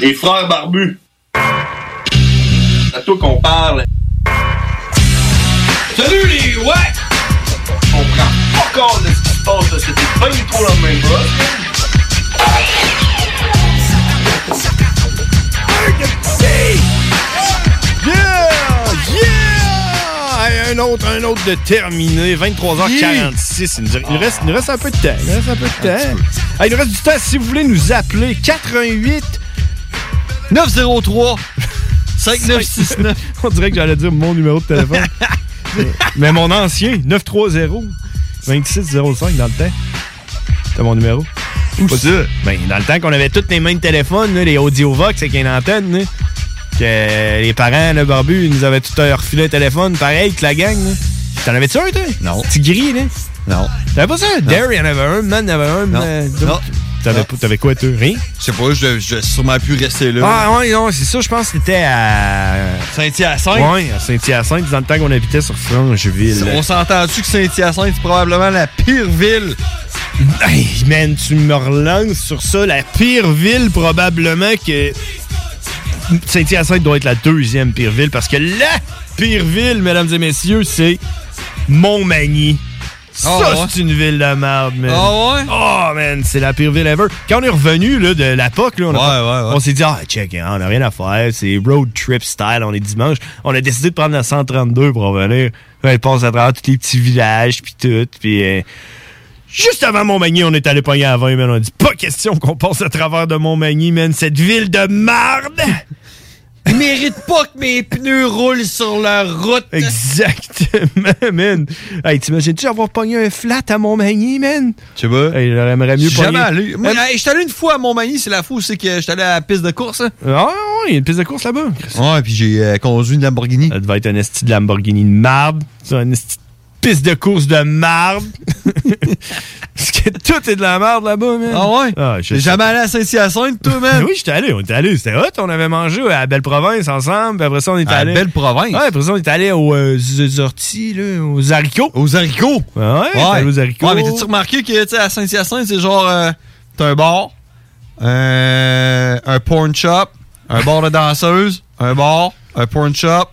Les frères barbus. C'est à toi qu'on parle. Salut les ouais! On prend pas compte de ce qui se passe, là. C'était pas du tout la même Yeah! Yeah! Hey, un autre, un autre de terminé. 23h46. Il nous, il nous reste, il nous reste un peu de temps. Il nous reste un peu de temps. Hey, il nous reste du temps. Si vous voulez nous appeler, 88 903 5969. (laughs) On dirait que j'allais dire mon numéro de (laughs) téléphone. Mais mon ancien, 930 2605 dans le temps. C'était mon numéro. Où ça? Ben, dans le temps qu'on avait tous les mêmes téléphones, là, les Audiovox avec une antenne, là, que les parents, le barbu, ils nous avaient tout à refiler le téléphone, pareil que la gang. là. T'en avais-tu un, toi? Non. Petit gris, là? Non. T'avais pas ça? Derry en avait un, Man en avait un, Non. euh, Non. d'autres. T'avais, pas- t'avais quoi, toi? Rien? Je sais pas, je je vais sûrement pu rester là. Ah, ouais, non, c'est ça, je pense que c'était à. Saint-Hyacinthe? Ouais, à Saint-Hyacinthe, dans le temps qu'on habitait sur Francheville. On s'entend-tu que Saint-Hyacinthe, c'est probablement la pire ville? Hey, man, tu me relances sur ça. La pire ville, probablement, que Saint-Hyacinthe doit être la deuxième pire ville parce que la pire ville, mesdames et messieurs, c'est Montmagny. Ça, Ah ouais? c'est une ville de merde, man. Ah ouais? Oh, man, c'est la pire ville ever. Quand on est revenu là, de la POC, là, on, a pas- on s'est dit, ah, check, hein, on a rien à faire. C'est road trip style, on est dimanche. On a décidé de prendre la 132 pour revenir. Là, Elle passe à travers tous les petits villages, puis tout. Puis, euh, juste avant Montmagny, on est allé pogner à 20, man. On a dit, pas question qu'on passe à travers de Montmagny, man. Cette ville de merde! (laughs) Mérite pas que mes pneus roulent sur la route. Exactement, man. Hey, t'imagines-tu avoir pogné un flat à Montmagny, man? Je sais pas. Hey, j'aimerais mieux Euh, Jamais pogner- allé. Moi, Hey, hey, j'étais allé une fois à Montmagny, c'est la fou, c'est que j'étais allé à la piste de course. hein. Ah, ouais, il y a une piste de course là-bas. Ouais, puis j'ai euh, conduit une Lamborghini. Ça devait être un esti de Lamborghini de marbre. C'est un esti de piste de course de (laughs) marbre. Parce que tout est de la merde là-bas, man. Ah ouais? je T'es sais. jamais allé à (laughs) Saint-Hyacinthe, toi, man? oui, j'étais allé, on était allé, c'était hot, on avait mangé à Belle Province ensemble, puis après ça on est À allé. Belle-Province? Ouais, après ça on est allé aux euh, aux orties, là, aux haricots. Aux haricots? Ouais, on est allé aux haricots. Ouais, mais t'as-tu remarqué que, tu sais, à Saint-Hyacinthe, c'est genre, euh, t'as un bar, euh, un porn shop, un bar de danseuse, un bar, un porn shop,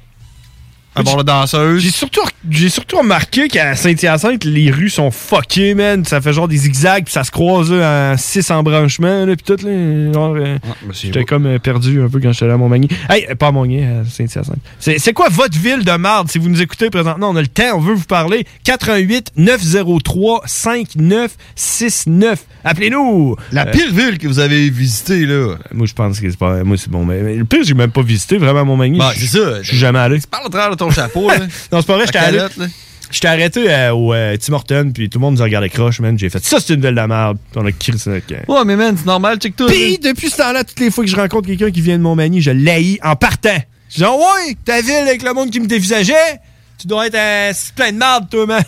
un bar de danseuse. J'ai surtout, j'ai surtout remarqué qu'à Saint-Hyacinthe, les rues sont fuckées, man. Ça fait genre des zigzags, puis ça se croise là, en six embranchements, là, puis tout, là. Genre, euh, Ah, j'étais comme euh, perdu un peu quand j'étais allé à Montmagny. Hey, euh, pas à Montmagny, à Saint-Hyacinthe. C'est, c'est quoi votre ville de marde? Si vous nous écoutez présentement, on a le temps, on veut vous parler. 88 903 5969. Appelez-nous! Euh, La pire ville que vous avez visitée, là. Moi, je pense que c'est pas. Moi, c'est bon. Mais, mais le pire, j'ai même pas visité vraiment Montmagny. Bah, Je- c'est ça. Je suis jamais allé. Parle au travers de ton chapeau, là. Non, (laughs) c'est pas vrai, Ta j'étais allé. calotte, là. J'étais arrêté euh, au euh, Tim Hortons, puis tout le monde nous a regardé croche, man. J'ai fait ça, c'est une belle de la merde. Puis on a crissé notre camp. Ouais, mais man, c'est normal, check tout. Puis, depuis ce temps-là, toutes les fois que je rencontre quelqu'un qui vient de Montmagny, je l'haïs en partant. Je dis, Ah ouais, ta ville avec le monde qui me dévisageait, tu dois être euh, plein de merde, toi, man.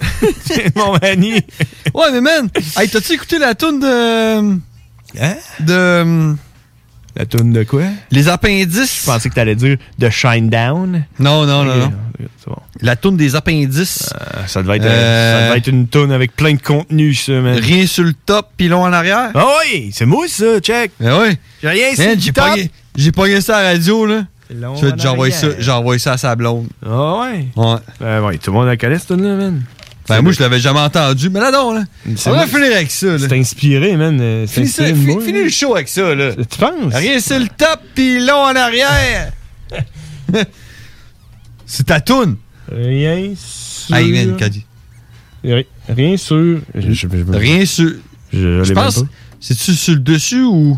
C'est Montmagny. Ouais, mais man, hey, t'as-tu écouté la toune de. Hein? De. euh, La toune de quoi? Les appendices. Je pensais que t'allais dire de Shine Down. Non, non, non, Ok, non. La toune des appendices. ça devait être, Euh, ça devait être une toune avec plein de contenu, ça, man. Rien Euh, sur le top, puis long en arrière. Ah oui, c'est moi, ça, check. Ben oui. J'ai rien sur Man, le j'ai top. pogné- J'ai pogné ça à la radio, là. long Tu veux, en J'envoie ça, arrière. j'envoie ça à sa blonde. Ah ouais? Ouais. Ben ouais, tout le monde la connaît, cette toune-là, man. Ben, moi, je l'avais jamais entendu, mais là, non, là. C'est On va moi- finir avec ça, là. C'est inspiré, man. euh, C'est Finis, ça- inspiré de fi- moi, finis man. le show avec ça, là. Tu penses? Rien sur le top, puis long en arrière. c'est ta toune. Rien sur. Hey, man, quand il- Ri- Rien sur. Je, je- je- Rien sur. Je, l'ai Je même pense. pas. C'est-tu sur le dessus ou.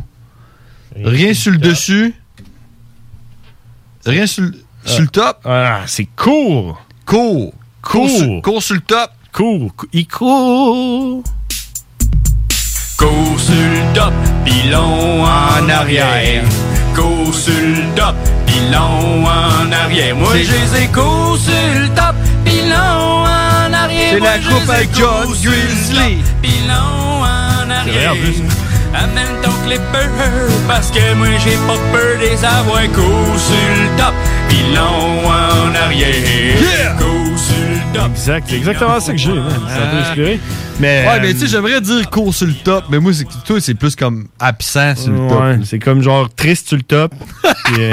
Rien sur le dessus. Rien sur, le- sur le top. Ah, c'est court. Court. Court. sur- Court sur le top. Court. Il court. Cours sur le top, pilon en arrière. Cours sur le top, pilon en arrière. Moi, C'est- j'ai les ai cours sur le top, pilon en arrière. C'est Moi, la je coupe les ai avec cours John sur le Grizzly. top, Pilon en arrière. en plus. Amène ton clipper, parce que moi, j'ai pas peur des avoir. Cours sur le top, pilon en arrière. Cours sur le top. Exact, c'est exactement ça que j'ai, man. Ça peut Ah. inspiré. Mais. ouais, mais tu sais, j'aimerais dire court sur le top, mais moi, c'est que toi, c'est plus comme absent sur le top. euh, Ouais, c'est comme genre triste sur le top, (laughs) puis euh,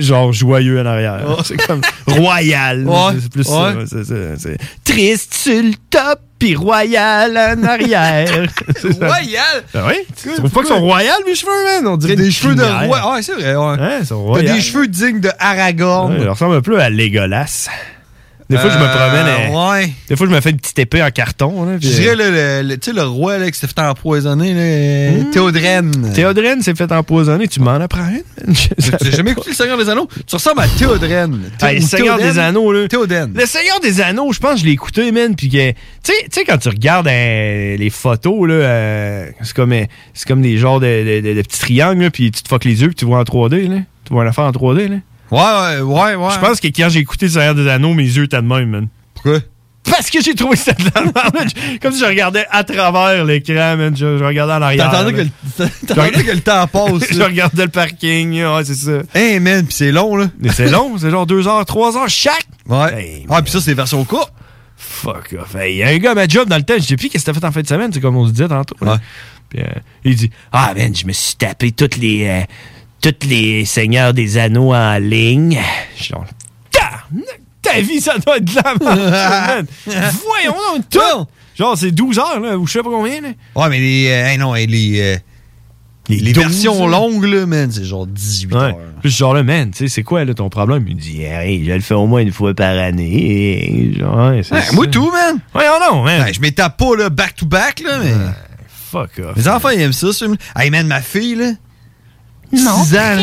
genre joyeux en arrière. C'est comme royal. Ouais, C'est plus ça, ouais. c'est- c'est- c'est- Triste sur le top, puis royal en arrière. (laughs) C'est ça. Royal? Ben oui. Tu trouves Quoi, pas qu'ils pourquoi? sont royales, mes cheveux, man? On dirait Hein, Des une cheveux de crinière. roi. Ouais, c'est vrai, ouais. Ouais, ils sont T'as royales. des cheveux dignes de Aragorn. Ouais, ils ressemblent un peu à Legolas. Des fois, je me Euh, promène. euh, ouais. Des fois, je me fais une petite épée en carton. Là, Je puis, euh, dirais, là, le, le- tu sais, le roi là, qui s'est fait empoisonner, là, Hmm. Théodrène. Théodrène s'est fait empoisonner. Tu m'en apprends une? J'ai jamais écouté le Seigneur des Anneaux. Tu ressembles à Théodrène. Thé- Hey, ou le Seigneur Théoden. des Anneaux, là. Théoden. Le Seigneur des Anneaux, je pense que je l'ai écouté, man. Puis que, tu sais- tu sais, quand tu regardes euh, les photos, là, euh, c'est comme, euh, c'est comme des genres de, de- de- de petits triangles, là, puis tu te fuck les yeux, puis tu vois en 3D, là. Tu vois l'affaire en 3D, là. Ouais, ouais, ouais. Je pense que quand j'ai écouté le Seigneur des Anneaux, mes yeux étaient de même, man. Pourquoi? Parce que j'ai trouvé ça de la merde. Comme si je regardais à travers l'écran, man. Je, je regardais en arrière. T'attendais que, là. le- t'attendais que le temps (laughs) passe. Je là. regardais le parking, ouais, c'est ça. Hey, man, pis c'est long, là. Mais c'est long, c'est genre 2 heures, 3 heures chaque. Ouais. ah, puis ça, c'est version courte. Fuck off. Il y a un gars à ma job dans le temps, je dis, puis qu'est-ce que t'as fait en fin de semaine? C'est comme on se disait tantôt. là. Puis, euh, il dit, ah man, je me suis tapé toutes les. euh, toutes tous les seigneurs des anneaux en ligne. Je suis genre, Tabarnak, Ta vie, ça doit être de (laughs) la merde. man. Voyons donc, tout. Genre, c'est 12 heures, là, ou je sais pas combien, là. Ouais, mais les. euh, hey, non, hey, les. euh, les, 12, versions là. longues, là, man, c'est genre 18 heures. Puis je suis genre là, man, tu sais, c'est quoi là ton problème? Il me dit, hey, je le fais au moins une fois par année. Et Genre, ouais, c'est Ouais, ça. moi tout, man. Ben, Ouais, oh non, man. je m'étais pas, là, back-to-back, là, mais. fuck off. Les enfants, ils aiment ça, ce film. Hey, man, ma fille, là. Non. 6 ans. là.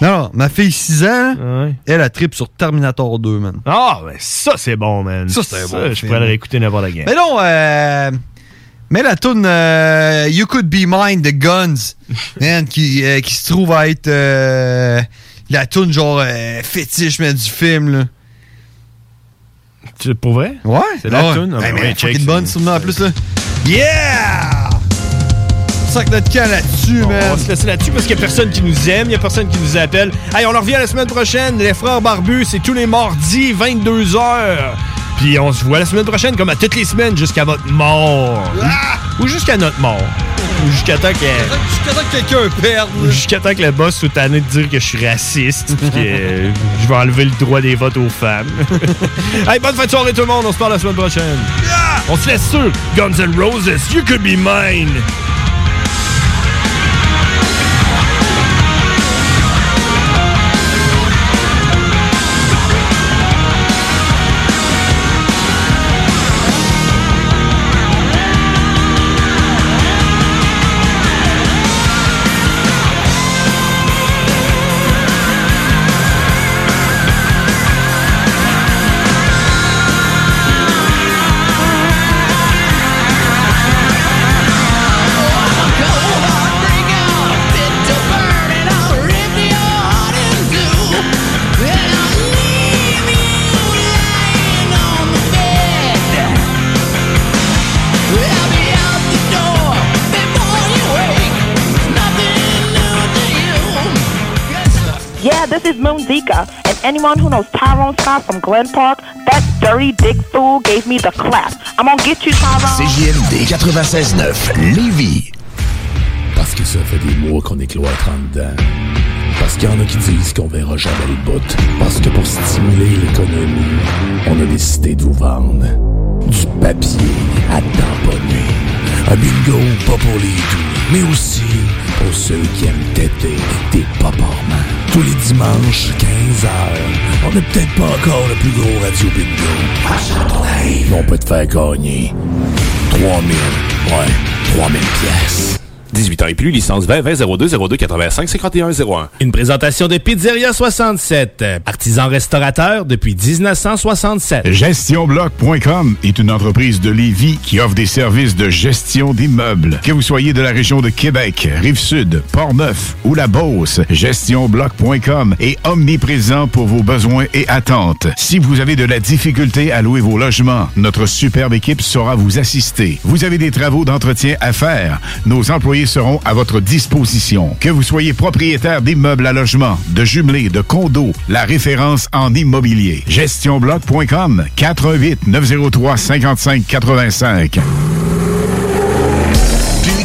Non, non, ma fille, 6 ans, là, elle a trip sur Terminator 2, man. Ah, ben ça, c'est bon, man. Ça, c'est un bon Je film. pourrais le réécouter n'importe quand. Mais non, euh, mais la tune euh, You Could Be Mine de Guns, man, qui, euh, qui se trouve à être euh, la tune genre euh, fétiche man, du film. Là. Tu, pour vrai? Ouais. C'est la ouais. tune? Ah, Hey, ben man, ouais, elle est check, fucking bonne, c'est- sûrement, en plus. Là. Yeah! Sac notre camp là-dessus, man. On va se laisser là-dessus parce qu'il n'y a personne qui nous aime, il n'y a personne qui nous appelle. Hey, on en revient la semaine prochaine. Les frères barbus, c'est tous les mardis, 22h. Puis on se voit la semaine prochaine, comme à toutes les semaines, jusqu'à votre mort. Ah! Ou jusqu'à notre mort. Ou jusqu'à temps que. Jusqu'à temps que quelqu'un perde. Jusqu'à temps que le boss soit tanné de dire que je suis raciste puis que euh, je vais enlever le droit des votes aux femmes. (laughs) hey, bonne fin de soirée tout le monde, on se parle la semaine prochaine. On se laisse sur Guns N' Roses, You Could Be Mine. Yeah, this is Moon Zika, and anyone who knows Tyrone Scott from Glen Park, that dirty dick fool gave me the clap. Ah, I'm gonna get you, Tyrone. CJMD 96.9 Lévis. Parce que ça fait des mois qu'on est cloître en dedans. Parce qu'il y en a qui disent qu'on verra jamais le bout. Parce que pour stimuler l'économie, on a décidé de vous vendre du papier à tamponner. Un bingo pas pour les doux, mais aussi pour ceux qui aiment têter des paparmans. Tous les dimanches, 15h, on n'est peut-être pas encore le plus gros radio bingo. À Châteauneuf, on peut te faire gagner 3000. Ouais, 3000 pièces. 18 ans et plus, licence 20 20 02 02 85 51 01. Une présentation de Pizzeria 67, euh, artisan restaurateur depuis 1967. GestionBloc.com est une entreprise de Lévis qui offre des services de gestion d'immeubles. Que vous soyez de la région de Québec, Rive-Sud, Portneuf ou La Beauce, GestionBloc.com est omniprésent pour vos besoins et attentes. Si vous avez de la difficulté à louer vos logements, notre superbe équipe saura vous assister. Vous avez des travaux d'entretien à faire. Nos employés seront à votre disposition. Que vous soyez propriétaire d'immeubles à logement, de jumelés, de condos, la référence en immobilier. GestionBloc.com 418 903 55 85. Plus